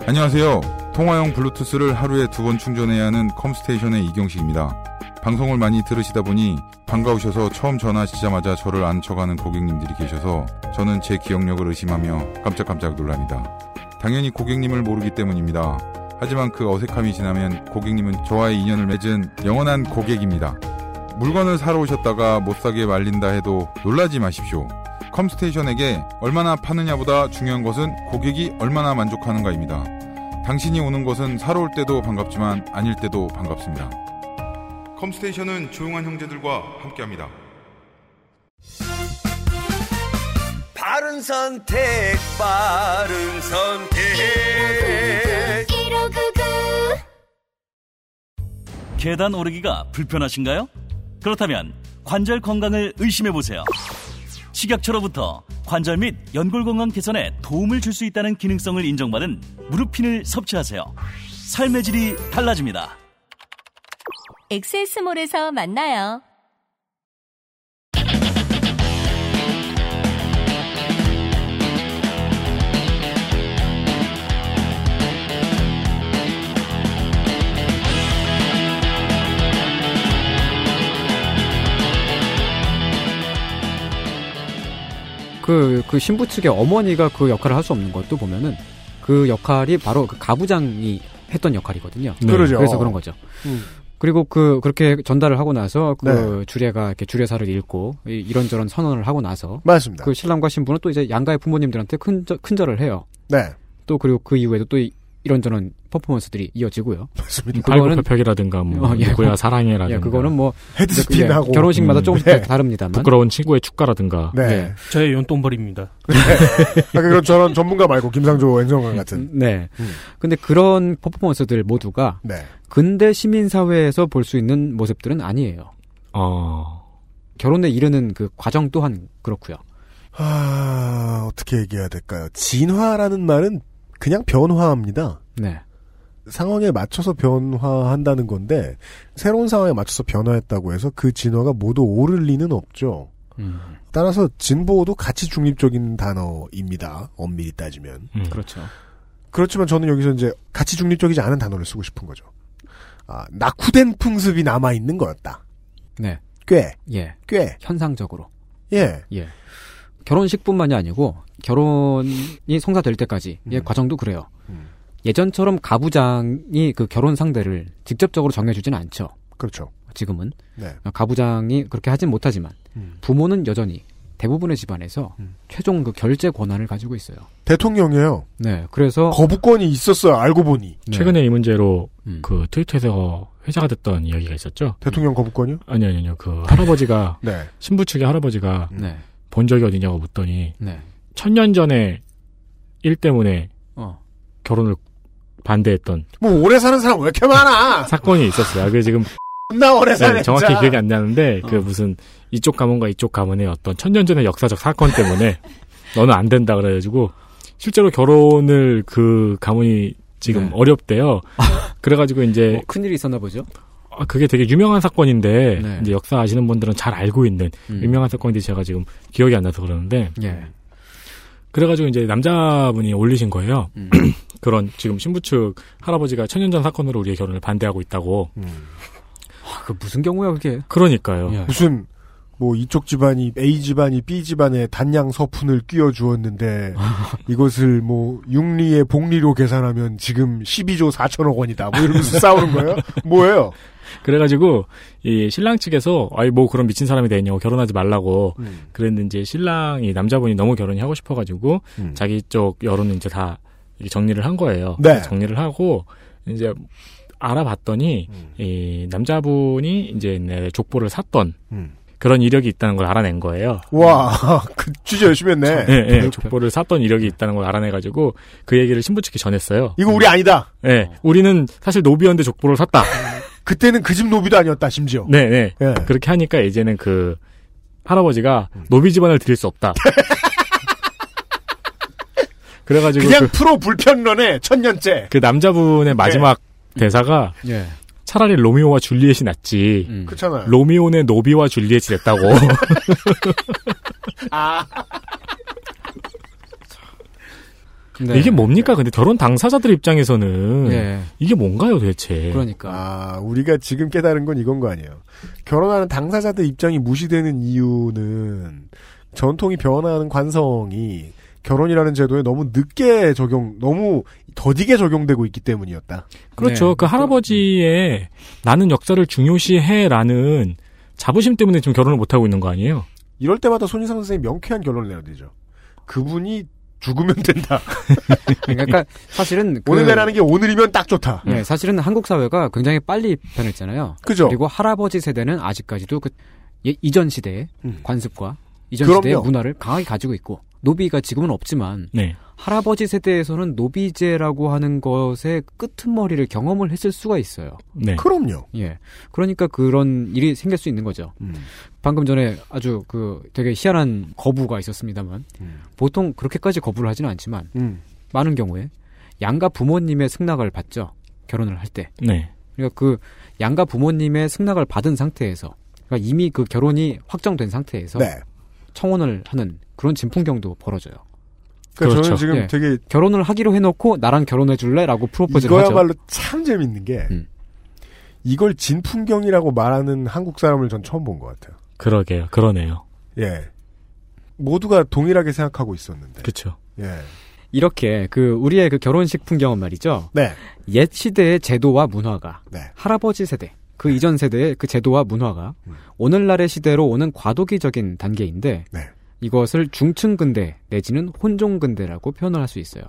Speaker 11: 안녕하세요. 통화용 블루투스를 하루에 두 번 충전해야 하는 컴스테이션의 이경식입니다. 방송을 많이 들으시다 보니 반가우셔서 처음 전화하시자마자 저를 안쳐가는 고객님들이 계셔서 저는 제 기억력을 의심하며 깜짝깜짝 놀랍니다. 당연히 고객님을 모르기 때문입니다. 하지만 그 어색함이 지나면 고객님은 저와의 인연을 맺은 영원한 고객입니다. 물건을 사러 오셨다가 못 사게 말린다 해도 놀라지 마십시오. 컴스테이션에게 얼마나 파느냐보다 중요한 것은 고객이 얼마나 만족하는가입니다. 당신이 오는 것은 사러 올 때도 반갑지만 아닐 때도 반갑습니다. 컴스테이션은 조용한 형제들과 함께합니다.
Speaker 12: 바른 선택, 바른 선택.
Speaker 10: 계단 오르기가 불편하신가요? 그렇다면 관절 건강을 의심해 보세요. 식약처로부터 관절 및 연골 건강 개선에 도움을 줄 수 있다는 기능성을 인정받은 무릎핀을 섭취하세요. 삶의 질이 달라집니다.
Speaker 7: 엑세스몰에서 만나요.
Speaker 9: 그, 그 신부 측의 어머니가 그 역할을 할 수 없는 것도 보면은 그 역할이 바로 그 가부장이 했던 역할이거든요.
Speaker 4: 네. 그러죠.
Speaker 9: 래서 그런 거죠.
Speaker 2: 음.
Speaker 9: 그리고 그, 그렇게 전달을 하고 나서 그
Speaker 2: 네.
Speaker 9: 주례가 이렇게 주례사를 읽고 이- 이런저런 선언을 하고 나서
Speaker 2: 맞습니다.
Speaker 9: 그 신랑과 신부는 또 이제 양가의 부모님들한테 큰절, 큰절을 해요.
Speaker 2: 네
Speaker 9: 또 그리고 그 이후에도 또 이- 이런저런 퍼포먼스들이 이어지고요.
Speaker 2: 맞습니다.
Speaker 9: 음, 그거는-
Speaker 4: 팔굽혀펴기라든가 뭐
Speaker 9: 어, 예.
Speaker 4: 누구야 사랑해라든가.
Speaker 9: 예, 그거는 뭐 이제 그- 예,
Speaker 2: 헤드스핀하고
Speaker 9: 결혼식마다
Speaker 4: 음.
Speaker 9: 조금씩
Speaker 2: 네.
Speaker 9: 다릅니다만.
Speaker 4: 부끄러운 친구의 축가라든가.
Speaker 2: 네.
Speaker 9: 예.
Speaker 8: 저의 용돈벌입니다.
Speaker 2: 아, 그럼 저런 전문가 말고 김상조 엔성관 같은.
Speaker 9: 네.
Speaker 2: 음.
Speaker 9: 근데 그런 퍼포먼스들 모두가
Speaker 2: 네.
Speaker 9: 근대 시민사회에서 볼 수 있는 모습들은 아니에요.
Speaker 4: 어.
Speaker 9: 결혼에 이르는 그 과정 또한 그렇고요.
Speaker 2: 아 어떻게 얘기해야 될까요? 진화라는 말은 그냥 변화합니다.
Speaker 9: 네.
Speaker 2: 상황에 맞춰서 변화한다는 건데 새로운 상황에 맞춰서 변화했다고 해서 그 진화가 모두 오를 리는 없죠.
Speaker 9: 음,
Speaker 2: 따라서 진보도 같이 중립적인 단어입니다. 엄밀히 따지면.
Speaker 4: 음.
Speaker 9: 그렇죠.
Speaker 2: 그렇지만 저는 여기서 이제 같이 중립적이지 않은 단어를 쓰고 싶은 거죠. 아, 낙후된 풍습이 남아 있는 거였다.
Speaker 9: 네.
Speaker 2: 꽤,
Speaker 9: 예.
Speaker 2: 꽤,
Speaker 9: 현상적으로.
Speaker 2: 예.
Speaker 9: 예. 결혼식뿐만이 아니고 결혼이 성사될 때까지의 과정도 그래요. 예전처럼 가부장이 그 결혼 상대를 직접적으로 정해주진 않죠.
Speaker 2: 그렇죠.
Speaker 9: 지금은
Speaker 2: 네.
Speaker 9: 가부장이 그렇게 하진 못하지만
Speaker 2: 음.
Speaker 9: 부모는 여전히 대부분의 집안에서 최종 그 결제 권한을 가지고 있어요.
Speaker 2: 대통령이에요.
Speaker 9: 네, 그래서
Speaker 2: 거부권이 있었어요. 알고 보니
Speaker 9: 네.
Speaker 4: 최근에 이 문제로
Speaker 9: 음.
Speaker 4: 그 트위터에서 회자가 됐던 이야기가 있었죠.
Speaker 2: 대통령 거부권이요?
Speaker 4: 아니 아니 아니요. 그 할아버지가
Speaker 2: 네.
Speaker 4: 신부 측의 할아버지가
Speaker 9: 네.
Speaker 4: 본 적이 어디냐고 묻더니
Speaker 9: 네.
Speaker 4: 천년 전에 일 때문에
Speaker 9: 어.
Speaker 4: 결혼을 반대했던
Speaker 2: 뭐 오래 사는 사람 왜 이렇게 많아?
Speaker 4: 사건이 있었어요. 그게 지금
Speaker 2: 나 오래 사는
Speaker 4: 네, 정확히
Speaker 2: 자.
Speaker 4: 기억이 안 나는데
Speaker 9: 어.
Speaker 4: 그 무슨 이쪽 가문과 이쪽 가문의 어떤 천년 전의 역사적 사건 때문에 너는 안 된다 그래가지고 실제로 결혼을 그 가문이 지금
Speaker 9: 네.
Speaker 4: 어렵대요. 그래가지고 이제
Speaker 2: 네.
Speaker 9: 큰일이 있었나 보죠.
Speaker 4: 아, 그게 되게 유명한 사건인데
Speaker 9: 네.
Speaker 4: 이제 역사 아시는 분들은 잘 알고 있는
Speaker 9: 음.
Speaker 4: 유명한 사건인데 제가 지금 기억이 안 나서 그러는데
Speaker 9: 예.
Speaker 4: 그래가지고 이제 남자분이 올리신 거예요.
Speaker 9: 음.
Speaker 4: 그런 지금 신부 측 할아버지가 천년 전 사건으로 우리의 결혼을 반대하고 있다고.
Speaker 9: 그 무슨 음. 경우야 그게?
Speaker 4: 그러니까요.
Speaker 2: 무슨 뭐 이쪽 집안이 A 집안이 B 집안에 단양 서푼을 끼워 주었는데 이것을 뭐 육리의 복리로 계산하면 지금 12조 4천억 원이다. 뭐 이러면서 싸우는 거예요? 뭐예요?
Speaker 4: 그래가지고 이 신랑 측에서 아이 뭐 그런 미친 사람이 되냐고 결혼하지 말라고 그랬는지 신랑이 남자분이 너무 결혼이 하고 싶어가지고
Speaker 2: 음.
Speaker 4: 자기 쪽 여론은 이제 다 이렇게 정리를 한 거예요.
Speaker 2: 네.
Speaker 4: 정리를 하고 이제 알아봤더니
Speaker 2: 음.
Speaker 4: 이 남자분이 이제 옛날에 족보를 샀던
Speaker 2: 음.
Speaker 4: 그런 이력이 있다는 걸 알아낸 거예요.
Speaker 2: 와, 그 취재 열심히 했네.
Speaker 4: 예, 예, 족보를 샀던 이력이 있다는 걸 알아내가지고 그 얘기를 신부 측에 전했어요.
Speaker 2: 이거 우리 아니다.
Speaker 4: 예, 우리는 사실 노비였는데 족보를 샀다.
Speaker 2: 어. 그때는 그 집 노비도 아니었다 심지어. 예.
Speaker 4: 네, 네. 그렇게 하니까 이제는 그 할아버지가 노비 집안을 드릴 수 없다. 그래가지고
Speaker 2: 그냥
Speaker 4: 그,
Speaker 2: 프로 불편러네 천년째.
Speaker 4: 그 남자분의 마지막 대사가
Speaker 9: 예.
Speaker 4: 차라리 로미오와 줄리엣이 낫지.
Speaker 9: 음.
Speaker 2: 그렇잖아요.
Speaker 4: 로미오는 노비와 줄리엣이 됐다고.
Speaker 2: 아.
Speaker 9: 네.
Speaker 4: 이게 뭡니까? 근데 결혼 당사자들 입장에서는
Speaker 2: 예.
Speaker 4: 이게 뭔가요, 도대체?
Speaker 9: 그러니까.
Speaker 2: 아, 우리가 지금 깨달은 건 이건 거 아니에요. 결혼하는 당사자들 입장이 무시되는 이유는 전통이 변화하는 관성이 결혼이라는 제도에 너무 늦게 적용, 너무 더디게 적용되고 있기 때문이었다.
Speaker 4: 그렇죠. 그 할아버지의 나는 역사를 중요시해라는 자부심 때문에 지금 결혼을 못 하고 있는 거 아니에요?
Speaker 2: 이럴 때마다 손희상 선생님이 명쾌한 결론을 내야 되죠. 그분이 죽으면 된다.
Speaker 9: 그러니까 사실은 그-
Speaker 2: 오늘이라는 게 오늘이면 딱 좋다.
Speaker 9: 예, 사실은 한국 사회가 굉장히 빨리 변했잖아요.
Speaker 2: 그죠.
Speaker 9: 그리고 할아버지 세대는 아직까지도 그 예- 이전 시대의 관습과 이전
Speaker 2: 음. 그럼요.
Speaker 9: 시대의 문화를 강하게 가지고 있고 노비가 지금은 없지만
Speaker 4: 네.
Speaker 9: 할아버지 세대에서는 노비제라고 하는 것의 끄트머리를 경험을 했을 수가 있어요.
Speaker 4: 네.
Speaker 2: 그럼요.
Speaker 9: 예. 그러니까 그런 일이 생길 수 있는 거죠.
Speaker 2: 음.
Speaker 9: 방금 전에 아주 그 되게 희한한 거부가 있었습니다만 보통 그렇게까지 거부를 하지는 않지만
Speaker 2: 음.
Speaker 9: 많은 경우에 양가 부모님의 승낙을 받죠. 결혼을 할 때.
Speaker 4: 네.
Speaker 9: 그러니까 그 양가 부모님의 승낙을 받은 상태에서 그러니까 이미 그 결혼이 확정된 상태에서
Speaker 2: 네.
Speaker 9: 청혼을 하는 그런 진풍경도 벌어져요.
Speaker 2: 그러니까
Speaker 9: 그렇죠.
Speaker 2: 저는 지금
Speaker 9: 예.
Speaker 2: 되게
Speaker 9: 결혼을 하기로 해놓고 나랑 결혼해 줄래라고 프로포즈를 하죠.
Speaker 2: 이거야말로 참 재밌는 게 이걸 진풍경이라고 말하는 한국 사람을 전 처음 본 것 같아요.
Speaker 4: 그러게요. 그러네요.
Speaker 2: 예. 모두가 동일하게 생각하고 있었는데.
Speaker 4: 그렇죠.
Speaker 2: 예.
Speaker 9: 이렇게 그 우리의 그 결혼식 풍경은 말이죠.
Speaker 2: 네.
Speaker 9: 옛 시대의 제도와 문화가 할아버지 세대 그 이전 세대의 그 제도와 문화가 오늘날의 시대로 오는 과도기적인 단계인데 이것을 중층 근대 내지는 혼종 근대라고 표현을 할 수 있어요.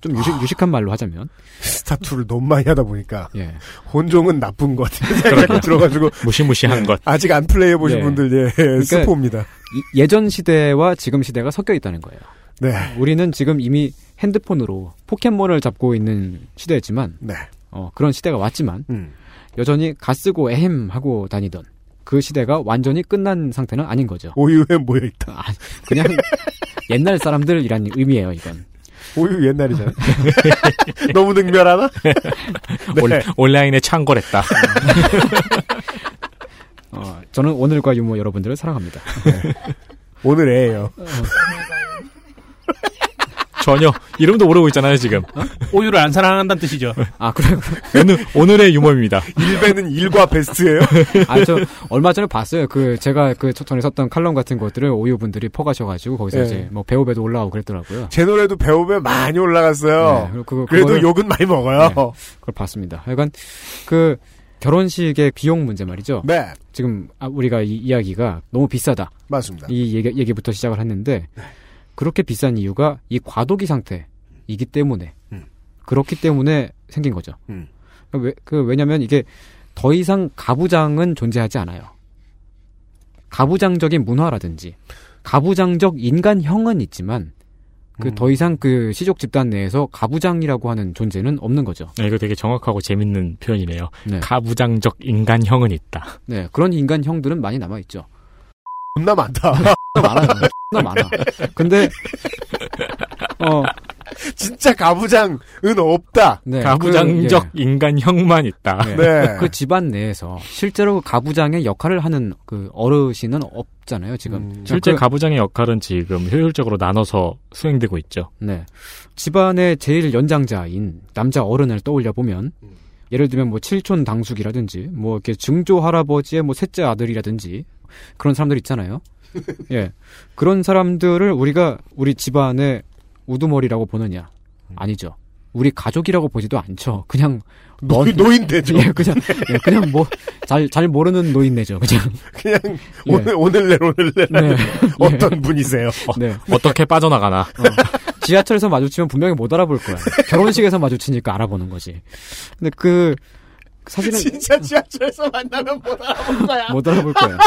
Speaker 9: 좀 유식, 유식한 말로 하자면
Speaker 2: 스타투를 너무 많이 하다 보니까
Speaker 9: 예.
Speaker 2: 혼종은 나쁜 것 생각이 들어가지고
Speaker 4: 무시무시한 것.
Speaker 2: 아직 안 플레이해 보신
Speaker 9: 예.
Speaker 2: 분들 예 스포입니다.
Speaker 9: 이- 예전 시대와 지금 시대가 섞여 있다는 거예요.
Speaker 2: 네.
Speaker 9: 우리는 지금 이미 핸드폰으로 포켓몬을 잡고 있는 시대지만
Speaker 2: 네.
Speaker 9: 어, 그런 시대가 왔지만
Speaker 2: 음.
Speaker 9: 여전히 가쓰고 에헴 하고 다니던 그 시대가 완전히 끝난 상태는 아닌 거죠.
Speaker 2: 오유에 모여 있다.
Speaker 9: 그냥 옛날 사람들이란 의미예요, 이건.
Speaker 2: 오유 옛날이잖아. 너무 능멸하나?
Speaker 9: 네.
Speaker 2: 네.
Speaker 4: 온- 온라인에 창궐했다.
Speaker 9: 어, 저는 오늘과 유머 여러분들을 사랑합니다.
Speaker 2: 오늘 애예요.
Speaker 4: 전혀 이름도 모르고 있잖아요 지금. 네,
Speaker 8: 오유를 안 사랑한다는 뜻이죠.
Speaker 9: 아 그래요.
Speaker 4: 오늘 오늘의 유머입니다.
Speaker 2: 일배는 일과 베스트예요.
Speaker 9: 아저 얼마 전에 봤어요. 그 제가 그 초전에 썼던 칼럼 같은 것들을 오유분들이 퍼가셔가지고 거기서
Speaker 2: 예.
Speaker 9: 이제 뭐 배우배도 올라오고 그랬더라고요.
Speaker 2: 제 노래도 배우면 많이 올라갔어요.
Speaker 9: 네, 그리고 그거-
Speaker 2: 그래도
Speaker 9: 그거를-
Speaker 2: 욕은 많이 먹어요.
Speaker 9: 그걸 봤습니다. 하여간 그 결혼식의 비용 문제 말이죠.
Speaker 2: 네.
Speaker 9: 지금 아, 우리가 이 이야기가 너무 비싸다.
Speaker 2: 맞습니다.
Speaker 9: 이 얘기, 얘기부터 시작을 했는데 그렇게 비싼 이유가 이 과도기 상태이기 때문에 그렇기 때문에 생긴 거죠.
Speaker 2: 음.
Speaker 9: 왜, 그 왜냐면 이게 더 이상 가부장은 존재하지 않아요. 가부장적인 문화라든지 가부장적 인간형은 있지만 그 더 이상 그 시족 집단 내에서 가부장이라고 하는 존재는 없는 거죠.
Speaker 4: 네, 이거 되게 정확하고 재밌는 표현이네요.
Speaker 9: 네.
Speaker 4: 가부장적 인간형은 있다.
Speaker 9: 네, 그런 인간형들은 많이 남아 있죠.
Speaker 2: 존나 많다.
Speaker 9: 존나 많아요. 존나 많아. 근데 어
Speaker 2: 진짜 가부장은 없다.
Speaker 9: 네,
Speaker 4: 가부장적
Speaker 9: 그,
Speaker 4: 인간형만 있다.
Speaker 9: 예.
Speaker 2: 네.
Speaker 9: 그 집안 내에서 실제로 그 가부장의 역할을 하는 그 어르신은 없잖아요, 지금. 그러니까
Speaker 4: 실제
Speaker 9: 그-
Speaker 4: 가부장의 역할은 지금 효율적으로 나눠서 수행되고 있죠.
Speaker 9: 네. 집안의 제일 연장자인 남자 어른을 떠올려 보면 예를 들면 뭐 칠촌 당숙이라든지 뭐 이렇게 증조 할아버지의 뭐 셋째 아들이라든지 그런 사람들 있잖아요. 예. 그런 사람들을 우리가 우리 집안의 우두머리라고 보느냐? 아니죠. 우리 가족이라고 보지도 않죠. 그냥
Speaker 2: 노-
Speaker 9: 먼-
Speaker 2: 노인네죠.
Speaker 9: 예, 그냥 예, 그냥 뭐 잘 잘 모르는 노인네죠. 그냥
Speaker 2: 그냥
Speaker 9: 예.
Speaker 2: 오늘 오늘 내 오늘 내
Speaker 9: 네.
Speaker 2: 어떤 분이세요?
Speaker 9: 네.
Speaker 4: 어떻게 빠져나가나.
Speaker 9: 지하철에서 마주치면 분명히 못 알아볼 거야. 결혼식에서 마주치니까 알아보는 거지. 근데 그 사실은
Speaker 2: 진짜 지하철에서 만나면 못 알아볼 거야.
Speaker 9: 못 알아볼 거야.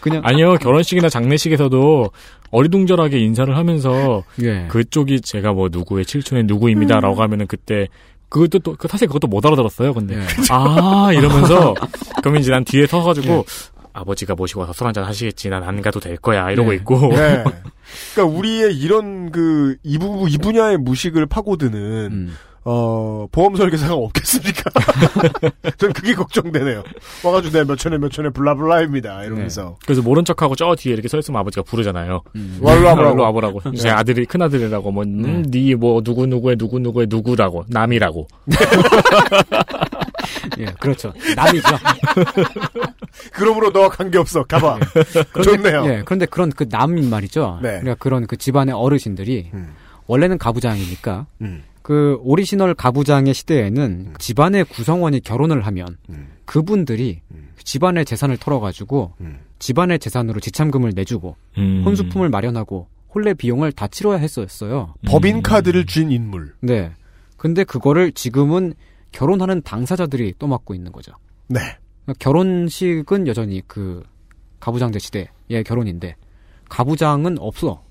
Speaker 9: 그냥
Speaker 4: 아니요, 결혼식이나 장례식에서도 어리둥절하게 인사를 하면서
Speaker 9: 예.
Speaker 4: 그쪽이 제가 뭐 누구의 칠촌의 누구입니다라고
Speaker 2: 음.
Speaker 4: 하면은 그때 그것도 또 그- 사실 그것도 못 알아들었어요. 근데
Speaker 9: 예.
Speaker 4: 아 이러면서 그러면 이제 난 뒤에 서가지고
Speaker 2: 네.
Speaker 4: 아버지가 모시고 와서 술 한잔 하시겠지. 난 안 가도 될 거야 이러고
Speaker 9: 예.
Speaker 4: 있고
Speaker 2: 네. 그러니까 우리의 이런 그 이 부 이 분야의 무식을 파고드는
Speaker 9: 음.
Speaker 2: 어 보험 설계사가 없겠습니까? 전 그게 걱정되네요. 와가지고 내가 몇 천에 몇 천에 블라블라입니다 이러면서
Speaker 4: 그래서 모른 척하고 저 뒤에 이렇게 서 있으면 아버지가 부르잖아요.
Speaker 2: 음.
Speaker 4: 음.
Speaker 2: 와 일로 와보라고. 네.
Speaker 4: 일로 와보라고. 제 아들이 큰 아들이라고 뭐니뭐 누구 누구의 누구 누구의 누구라고 남이라고.
Speaker 9: 예, 그렇죠. 남이죠.
Speaker 2: 그러므로 너와 관계 없어 가봐. 좋네요.
Speaker 9: 예, 그런데 그런 그 남인 말이죠.
Speaker 2: 네.
Speaker 9: 그러니까 그런 그 집안의 어르신들이
Speaker 2: 음.
Speaker 9: 원래는 가부장이니까
Speaker 2: 음.
Speaker 9: 그 오리지널 가부장의 시대에는 집안의 구성원이 결혼을 하면
Speaker 2: 음.
Speaker 9: 그분들이 집안의 재산을 털어가지고
Speaker 2: 음.
Speaker 9: 집안의 재산으로 지참금을 내주고
Speaker 4: 음.
Speaker 9: 혼수품을 마련하고 혼례 비용을 다 치러야 했었어요.
Speaker 2: 법인
Speaker 9: 음.
Speaker 2: 카드를 쥔 인물.
Speaker 9: 네. 근데 그거를 지금은 결혼하는 당사자들이 떠맡고 있는 거죠.
Speaker 2: 네.
Speaker 9: 그러니까 결혼식은 여전히 그 가부장제 시대의 결혼인데 가부장은 없어.
Speaker 2: 뭐?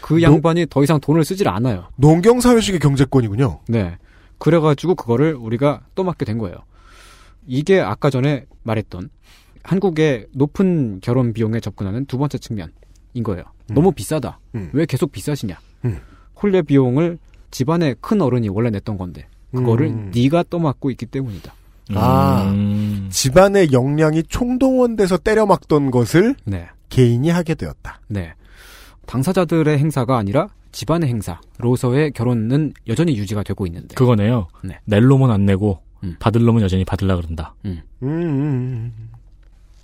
Speaker 9: 그 양반이 더 이상 돈을 쓰질 않아요.
Speaker 2: 농경 사회식의 경제권이군요.
Speaker 9: 네. 그래가지고 그거를 우리가 떠맡게 된 거예요. 이게 아까 전에 말했던 한국의 높은 결혼 비용에 접근하는 두 번째 측면인 거예요. 너무 비싸다.
Speaker 2: 음.
Speaker 9: 왜 계속 비싸시냐?
Speaker 2: 음.
Speaker 9: 홀례 비용을 집안의 큰 어른이 원래 냈던 건데 그거를
Speaker 2: 음.
Speaker 9: 네가 떠맡고 있기 때문이다.
Speaker 2: 아.
Speaker 4: 음.
Speaker 2: 집안의 역량이 총동원돼서 때려막던 것을
Speaker 9: 네,
Speaker 2: 개인이 하게 되었다.
Speaker 9: 네. 당사자들의 행사가 아니라 집안의 행사로서의 결혼은 여전히 유지가 되고 있는데.
Speaker 4: 그거네요.
Speaker 9: 네.
Speaker 4: 낼 놈은 안 내고
Speaker 9: 음.
Speaker 4: 받을 놈은 여전히 받으려 그런다.
Speaker 2: 음, 음,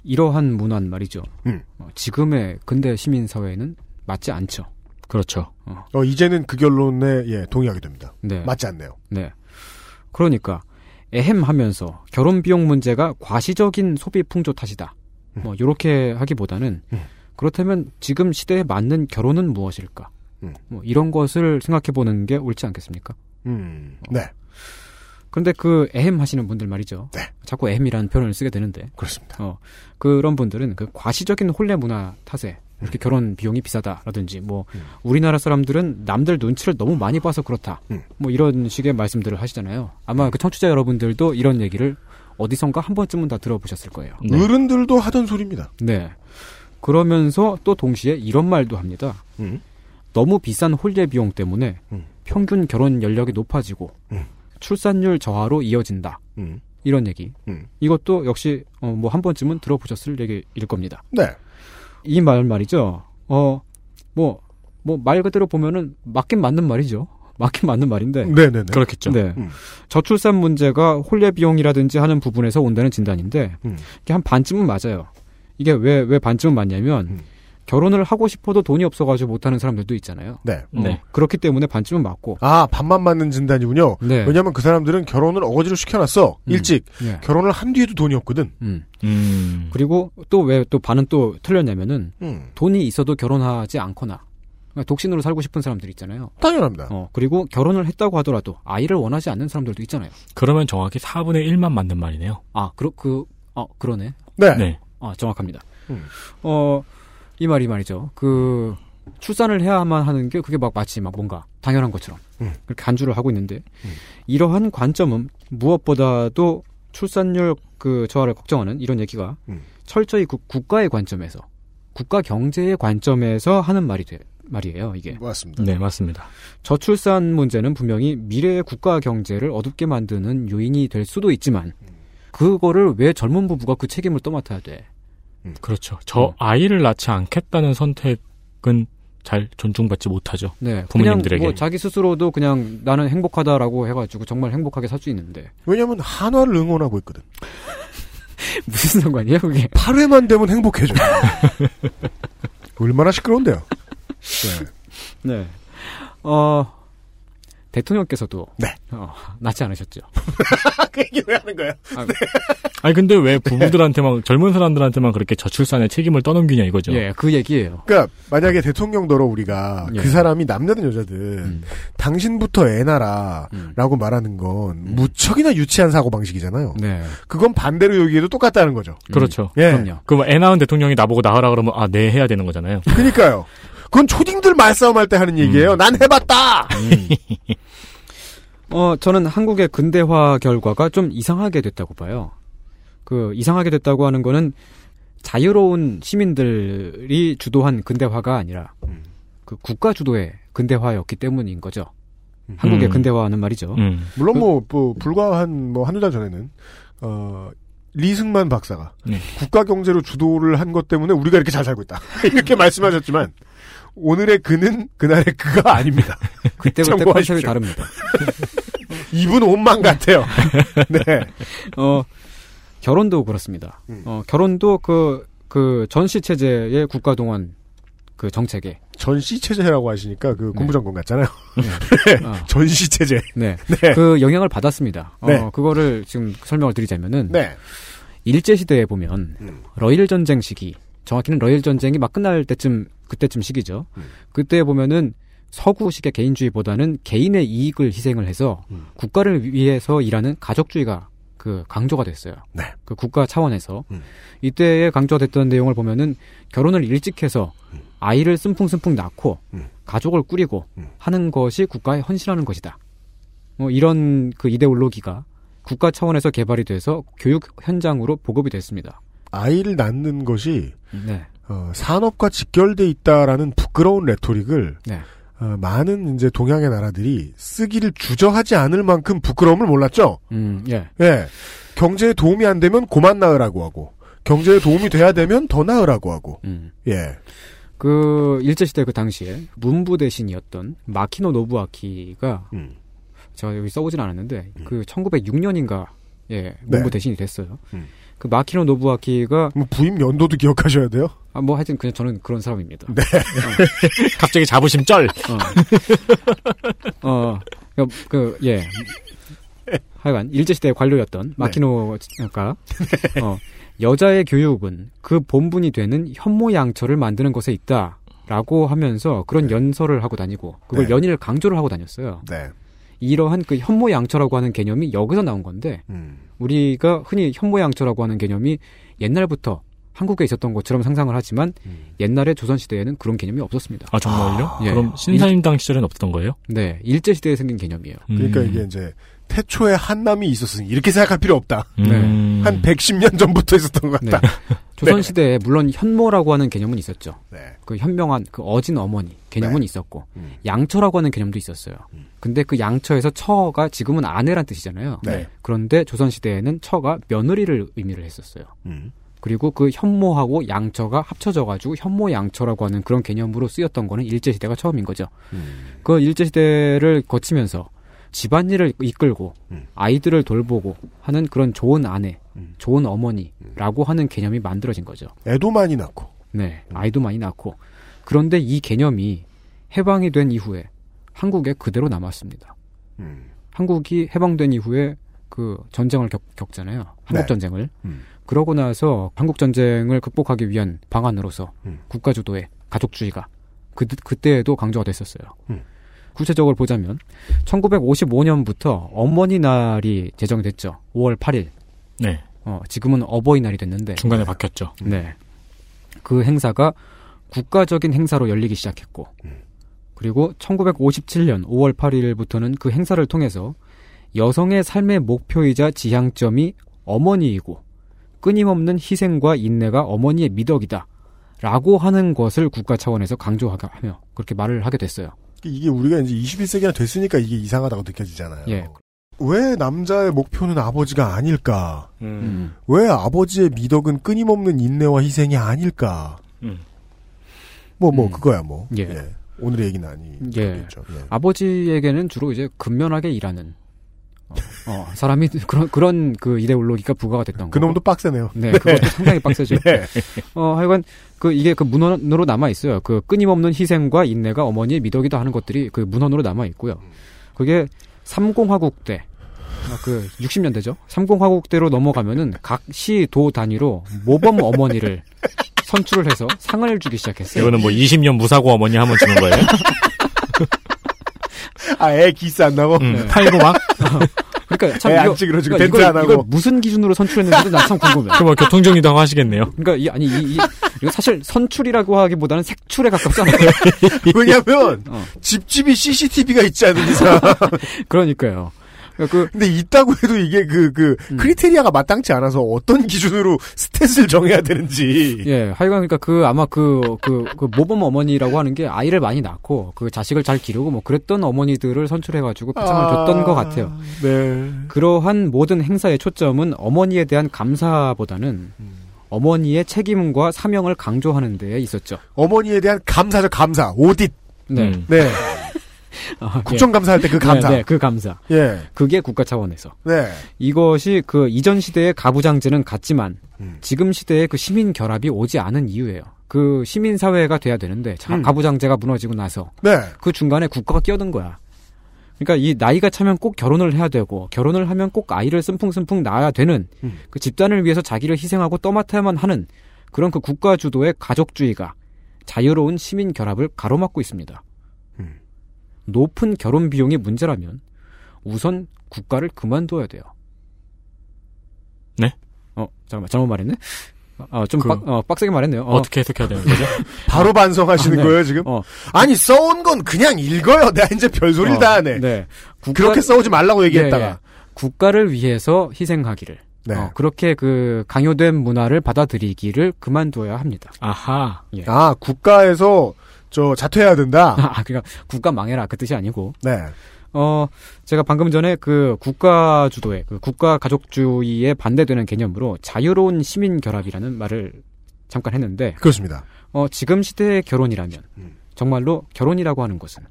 Speaker 9: 이러한 문화는 말이죠.
Speaker 2: 음.
Speaker 9: 어, 지금의 근대 시민 사회에는 맞지 않죠.
Speaker 4: 그렇죠.
Speaker 2: 음. 어, 이제는 그 결론에 예, 동의하게 됩니다.
Speaker 9: 네.
Speaker 2: 맞지 않네요.
Speaker 9: 네. 그러니까 에헴 하면서 결혼 비용 문제가 과시적인 소비 풍조 탓이다. 뭐 요렇게 하기보다는
Speaker 2: 음.
Speaker 9: 그렇다면 지금 시대에 맞는 결혼은 무엇일까?
Speaker 2: 음.
Speaker 9: 뭐 이런 것을 생각해 보는 게 옳지 않겠습니까?
Speaker 2: 음, 네,
Speaker 9: 그런데 그 에헴 하시는 분들 말이죠.
Speaker 2: 네.
Speaker 9: 자꾸 에헴이라는 표현을 쓰게 되는데
Speaker 2: 그렇습니다.
Speaker 9: 어, 그런 분들은 그 과시적인 혼례 문화 탓에 이렇게 결혼 비용이 비싸다라든지 뭐
Speaker 2: 음.
Speaker 9: 우리나라 사람들은 남들 눈치를 너무 많이 봐서 그렇다
Speaker 2: 음.
Speaker 9: 뭐 이런 식의 말씀들을 하시잖아요. 아마 그 청취자 여러분들도 이런 얘기를 어디선가 한 번쯤은 다 들어보셨을 거예요.
Speaker 2: 음.
Speaker 4: 네.
Speaker 2: 어른들도 하던 소리입니다.
Speaker 9: 네. 그러면서 또 동시에 이런 말도 합니다.
Speaker 2: 음.
Speaker 9: 너무 비싼 혼례 비용 때문에
Speaker 2: 음.
Speaker 9: 평균 결혼 연령이 높아지고
Speaker 2: 음.
Speaker 9: 출산율 저하로 이어진다.
Speaker 2: 음,
Speaker 9: 이런 얘기.
Speaker 2: 음.
Speaker 9: 이것도 역시 뭐 한 번쯤은 들어보셨을 얘기일 겁니다.
Speaker 2: 네,
Speaker 9: 이 말 말이죠. 어, 뭐 뭐 말 그대로 보면은 맞긴 맞는 말이죠. 맞긴 맞는 말인데.
Speaker 2: 네네네.
Speaker 9: 그렇겠죠. 네.
Speaker 2: 음.
Speaker 9: 저출산 문제가 혼례 비용이라든지 하는 부분에서 온다는 진단인데
Speaker 2: 음.
Speaker 9: 이게 한 반쯤은 맞아요. 이게 왜 왜 반쯤은 맞냐면
Speaker 2: 음.
Speaker 9: 결혼을 하고 싶어도 돈이 없어가지고 못하는 사람들도 있잖아요.
Speaker 2: 네.
Speaker 4: 음.
Speaker 9: 어, 그렇기 때문에 반쯤은 맞고.
Speaker 2: 아, 반만 맞는 진단이군요.
Speaker 9: 네.
Speaker 2: 왜냐면 그 사람들은 결혼을 어거지로 시켜놨어. 일찍.
Speaker 9: 네.
Speaker 2: 결혼을 한 뒤에도 돈이 없거든.
Speaker 4: 음.
Speaker 9: 그리고 또 왜 또 반은 또 틀렸냐면은
Speaker 2: 음.
Speaker 9: 돈이 있어도 결혼하지 않거나 그러니까 독신으로 살고 싶은 사람들 있잖아요.
Speaker 2: 당연합니다.
Speaker 9: 어, 그리고 결혼을 했다고 하더라도 아이를 원하지 않는 사람들도 있잖아요.
Speaker 4: 그러면 정확히 4분의 1만 맞는 말이네요.
Speaker 9: 아, 그렇 그 어, 그러네.
Speaker 2: 네.
Speaker 9: 아, 정확합니다.
Speaker 2: 음.
Speaker 9: 어, 이 말이 말이죠. 그 출산을 해야만 하는 게 그게 막 마치 막 뭔가 당연한 것처럼
Speaker 2: 음.
Speaker 9: 그렇게 간주를 하고 있는데 이러한 관점은 무엇보다도 출산율 그 저하를 걱정하는 이런 얘기가
Speaker 2: 음.
Speaker 9: 철저히 국- 국가의 관점에서 국가 경제의 관점에서 하는 말이 돼 말이에요. 이게
Speaker 2: 맞습니다.
Speaker 4: 네, 맞습니다.
Speaker 9: 저출산 문제는 분명히 미래의 국가 경제를 어둡게 만드는 요인이 될 수도 있지만 그거를 왜 젊은 부부가 그 책임을 떠맡아야 돼?
Speaker 2: 음.
Speaker 4: 그렇죠. 저
Speaker 2: 네.
Speaker 4: 아이를 낳지 않겠다는 선택은 잘 존중받지 못하죠.
Speaker 9: 네,
Speaker 4: 부모님들에게.
Speaker 9: 그냥 뭐 자기 스스로도 그냥 나는 행복하다라고 해가지고 정말 행복하게 살 수 있는데
Speaker 2: 왜냐면 한화를 응원하고 있거든.
Speaker 9: 무슨 상관이에요 그게?
Speaker 2: 8회만 되면 행복해져. 얼마나 시끄러운데요. 네.
Speaker 9: 네, 어 대통령께서도
Speaker 2: 네.
Speaker 9: 어, 낳지 않으셨죠?
Speaker 2: 그 얘기 왜 하는 거야?
Speaker 4: 아니 근데
Speaker 2: 네.
Speaker 4: 왜 부부들한테만 젊은 사람들한테만 그렇게 저출산의 책임을 떠넘기냐 이거죠.
Speaker 9: 예, 그 얘기예요.
Speaker 2: 그러니까 만약에 대통령더러 우리가
Speaker 9: 예. 음.
Speaker 2: 그 사람이 남자든 여자든 당신부터 애나라라고 말하는 건 무척이나 유치한 사고 방식이잖아요.
Speaker 9: 네, 음.
Speaker 2: 그건 반대로 여기에도 똑같다는 거죠.
Speaker 4: 그렇죠.
Speaker 2: 예.
Speaker 9: 그럼요.
Speaker 4: 그럼 애 낳은 대통령이 나보고 나하라 그러면 아, 네 해야 되는 거잖아요.
Speaker 2: 그러니까요. 그건 초딩들 말싸움 할 때 하는 얘기예요. 난 해봤다.
Speaker 9: 음. 어 저는 한국의 근대화 결과가 좀 이상하게 됐다고 봐요. 그 이상하게 됐다고 하는 거는 자유로운 시민들이 주도한 근대화가 아니라 그 국가 주도의 근대화였기 때문인 거죠. 한국의
Speaker 4: 음.
Speaker 9: 근대화는 말이죠.
Speaker 4: 음.
Speaker 2: 물론 뭐, 뭐 불과 한 뭐 한두 달 전에는 어, 리승만 박사가
Speaker 4: 네.
Speaker 2: 국가 경제로 주도를 한 것 때문에 우리가 이렇게 잘 살고 있다 이렇게 말씀하셨지만 오늘의 그는 그날의 그가 아닙니다.
Speaker 9: 그때 그때 컨셉이
Speaker 2: 참고하십시오.
Speaker 9: 다릅니다.
Speaker 2: 이분 옷만 같아요. 네.
Speaker 9: 어, 결혼도 그렇습니다.
Speaker 2: 음.
Speaker 9: 어, 결혼도 그, 그 전시 체제의 국가동원 그 정책에.
Speaker 2: 전시 체제라고 하시니까 그 공부장관 같잖아요. 네.
Speaker 9: 어,
Speaker 2: 전시 체제.
Speaker 9: 네.
Speaker 2: 네.
Speaker 9: 그 영향을 받았습니다. 어,
Speaker 2: 네.
Speaker 9: 그거를 지금 설명을 드리자면은.
Speaker 2: 네.
Speaker 9: 일제시대에 보면
Speaker 2: 음.
Speaker 9: 러일 전쟁 시기, 정확히는 러일 전쟁이 막 끝날 때쯤, 그때쯤 시기죠.
Speaker 2: 음.
Speaker 9: 그때 보면은 서구식의 개인주의보다는 개인의 이익을 희생을 해서
Speaker 2: 음.
Speaker 9: 국가를 위해서 일하는 가족주의가 그 강조가 됐어요.
Speaker 2: 네.
Speaker 9: 그 국가 차원에서
Speaker 2: 음.
Speaker 9: 이때에 강조됐던 내용을 보면은 결혼을 일찍 해서 아이를 슴풍슴풍 낳고
Speaker 2: 음.
Speaker 9: 가족을 꾸리고 하는 것이 국가에 헌신하는 것이다. 뭐 이런 그 이데올로기가 국가 차원에서 개발이 돼서 교육 현장으로 보급이 됐습니다.
Speaker 2: 아이를 낳는 것이
Speaker 9: 네.
Speaker 2: 어, 산업과 직결돼 있다라는 부끄러운 레토릭을
Speaker 9: 네.
Speaker 2: 어, 많은 이제 동양의 나라들이 쓰기를 주저하지 않을 만큼 부끄러움을 몰랐죠.
Speaker 9: 음, 예.
Speaker 2: 예. 경제에 도움이 안 되면 고만 나으라고 하고 경제에 도움이 돼야 되면 더 나으라고 하고
Speaker 9: 음.
Speaker 2: 예.
Speaker 9: 그 일제시대 그 당시에 문부 대신이었던 마키노 노부아키가
Speaker 2: 음.
Speaker 9: 제가 여기 써보진 않았는데 그 1906년인가 예 문부 대신이 됐어요.
Speaker 2: 음.
Speaker 9: 그 마키노 노부아키가
Speaker 2: 뭐 부임 연도도 기억하셔야 돼요.
Speaker 9: 아, 뭐 하여튼 그냥 저는 그런 사람입니다.
Speaker 4: 갑자기 자부심 쩔.
Speaker 9: 어, 그, 그, 예. 하여간 일제시대의 관료였던 마키노가 어, 여자의 교육은 그 본분이 되는 현모양처를 만드는 것에 있다. 라고 하면서 그런 연설을 하고 다니고 그걸
Speaker 2: 네.
Speaker 9: 연일 강조를 하고 다녔어요.
Speaker 2: 네.
Speaker 9: 이러한 그 현모양처라고 하는 개념이 여기서 나온 건데
Speaker 2: 음.
Speaker 9: 우리가 흔히 현모양처라고 하는 개념이 옛날부터 한국에 있었던 것처럼 상상을 하지만 옛날에 조선시대에는 그런 개념이 없었습니다.
Speaker 4: 아, 정말요?
Speaker 9: 예.
Speaker 4: 그럼 신사임당 시절엔 없던 거예요?
Speaker 9: 네, 일제시대에 생긴 개념이에요.
Speaker 2: 그러니까
Speaker 4: 음.
Speaker 2: 이게 이제 태초에 한남이 있었으니 이렇게 생각할 필요 없다.
Speaker 4: 음.
Speaker 2: 네. 한 110년 전부터 있었던 것
Speaker 9: 네.
Speaker 2: 같다.
Speaker 9: 조선시대에 물론 현모라고 하는 개념은 있었죠.
Speaker 2: 네.
Speaker 9: 그 현명한 그 어진 어머니 개념은
Speaker 2: 네.
Speaker 9: 있었고
Speaker 2: 음.
Speaker 9: 양처라고 하는 개념도 있었어요. 근데 그 양처에서 처가 지금은 아내란 뜻이잖아요.
Speaker 2: 네.
Speaker 9: 그런데 조선시대에는 처가 며느리를 의미를 했었어요.
Speaker 2: 음.
Speaker 9: 그리고 그 현모하고 양처가 합쳐져가지고 현모양처라고 하는 그런 개념으로 쓰였던 거는 일제시대가 처음인 거죠. 그 일제시대를 거치면서 집안일을 이끌고
Speaker 2: 음.
Speaker 9: 아이들을 돌보고 하는 그런 좋은 아내, 좋은
Speaker 2: 음.
Speaker 9: 어머니라고 하는 개념이 만들어진 거죠.
Speaker 2: 애도 많이 낳고.
Speaker 9: 네, 아이도 많이 낳고. 그런데 이 개념이 해방이 된 이후에 한국에 그대로 남았습니다.
Speaker 13: 음.
Speaker 9: 한국이 해방된 이후에 그 전쟁을 겪, 겪잖아요. 한국
Speaker 13: 네.
Speaker 9: 전쟁을.
Speaker 13: 음.
Speaker 9: 그러고 나서 한국 전쟁을 극복하기 위한 방안으로서
Speaker 13: 음.
Speaker 9: 국가 주도의 가족주의가 그 그때에도 강조가 됐었어요.
Speaker 13: 음.
Speaker 9: 구체적으로 보자면 1955년부터 어머니 날이 제정됐죠. 5월 8일.
Speaker 4: 네.
Speaker 9: 어, 지금은 어버이날이 됐는데
Speaker 4: 중간에 바뀌었죠.
Speaker 9: 네. 그 행사가 국가적인 행사로 열리기 시작했고, 그리고 1957년 5월 8일부터는 그 행사를 통해서 여성의 삶의 목표이자 지향점이 어머니이고, 끊임없는 희생과 인내가 어머니의 미덕이다. 라고 하는 것을 국가 차원에서 강조하며 그렇게 말을 하게 됐어요.
Speaker 2: 이게 우리가 이제 21세기나 됐으니까 이게 이상하다고 느껴지잖아요.
Speaker 9: 예.
Speaker 2: 왜 남자의 목표는 아버지가 아닐까?
Speaker 4: 음.
Speaker 2: 왜 아버지의 미덕은 끊임없는 인내와 희생이 아닐까?
Speaker 4: 음.
Speaker 2: 뭐, 뭐, 그거야, 뭐.
Speaker 9: 예.
Speaker 2: 오늘의 얘기는 아니.
Speaker 9: 예. 아버지에게는 주로 이제 근면하게 일하는 어, 어, 사람이 그런 그런 그 이데올로기가 부과가 됐던 거고.
Speaker 2: 그놈도 빡세네요.
Speaker 9: 네,
Speaker 2: 네.
Speaker 9: 그것도 상당히 빡세죠.
Speaker 2: 네.
Speaker 9: 어, 하여간 그 이게 그 문헌으로 남아 있어요. 그 끊임없는 희생과 인내가 어머니의 미덕이다 하는 것들이 그 문헌으로 남아 있고요. 그게 삼공화국 때. 아, 그 60년대죠. 삼공화국 때로 넘어가면은 각 시 도 단위로 모범 어머니를 선출을 해서 상을 주기
Speaker 2: 네.
Speaker 9: 시작했어요.
Speaker 4: 이거는 뭐 20년 무사고 어머니 한번 주는 거예요?
Speaker 2: 아, 애 기스 안 나고?
Speaker 4: 음, 팔고 막?
Speaker 9: 그러니까 참
Speaker 2: 애안 네,
Speaker 9: 이거,
Speaker 2: 찌그러지고
Speaker 9: 그러니까
Speaker 2: 벤트
Speaker 9: 이걸-
Speaker 2: 안 하고.
Speaker 9: 이걸 무슨 기준으로 선출했는지도 난 참 궁금해.
Speaker 4: 그럼 뭐 교통정리도 하고 하시겠네요.
Speaker 9: 그러니까 이 아니 이, 이 이거 사실 선출이라고 하기보다는 색출에 가깝잖아요.
Speaker 2: 왜냐면
Speaker 9: 어.
Speaker 2: 집집이 CCTV가 있지 않은 이상.
Speaker 9: 그러니까요. 그
Speaker 2: 근데 있다고 해도 이게 그, 그,
Speaker 9: 음.
Speaker 2: 크리테리아가 마땅치 않아서 어떤 기준으로 스탯을 정해야 되는지.
Speaker 9: 예, 하여간 그러니까 그 아마 그 그 그 모범 어머니라고 하는 게 아이를 많이 낳고 그 자식을 잘 기르고 뭐 그랬던 어머니들을 선출해가지고 표창을
Speaker 2: 아,
Speaker 9: 줬던 것 같아요.
Speaker 2: 네.
Speaker 9: 그러한 모든 행사의 초점은 어머니에 대한 감사보다는 어머니의 책임과 사명을 강조하는 데에 있었죠.
Speaker 2: 어머니에 대한 감사죠, 감사. 오딧.
Speaker 9: 네.
Speaker 4: 음.
Speaker 2: 네. 국정감사할 때그 감사.
Speaker 9: 아, 예. 네, 네, 그 감사.
Speaker 2: 예.
Speaker 9: 그게 국가 차원에서.
Speaker 2: 네.
Speaker 9: 이것이 그 이전 시대의 가부장제는 같지만
Speaker 2: 음.
Speaker 9: 지금 시대의 그 시민 결합이 오지 않은 이유예요. 그 시민 사회가 돼야 되는데 자-
Speaker 13: 음.
Speaker 9: 가부장제가 무너지고 나서
Speaker 2: 네.
Speaker 9: 그 중간에 국가가 끼어든 거야. 그러니까 이 나이가 차면 꼭 결혼을 해야 되고 결혼을 하면 꼭 아이를 슴풍슴풍 낳아야 되는
Speaker 2: 음.
Speaker 9: 그 집단을 위해서 자기를 희생하고 떠맡아야만 하는 그런 그 국가 주도의 가족주의가 자유로운 시민 결합을 가로막고 있습니다.
Speaker 2: 음.
Speaker 9: 높은 결혼 비용이 문제라면 우선 국가를 그만둬야 돼요.
Speaker 4: 네? 그
Speaker 9: 어, 잠깐만, 잘못 말했네? 아, 좀 빡, 어, 빡세게 말했네요. 어.
Speaker 4: 어떻게 해석해야 되는 거죠?
Speaker 2: 바로 반성하시는
Speaker 9: 아, 네.
Speaker 2: 거예요, 지금?
Speaker 9: 어.
Speaker 2: 아니, 써온 건 그냥 읽어요. 내가 이제 별소리를
Speaker 9: 어,
Speaker 2: 다 하네.
Speaker 9: 네. 예,
Speaker 2: 그렇게 싸우지 말라고 얘기했다가. 네.
Speaker 9: 국가를 위해서 희생하기를. 어, 그렇게 그 강요된 문화를 받아들이기를 그만둬야 합니다. 예.
Speaker 4: 아하.
Speaker 2: 아, 국가에서 저 자퇴해야 된다.
Speaker 9: 아, 그러니까 국가 망해라 그 뜻이 아니고.
Speaker 2: 네.
Speaker 9: 어, 제가 방금 전에 그 국가 주도의 그 국가 가족주의에 반대되는 개념으로 자유로운 시민 결합이라는 말을 잠깐 했는데
Speaker 2: 그렇습니다.
Speaker 9: 어, 지금 시대의 결혼이라면
Speaker 2: 음.
Speaker 9: 정말로 결혼이라고 하는 것은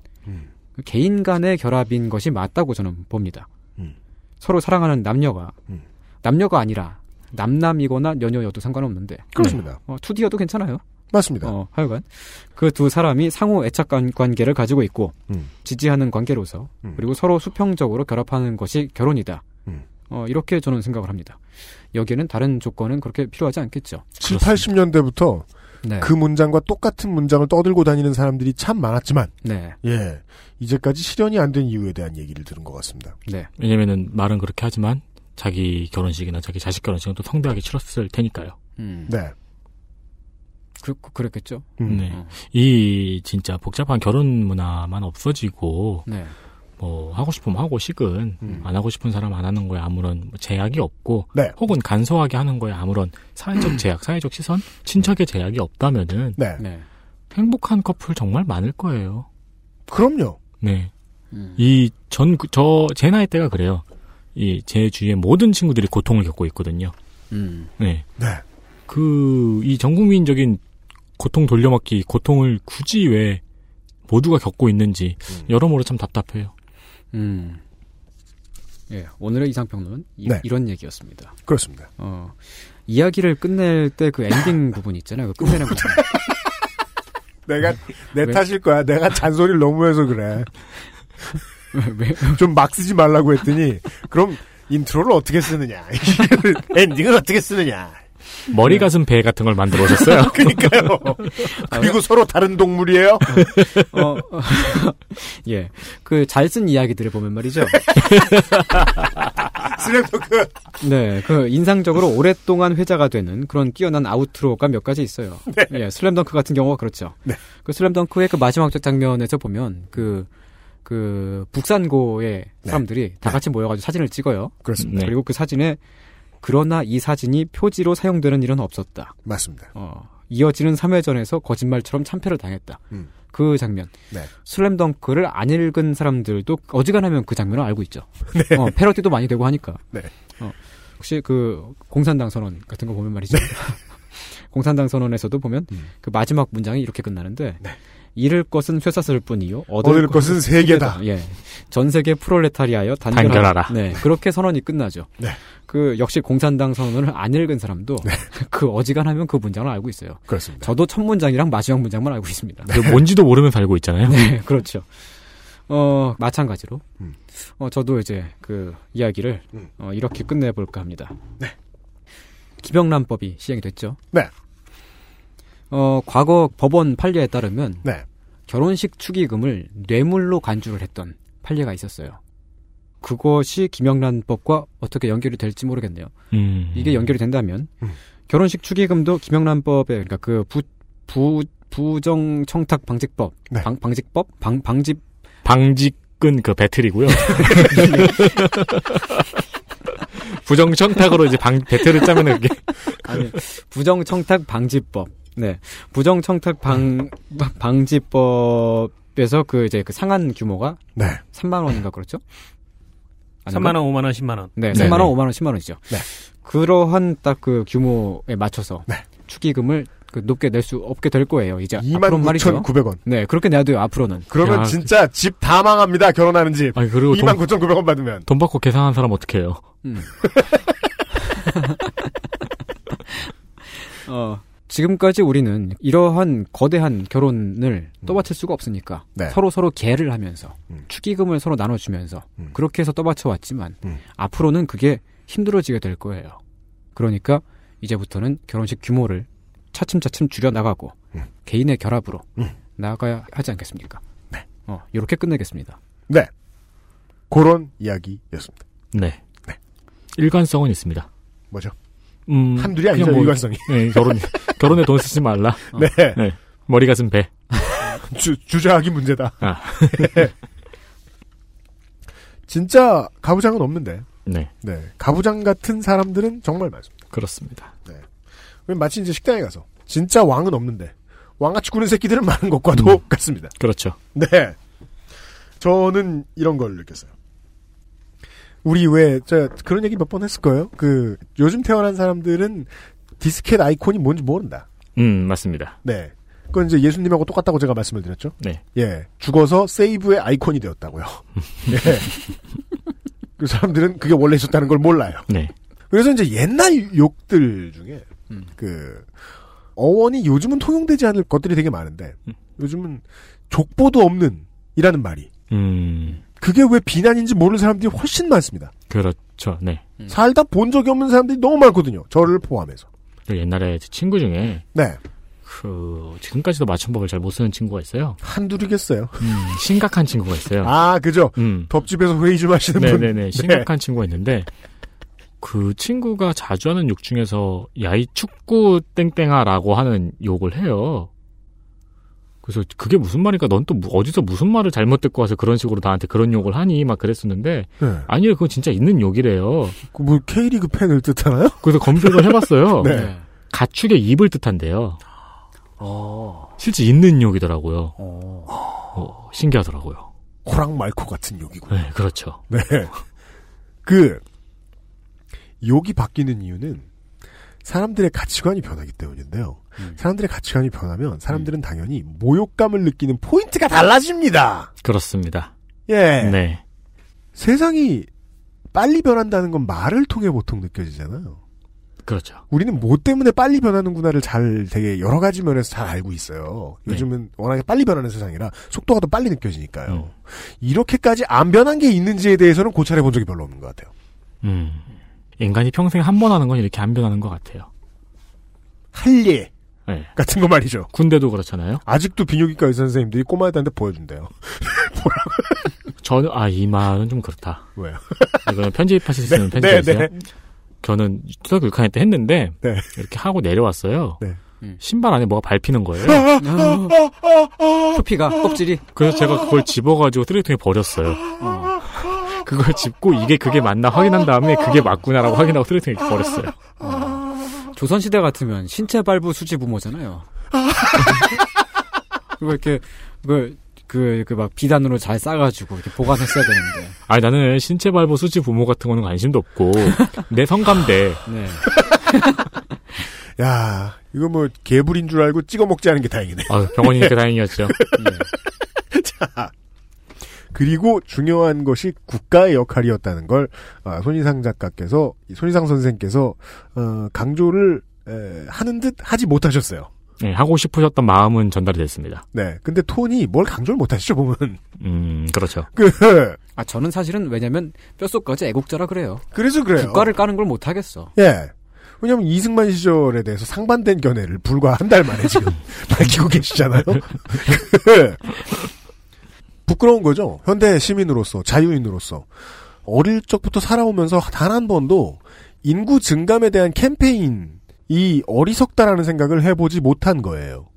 Speaker 9: 그 개인 간의 결합인 것이 맞다고 저는 봅니다.
Speaker 13: 음.
Speaker 9: 서로 사랑하는 남녀가
Speaker 13: 음.
Speaker 9: 남녀가 아니라 남남이거나 여녀여도 상관없는데
Speaker 2: 그렇습니다. 그러니까.
Speaker 9: 어, 투디어도 괜찮아요.
Speaker 2: 맞습니다.
Speaker 9: 어, 하여간 그 두 사람이 상호 애착 관- 관계를 가지고 있고
Speaker 2: 음.
Speaker 9: 지지하는 관계로서
Speaker 2: 음.
Speaker 9: 그리고 서로 수평적으로 결합하는 것이 결혼이다.
Speaker 2: 음.
Speaker 9: 어, 이렇게 저는 생각을 합니다. 여기에는 다른 조건은 그렇게 필요하지 않겠죠.
Speaker 2: 7, 80년대부터
Speaker 9: 네.
Speaker 2: 그 문장과 똑같은 문장을 떠들고 다니는 사람들이 참 많았지만,
Speaker 9: 네.
Speaker 2: 예. 이제까지 실현이 안 된 이유에 대한 얘기를 들은 것 같습니다.
Speaker 9: 네.
Speaker 4: 왜냐면은 말은 그렇게 하지만 자기 결혼식이나 자기 자식 결혼식은 또 성대하게 치렀을 테니까요.
Speaker 9: 음.
Speaker 2: 네. 음.
Speaker 9: 그, 랬겠죠 어.
Speaker 4: 네. 이 진짜 복잡한 결혼 문화만 없어지고
Speaker 9: 네.
Speaker 4: 뭐 하고 싶으면 하고 식은 안 하고 싶은 사람 안 하는 거에 아무런 뭐 제약이 없고
Speaker 2: 네.
Speaker 4: 혹은 간소하게 하는 거에 아무런 사회적 제약, 사회적 시선, 친척의 제약이 없다면은
Speaker 2: 네.
Speaker 4: 행복한 커플 정말 많을 거예요.
Speaker 2: 그럼요.
Speaker 4: 네.
Speaker 9: 음,
Speaker 4: 이 전 그, 저 제 나이 때가
Speaker 9: 음,
Speaker 4: 그래요. 이 제 주위의 모든 친구들이 고통을 겪고 있거든요. 네.
Speaker 2: 네.
Speaker 4: 그, 이 전국민적인 고통 돌려막기, 고통을 굳이 왜 모두가 겪고 있는지, 여러모로 참 답답해요.
Speaker 9: 음. 예, 오늘의 이상평론은 이,
Speaker 4: 네.
Speaker 9: 런 얘기였습니다.
Speaker 2: 그렇습니다.
Speaker 9: 어, 이야기를 끝낼 때 그 엔딩 부분 있잖아요. 그 끝내는 부분.
Speaker 2: 내가 내
Speaker 9: 네. 왜?
Speaker 2: 탓일 거야. 내가 잔소리를 너무 해서 그래. 좀 막 쓰지 말라고 했더니 그럼 인트로를 어떻게 쓰느냐, 엔딩을 어떻게 쓰느냐.
Speaker 9: 음.
Speaker 4: 머리, 가슴, 배 같은 걸 만들어 오셨어요.
Speaker 2: 그러니까요. 그리고 서로 다른 동물이에요.
Speaker 9: 어, 어, 예. 그 잘 쓴 이야기들을 보면 말이죠.
Speaker 2: 슬램덩크.
Speaker 9: 네, 그 인상적으로 오랫동안 회자가 되는 그런 뛰어난 아우트로가 몇 가지 있어요.
Speaker 2: 네.
Speaker 9: 예, 슬램덩크 같은 경우가 그렇죠. 그 슬램덩크의 그 마지막 장면에서 보면 그, 그 북산고의 사람들이 다 같이 모여가지고 사진을 찍어요.
Speaker 2: 네. 그렇습니다.
Speaker 9: 그리고 그 사진에 그러나 이 사진이 표지로 사용되는 일은 없었다.
Speaker 2: 맞습니다.
Speaker 9: 어, 이어지는 3회전에서 거짓말처럼 참패를 당했다.
Speaker 2: 음.
Speaker 9: 그 장면.
Speaker 2: 네.
Speaker 9: 슬램덩크를 안 읽은 사람들도 어지간하면 그 장면을 알고 있죠. 어, 패러디도 많이 되고 하니까.
Speaker 2: 네.
Speaker 9: 어, 혹시 그 공산당 선언 같은 거 보면 말이죠. 공산당 선언에서도 보면
Speaker 2: 음.
Speaker 9: 그 마지막 문장이 이렇게 끝나는데 잃을 것은 쇠사슬 뿐이요. 얻을,
Speaker 2: 네. 얻을 것은 세 개다.
Speaker 9: 예. 전 세계 프롤레타리아여 단결하라.
Speaker 4: 단결하라.
Speaker 9: 네. 그렇게 선언이 끝나죠.
Speaker 2: 네.
Speaker 9: 그 역시 공산당 선언을 안 읽은 사람도 그 어지간하면 그 문장을 알고 있어요.
Speaker 2: 그렇습니다.
Speaker 9: 저도 첫 문장이랑 마지막 문장만 알고 있습니다.
Speaker 4: 그 뭔지도 모르면서 알고 있잖아요.
Speaker 2: 음.
Speaker 9: 네, 그렇죠. 어, 마찬가지로. 어, 저도 이제 그 이야기를 어, 이렇게 끝내볼까 합니다.
Speaker 2: 음. 네.
Speaker 9: 기병란법이 시행이 됐죠.
Speaker 2: 네.
Speaker 9: 어, 과거 법원 판례에 따르면
Speaker 2: 네.
Speaker 9: 결혼식 축의금을 뇌물로 간주를 했던 판례가 있었어요. 그것이 김영란법과 어떻게 연결이 될지 모르겠네요.
Speaker 4: 음.
Speaker 9: 이게 연결이 된다면 결혼식 축의금도 김영란법에 그러니까 그 부, 부, 부정 청탁 방지법 방, 방지법 방, 방지
Speaker 4: 방직은 그 배틀이고요. 부정청탁으로 이제 방, 배틀을 짜면은 그게.
Speaker 9: 아니 부정 청탁 방지법 네 부정 청탁 방 방지법에서 그 이제 그 상한 규모가
Speaker 2: 네.
Speaker 9: 3만 원인가 그렇죠? 아닌가?
Speaker 8: 3만 원, 5만 원, 10만 원.
Speaker 9: 네, 3만 원, 5만 원, 10만 원이죠. 그러한 딱 그 규모에 맞춰서 축의금을 그 높게 낼 수 없게 될 거예요. 이제
Speaker 2: 29,900
Speaker 9: 앞으로는 말이죠.
Speaker 2: 29,900원.
Speaker 9: 네, 그렇게 내야 돼요. 앞으로는.
Speaker 2: 그러면 진짜 집 다 망합니다. 결혼하는 집.
Speaker 4: 아니, 그리고 돈-
Speaker 2: 29,900원 받으면.
Speaker 4: 돈 받고 계산한 사람 어떻게 해요?
Speaker 9: 어, 지금까지 우리는 이러한 거대한 결혼을 떠받칠 수가 없으니까
Speaker 2: 네.
Speaker 9: 서로 서로 계를 하면서 축의금을 서로 나눠주면서 그렇게 해서 떠받쳐 왔지만 앞으로는 그게 힘들어지게 될 거예요. 그러니까 이제부터는 결혼식 규모를 차츰차츰 줄여 나가고 개인의 결합으로 나가야 하지 않겠습니까? 어, 이렇게 끝내겠습니다.
Speaker 2: 네. 그런 이야기였습니다.
Speaker 4: 네. 일관성은 있습니다.
Speaker 2: 뭐죠?
Speaker 4: 음,
Speaker 2: 한둘이 아니죠,
Speaker 4: 그냥 뭐,
Speaker 2: 일관성이.
Speaker 4: 네, 결혼, 결혼에 돈 쓰지 말라.
Speaker 2: 네.
Speaker 4: 머리 가슴 배.
Speaker 2: 주, 주저하기 문제다.
Speaker 4: 아.
Speaker 2: 진짜 가부장은 없는데.
Speaker 4: 네.
Speaker 2: 네. 가부장 같은 사람들은 정말 많습니다.
Speaker 4: 그렇습니다.
Speaker 2: 네. 왜 마치 이제 식당에 가서 진짜 왕은 없는데 왕같이 구는 새끼들은 많은 것과도 같습니다.
Speaker 4: 그렇죠.
Speaker 2: 네. 저는 이런 걸 느꼈어요. 우리 왜, 저, 그런 얘기 몇 번 했을 거예요? 그, 요즘 태어난 사람들은 디스켓 아이콘이 뭔지 모른다.
Speaker 4: 음, 맞습니다.
Speaker 2: 네. 그건 이제 예수님하고 똑같다고 제가 말씀을 드렸죠?
Speaker 4: 네.
Speaker 2: 예. 죽어서 세이브의 아이콘이 되었다고요. 예. 그 사람들은 그게 원래 있었다는 걸 몰라요.
Speaker 4: 네.
Speaker 2: 그래서 이제 옛날 욕들 중에,
Speaker 4: 음.
Speaker 2: 그, 어원이 요즘은 통용되지 않을 것들이 되게 많은데,
Speaker 4: 음.
Speaker 2: 요즘은 족보도 없는 이라는 말이,
Speaker 4: 음,
Speaker 2: 그게 왜 비난인지 모르는 사람들이 훨씬 많습니다.
Speaker 4: 그렇죠. 네.
Speaker 2: 살다 본 적이 없는 사람들이 너무 많거든요. 저를 포함해서.
Speaker 4: 그 옛날에 제 친구 중에
Speaker 2: 네.
Speaker 4: 그 지금까지도 맞춤법을 잘 못 쓰는 친구가 있어요.
Speaker 2: 한둘이겠어요.
Speaker 4: 음, 심각한 친구가 있어요. 음.
Speaker 2: 아, 그죠? 덥집에서 회의 좀 하시는 분.
Speaker 4: 네네네. 심각한 친구가 있는데 그 친구가 자주 하는 욕 중에서 야이 축구 땡땡아라고 하는 욕을 해요. 그래서 그게 무슨 말일까? 넌 또 어디서 무슨 말을 잘못 듣고 와서 그런 식으로 나한테 그런 욕을 하니 막 그랬었는데
Speaker 2: 네.
Speaker 4: 아니요 그건 진짜 있는 욕이래요.
Speaker 2: 그 뭐 K리그 팬을 뜻하나요?
Speaker 4: 그래서 검색을 해봤어요.
Speaker 2: 네. 네.
Speaker 4: 가축의 입을 뜻한대요.
Speaker 2: 어.
Speaker 4: 실제 있는 욕이더라고요. 어, 신기하더라고요.
Speaker 2: 호랑 말코 같은 욕이고.
Speaker 4: 네, 그렇죠.
Speaker 2: 네. 그 욕이 바뀌는 이유는 사람들의 가치관이 변하기 때문인데요. 사람들의 가치관이 변하면 사람들은 당연히 모욕감을 느끼는 포인트가 달라집니다.
Speaker 4: 그렇습니다.
Speaker 2: 예.
Speaker 4: 네.
Speaker 2: 세상이 빨리 변한다는 건 말을 통해 보통 느껴지잖아요.
Speaker 4: 그렇죠.
Speaker 2: 우리는 뭐 때문에 빨리 변하는구나를 잘 되게 여러 가지 면에서 잘 알고 있어요. 요즘은 워낙에 빨리 변하는 세상이라 속도가 더 빨리 느껴지니까요. 이렇게까지 안 변한 게 있는지에 대해서는 고찰해 본 적이 별로 없는 것 같아요.
Speaker 4: 음. 인간이 평생 한 번 하는 건 이렇게 안 변하는 것 같아요.
Speaker 2: 할례
Speaker 4: 네.
Speaker 2: 같은 거 말이죠.
Speaker 4: 군대도 그렇잖아요.
Speaker 2: 아직도 비뇨기과 의사 선생님들이 꼬마애들한테 보여준대요.
Speaker 4: 저는 아 이 말은 좀 그렇다.
Speaker 2: 왜요?
Speaker 4: 이거는 편집하실 수 있는
Speaker 2: 네,
Speaker 4: 편집이세요?
Speaker 2: 네,
Speaker 4: 저는 초등학교 6학년 때 했는데
Speaker 2: 네.
Speaker 4: 이렇게 하고 내려왔어요.
Speaker 9: 음.
Speaker 4: 신발 안에 뭐가 밟히는 거예요.
Speaker 9: 표피가 껍질이
Speaker 4: 그래서 제가
Speaker 2: 아.
Speaker 4: 그걸 집어가지고 쓰레기통에 버렸어요. 음. 그걸 집고 이게 그게 맞나 확인한 다음에 그게 맞구나라고 확인하고 쓰레기통에 이렇게 버렸어요.
Speaker 9: 조선시대 같으면 신체 발부 수지 부모잖아요. 그거 이렇게 그 그, 그, 막, 비단으로 잘 싸가지고, 이렇게 보관했어야 되는데.
Speaker 4: 아니 나는 신체 발부 수지 부모 같은 거는 관심도 없고 내 성감대
Speaker 9: 네.
Speaker 2: 야, 이거 뭐 개불인 줄 알고 찍어 먹지 않은 게 다행이네.
Speaker 4: 아, 병원이니까 다행이었죠.
Speaker 2: 자, 그리고 중요한 것이 국가의 역할이었다는 걸 아, 손희상 작가께서 이 손희상 선생께서 어, 강조를 에, 하는 듯 하지 못하셨어요.
Speaker 4: 네, 하고 싶으셨던 마음은 전달이 됐습니다.
Speaker 2: 네, 근데 톤이 뭘 강조를 못하시죠 보면.
Speaker 4: 음 그렇죠.
Speaker 2: 그
Speaker 9: 아, 저는 사실은 왜냐면, 뼛속까지 애국자라 그래요.
Speaker 2: 그래서 그래요.
Speaker 9: 국가를 까는 걸 못하겠어.
Speaker 2: 예. 왜냐면 이승만 시절에 대해서 상반된 견해를 불과 한 달 만에 지금 밝히고 계시잖아요. 부끄러운 거죠. 현대 시민으로서 자유인으로서 어릴 적부터 살아오면서 단 한 번도 인구 증감에 대한 캠페인이 어리석다라는 생각을 해보지 못한 거예요.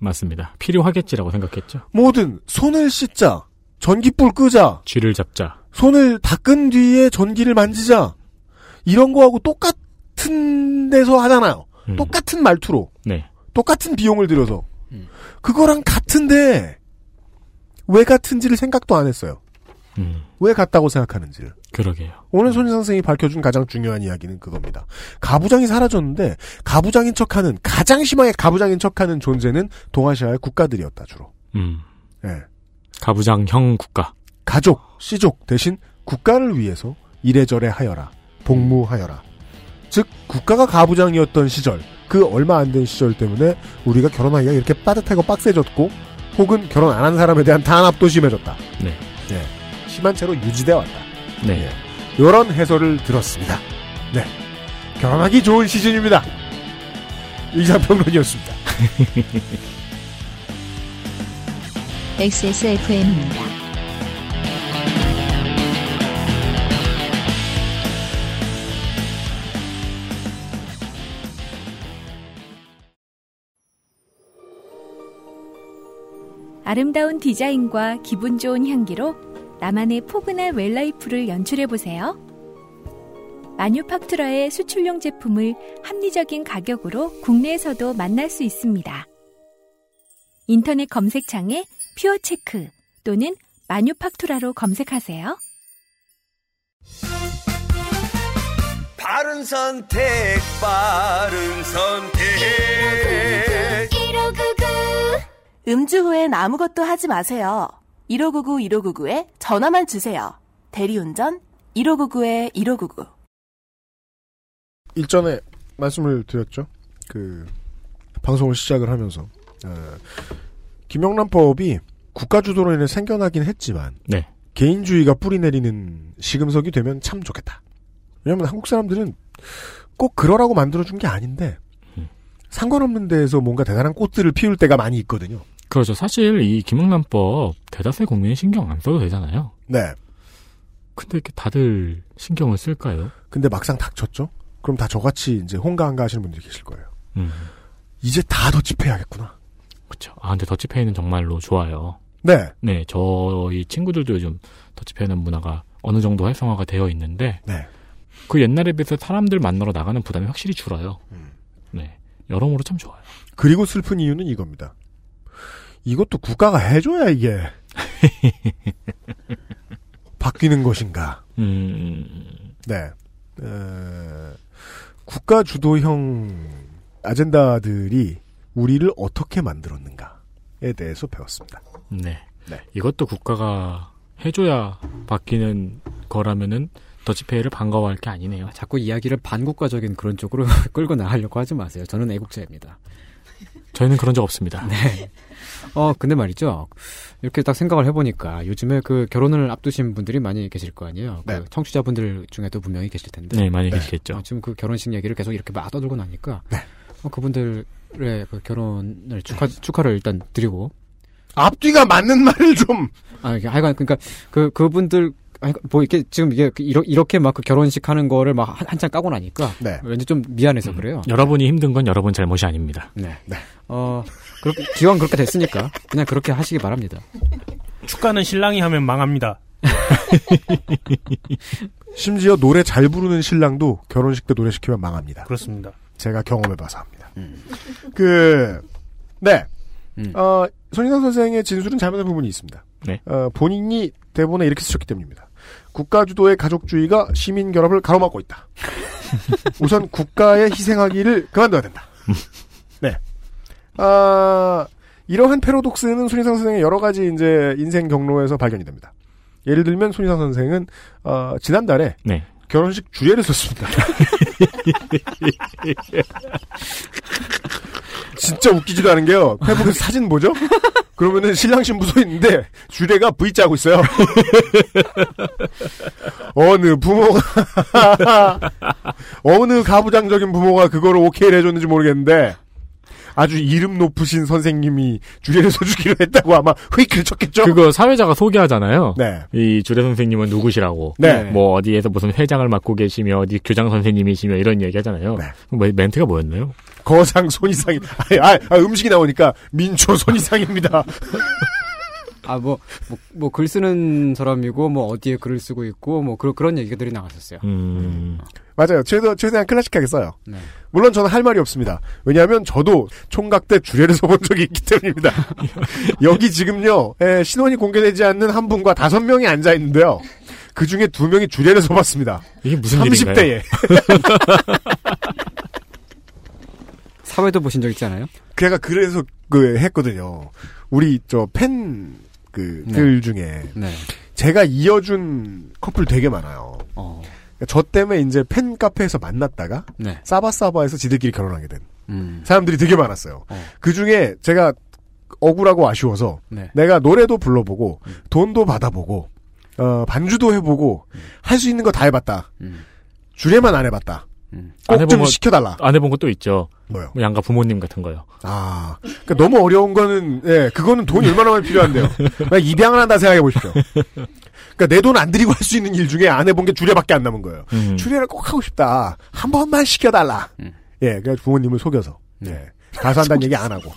Speaker 4: 맞습니다. 필요하겠지라고 생각했죠.
Speaker 2: 뭐든 손을 씻자, 전기불 끄자,
Speaker 4: 쥐를 잡자.
Speaker 2: 손을 닦은 뒤에 전기를 만지자 이런 거하고 똑같은 데서 하잖아요.
Speaker 4: 음.
Speaker 2: 똑같은 말투로
Speaker 4: 네.
Speaker 2: 똑같은 비용을 들여서 그거랑 같은데 왜 같은지를 생각도 안 했어요.
Speaker 4: 음,
Speaker 2: 왜 같다고 생각하는지를.
Speaker 4: 그러게요.
Speaker 2: 오늘 손희 선생이 밝혀준 가장 중요한 이야기는 그겁니다. 가부장이 사라졌는데 가부장인 척하는 가장 심하게 가부장인 척하는 존재는 동아시아의 국가들이었다 주로.
Speaker 4: 음.
Speaker 2: 예.
Speaker 4: 가부장형 국가.
Speaker 2: 가족, 씨족 대신 국가를 위해서 이래저래 하여라. 복무하여라. 즉 국가가 가부장이었던 시절, 그 얼마 안 된 시절 때문에 우리가 결혼하기가 이렇게 빠듯하고 빡세졌고 혹은 결혼 안 한 사람에 대한 탄압도 심해졌다.
Speaker 4: 네.
Speaker 2: 예. 심한 채로 유지돼 왔다.
Speaker 4: 네.
Speaker 2: 이런 해설을 들었습니다. 네. 결혼하기 좋은 시즌입니다. 이상평론이었습니다.
Speaker 1: XSFM입니다.
Speaker 7: 아름다운 디자인과 기분 좋은 향기로 나만의 포근한 웰라이프를 연출해보세요. 마뉴팍투라의 수출용 제품을 합리적인 가격으로 국내에서도 만날 수 있습니다. 인터넷 검색창에 퓨어체크 또는 마뉴팍투라로 검색하세요.
Speaker 12: 바른 선택, 바른 선택.
Speaker 13: 음주 후엔 아무것도 하지 마세요. 1599-1599에 전화만 주세요. 대리운전 1599-1599.
Speaker 2: 일전에 말씀을 드렸죠. 그 방송을 시작을 하면서 어, 김영란법이 국가 주도로 인해 생겨나긴 했지만
Speaker 4: 네.
Speaker 2: 개인주의가 뿌리내리는 시금석이 되면 참 좋겠다. 왜냐하면 한국 사람들은 꼭 그러라고 만들어준 게 아닌데 상관없는 데에서 뭔가 대단한 꽃들을 피울 때가 많이 있거든요.
Speaker 4: 그렇죠. 사실 이 김영란법 대다수의 국민이 신경 안 써도 되잖아요.
Speaker 2: 네.
Speaker 4: 근데 이렇게 다들 신경을 쓸까요?
Speaker 2: 근데 막상 닥쳤죠. 그럼 다 저같이 이제 홍가한가 하시는 분들이 계실 거예요.
Speaker 4: 음.
Speaker 2: 이제 다 더집해야겠구나.
Speaker 4: 그렇죠. 아 근데 더치페이는 정말로 좋아요.
Speaker 2: 네.
Speaker 4: 네, 저희 친구들도 요즘 더치페이는 문화가 어느 정도 활성화가 되어 있는데
Speaker 2: 네.
Speaker 4: 그 옛날에 비해서 사람들 만나러 나가는 부담이 확실히 줄어요. 네, 여러모로 참 좋아요.
Speaker 2: 그리고 슬픈 이유는 이겁니다. 이것도 국가가 해줘야 이게 바뀌는 것인가.
Speaker 4: 음,
Speaker 2: 네. 에, 국가 주도형 아젠다들이 우리를 어떻게 만들었는가에 대해서 배웠습니다.
Speaker 4: 네. 이것도 국가가 해줘야 바뀌는 거라면은 더치페이를 반가워할 게 아니네요.
Speaker 9: 자꾸 이야기를 반국가적인 그런 쪽으로 끌고 나가려고 하지 마세요. 저는 애국자입니다.
Speaker 4: 저희는 그런 적 없습니다.
Speaker 9: 네. 어, 근데 말이죠. 이렇게 딱 생각을 해보니까 요즘에 그 결혼을 앞두신 분들이 많이 계실 거 아니에요.
Speaker 2: 네.
Speaker 9: 그 청취자분들 중에도 분명히 계실 텐데.
Speaker 4: 네, 많이 네. 계시겠죠.
Speaker 9: 어, 지금 그 결혼식 얘기를 계속 이렇게 막 떠들고 나니까. 어, 그분들의 그 결혼을 축하, 축하를 일단 드리고.
Speaker 2: 앞뒤가 맞는 말을 좀!
Speaker 9: 아, 이게 하여간, 그니까 그, 그분들, 아니, 뭐 이렇게 지금 이게 그 이러- 이렇게 막 그 결혼식 하는 거를 막 한, 한참 까고 나니까. 왠지 좀 미안해서 그래요.
Speaker 4: 여러분이 힘든 건 여러분 잘못이 아닙니다.
Speaker 9: 음. 네. 어, 그렇게, 기왕 그렇게 됐으니까 그냥 그렇게 하시기 바랍니다.
Speaker 8: 축가는 신랑이 하면 망합니다.
Speaker 2: 심지어 노래 잘 부르는 신랑도 결혼식 때 노래 시키면 망합니다.
Speaker 8: 그렇습니다.
Speaker 2: 제가 경험해봐서 합니다. 그, 네. 어, 손인상 선생의 진술은 잘못된 부분이 있습니다.
Speaker 4: 네.
Speaker 2: 어, 본인이 대본에 이렇게 쓰셨기 때문입니다. 국가주도의 가족주의가 시민 결합을 가로막고 있다. 우선 국가의 희생하기를 그만둬야 된다. 네. 아, 이러한 패러독스는 손희상 선생의 여러 가지 이제 인생 경로에서 발견이 됩니다. 예를 들면 손희상 선생은 어, 지난달에
Speaker 4: 네.
Speaker 2: 결혼식 주례를 썼습니다. 진짜 웃기지도 않은 게요. 페북에서 사진 보죠? 그러면은 신랑 신부 서 있는데 주례가 V자 하고 있어요. 어느 부모가 어느 가부장적인 부모가 그거를 오케이를 해줬는지 모르겠는데 아주 이름 높으신 선생님이 주례를 서주기로 했다고 아마 회의를 쳤겠죠.
Speaker 4: 그거 사회자가 소개하잖아요.
Speaker 2: 네.
Speaker 4: 이 주례 선생님은 누구시라고.
Speaker 2: 네.
Speaker 4: 뭐 어디에서 무슨 회장을 맡고 계시며 어디 교장 선생님이시며 이런 얘기 하잖아요.
Speaker 2: 네.
Speaker 4: 뭐 멘트가 뭐였나요?
Speaker 2: 거상 손이상이 아, 아, 음식이 나오니까 민초 손이상입니다.
Speaker 9: 아, 뭐, 뭐, 뭐 글 쓰는 사람이고, 뭐, 어디에 글을 쓰고 있고, 뭐, 그런, 그런 얘기들이 나갔었어요.
Speaker 4: 음,
Speaker 2: 음. 맞아요. 최대, 최대한 클래식하게 써요. 물론 저는 할 말이 없습니다. 왜냐하면 저도 총각 때 주례를 서본 적이 있기 때문입니다. 여기 지금요 에, 신원이 공개되지 않는 한 분과 다섯 명이 앉아 있는데요. 그 중에 두 명이 주례를 서봤습니다.
Speaker 4: 이게 무슨
Speaker 2: 30대에 예.
Speaker 9: 사회도 보신 적 있지 않아요?
Speaker 2: 걔가 그래서 그 했거든요. 우리 저 팬 그들 중에
Speaker 9: 네.
Speaker 2: 제가 이어준 커플 되게 많아요.
Speaker 9: 어.
Speaker 2: 저 때문에 이제 팬 카페에서 만났다가
Speaker 9: 네.
Speaker 2: 사바사바에서 지들끼리 결혼하게 된
Speaker 9: 음.
Speaker 2: 사람들이 되게 많았어요. 그 중에 제가 억울하고 아쉬워서
Speaker 9: 네.
Speaker 2: 내가 노래도 불러보고 돈도 받아보고 어, 반주도 해보고 할 수 있는 거 다 해봤다. 주례만 안 음. 해봤다.
Speaker 4: 안
Speaker 2: 꼭
Speaker 4: 해본
Speaker 2: 좀
Speaker 4: 거-
Speaker 2: 시켜달라.
Speaker 4: 안 해본 것도 있죠.
Speaker 2: 뭐요?
Speaker 4: 양가 부모님 같은 거요.
Speaker 2: 아, 그러니까 너무 어려운 거는 예, 그거는 돈이 얼마나 많이 필요한데요. 만약 입양을 한다 생각해 보십시오. 그러니까 내 돈 안 드리고 할 수 있는 일 중에 안 해본 게 주례밖에 안 남은 거예요.
Speaker 4: 음.
Speaker 2: 주례를 꼭 하고 싶다. 한 번만 시켜달라. 예, 그래서 부모님을 속여서
Speaker 4: 네.
Speaker 2: 예, 가서 한다는 얘기 안 하고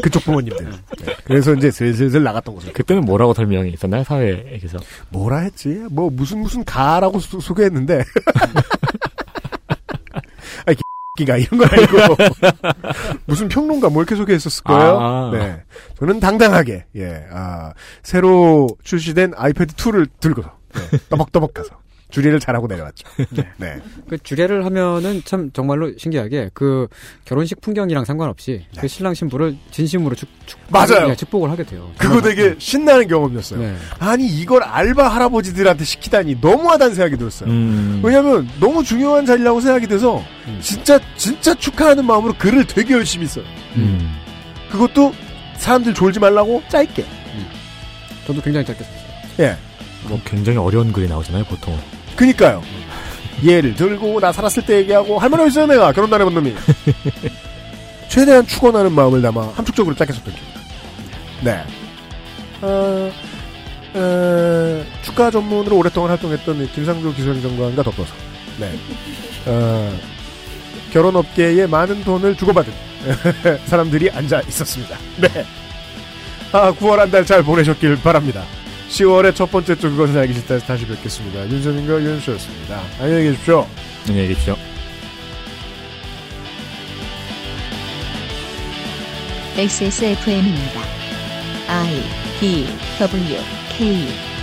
Speaker 2: 그쪽 부모님들.
Speaker 4: 네.
Speaker 2: 예, 그래서 이제 슬슬슬 나갔던 거죠.
Speaker 4: 그때는 뭐라고 설명이 있었나요? 사회에서.
Speaker 2: 뭐라 했지? 뭐 무슨 무슨 가라고 소, 개했는 데 아이 기가 이런 거 아니고 무슨 평론가 뭐 이렇게 소개했었을 거예요.
Speaker 4: 아.
Speaker 2: 네, 저는 당당하게 예, 아, 새로 출시된 아이패드 2를 들고서 네, 떠벅떠벅 가서 주리를 잘하고 내려왔죠. 네.
Speaker 9: 그 주례를 하면은 참 정말로 신기하게 그 결혼식 풍경이랑 상관없이 그 신랑 신부를 진심으로 축, 축
Speaker 2: 네. 맞아요.
Speaker 9: 예, 축복을 하게 돼요.
Speaker 2: 그거 되게 신나는 경험이었어요.
Speaker 9: 네.
Speaker 2: 아니 이걸 알바 할아버지들한테 시키다니 너무하다는 생각이 들었어요.
Speaker 4: 음.
Speaker 2: 왜냐하면 너무 중요한 자리라고 생각이 돼서 진짜 진짜 축하하는 마음으로 글을 되게 열심히 써요.
Speaker 4: 음.
Speaker 2: 그것도 사람들 졸지 말라고 짧게.
Speaker 9: 저도 굉장히 짧게 썼어요.
Speaker 2: 예.
Speaker 4: 뭐 굉장히 어려운 글이 나오잖아요, 보통.
Speaker 2: 음. 그니까요. 얘를 들고 나 살았을 때 얘기하고 할머니 어디 있어요 내가 결혼 안 해본 놈이. 최대한 축원하는 마음을 담아 함축적으로 짧게 썼던 기억이다. 네. 어, 어, 축가 전문으로 오랫동안 활동했던 김상조 기술 장관과 더불어서 네. 어, 결혼 업계에 많은 돈을 주고받은 사람들이 앉아 있었습니다. 네. 아, 9월 한 달 잘 보내셨길 바랍니다. 10월의 첫 번째 주 그것은 알기 싫다 다시 뵙겠습니다. 윤선인과 윤수였습니다. 안녕히 계십시오.
Speaker 4: 안녕히 계십시오.
Speaker 1: XSFM입니다. I D W K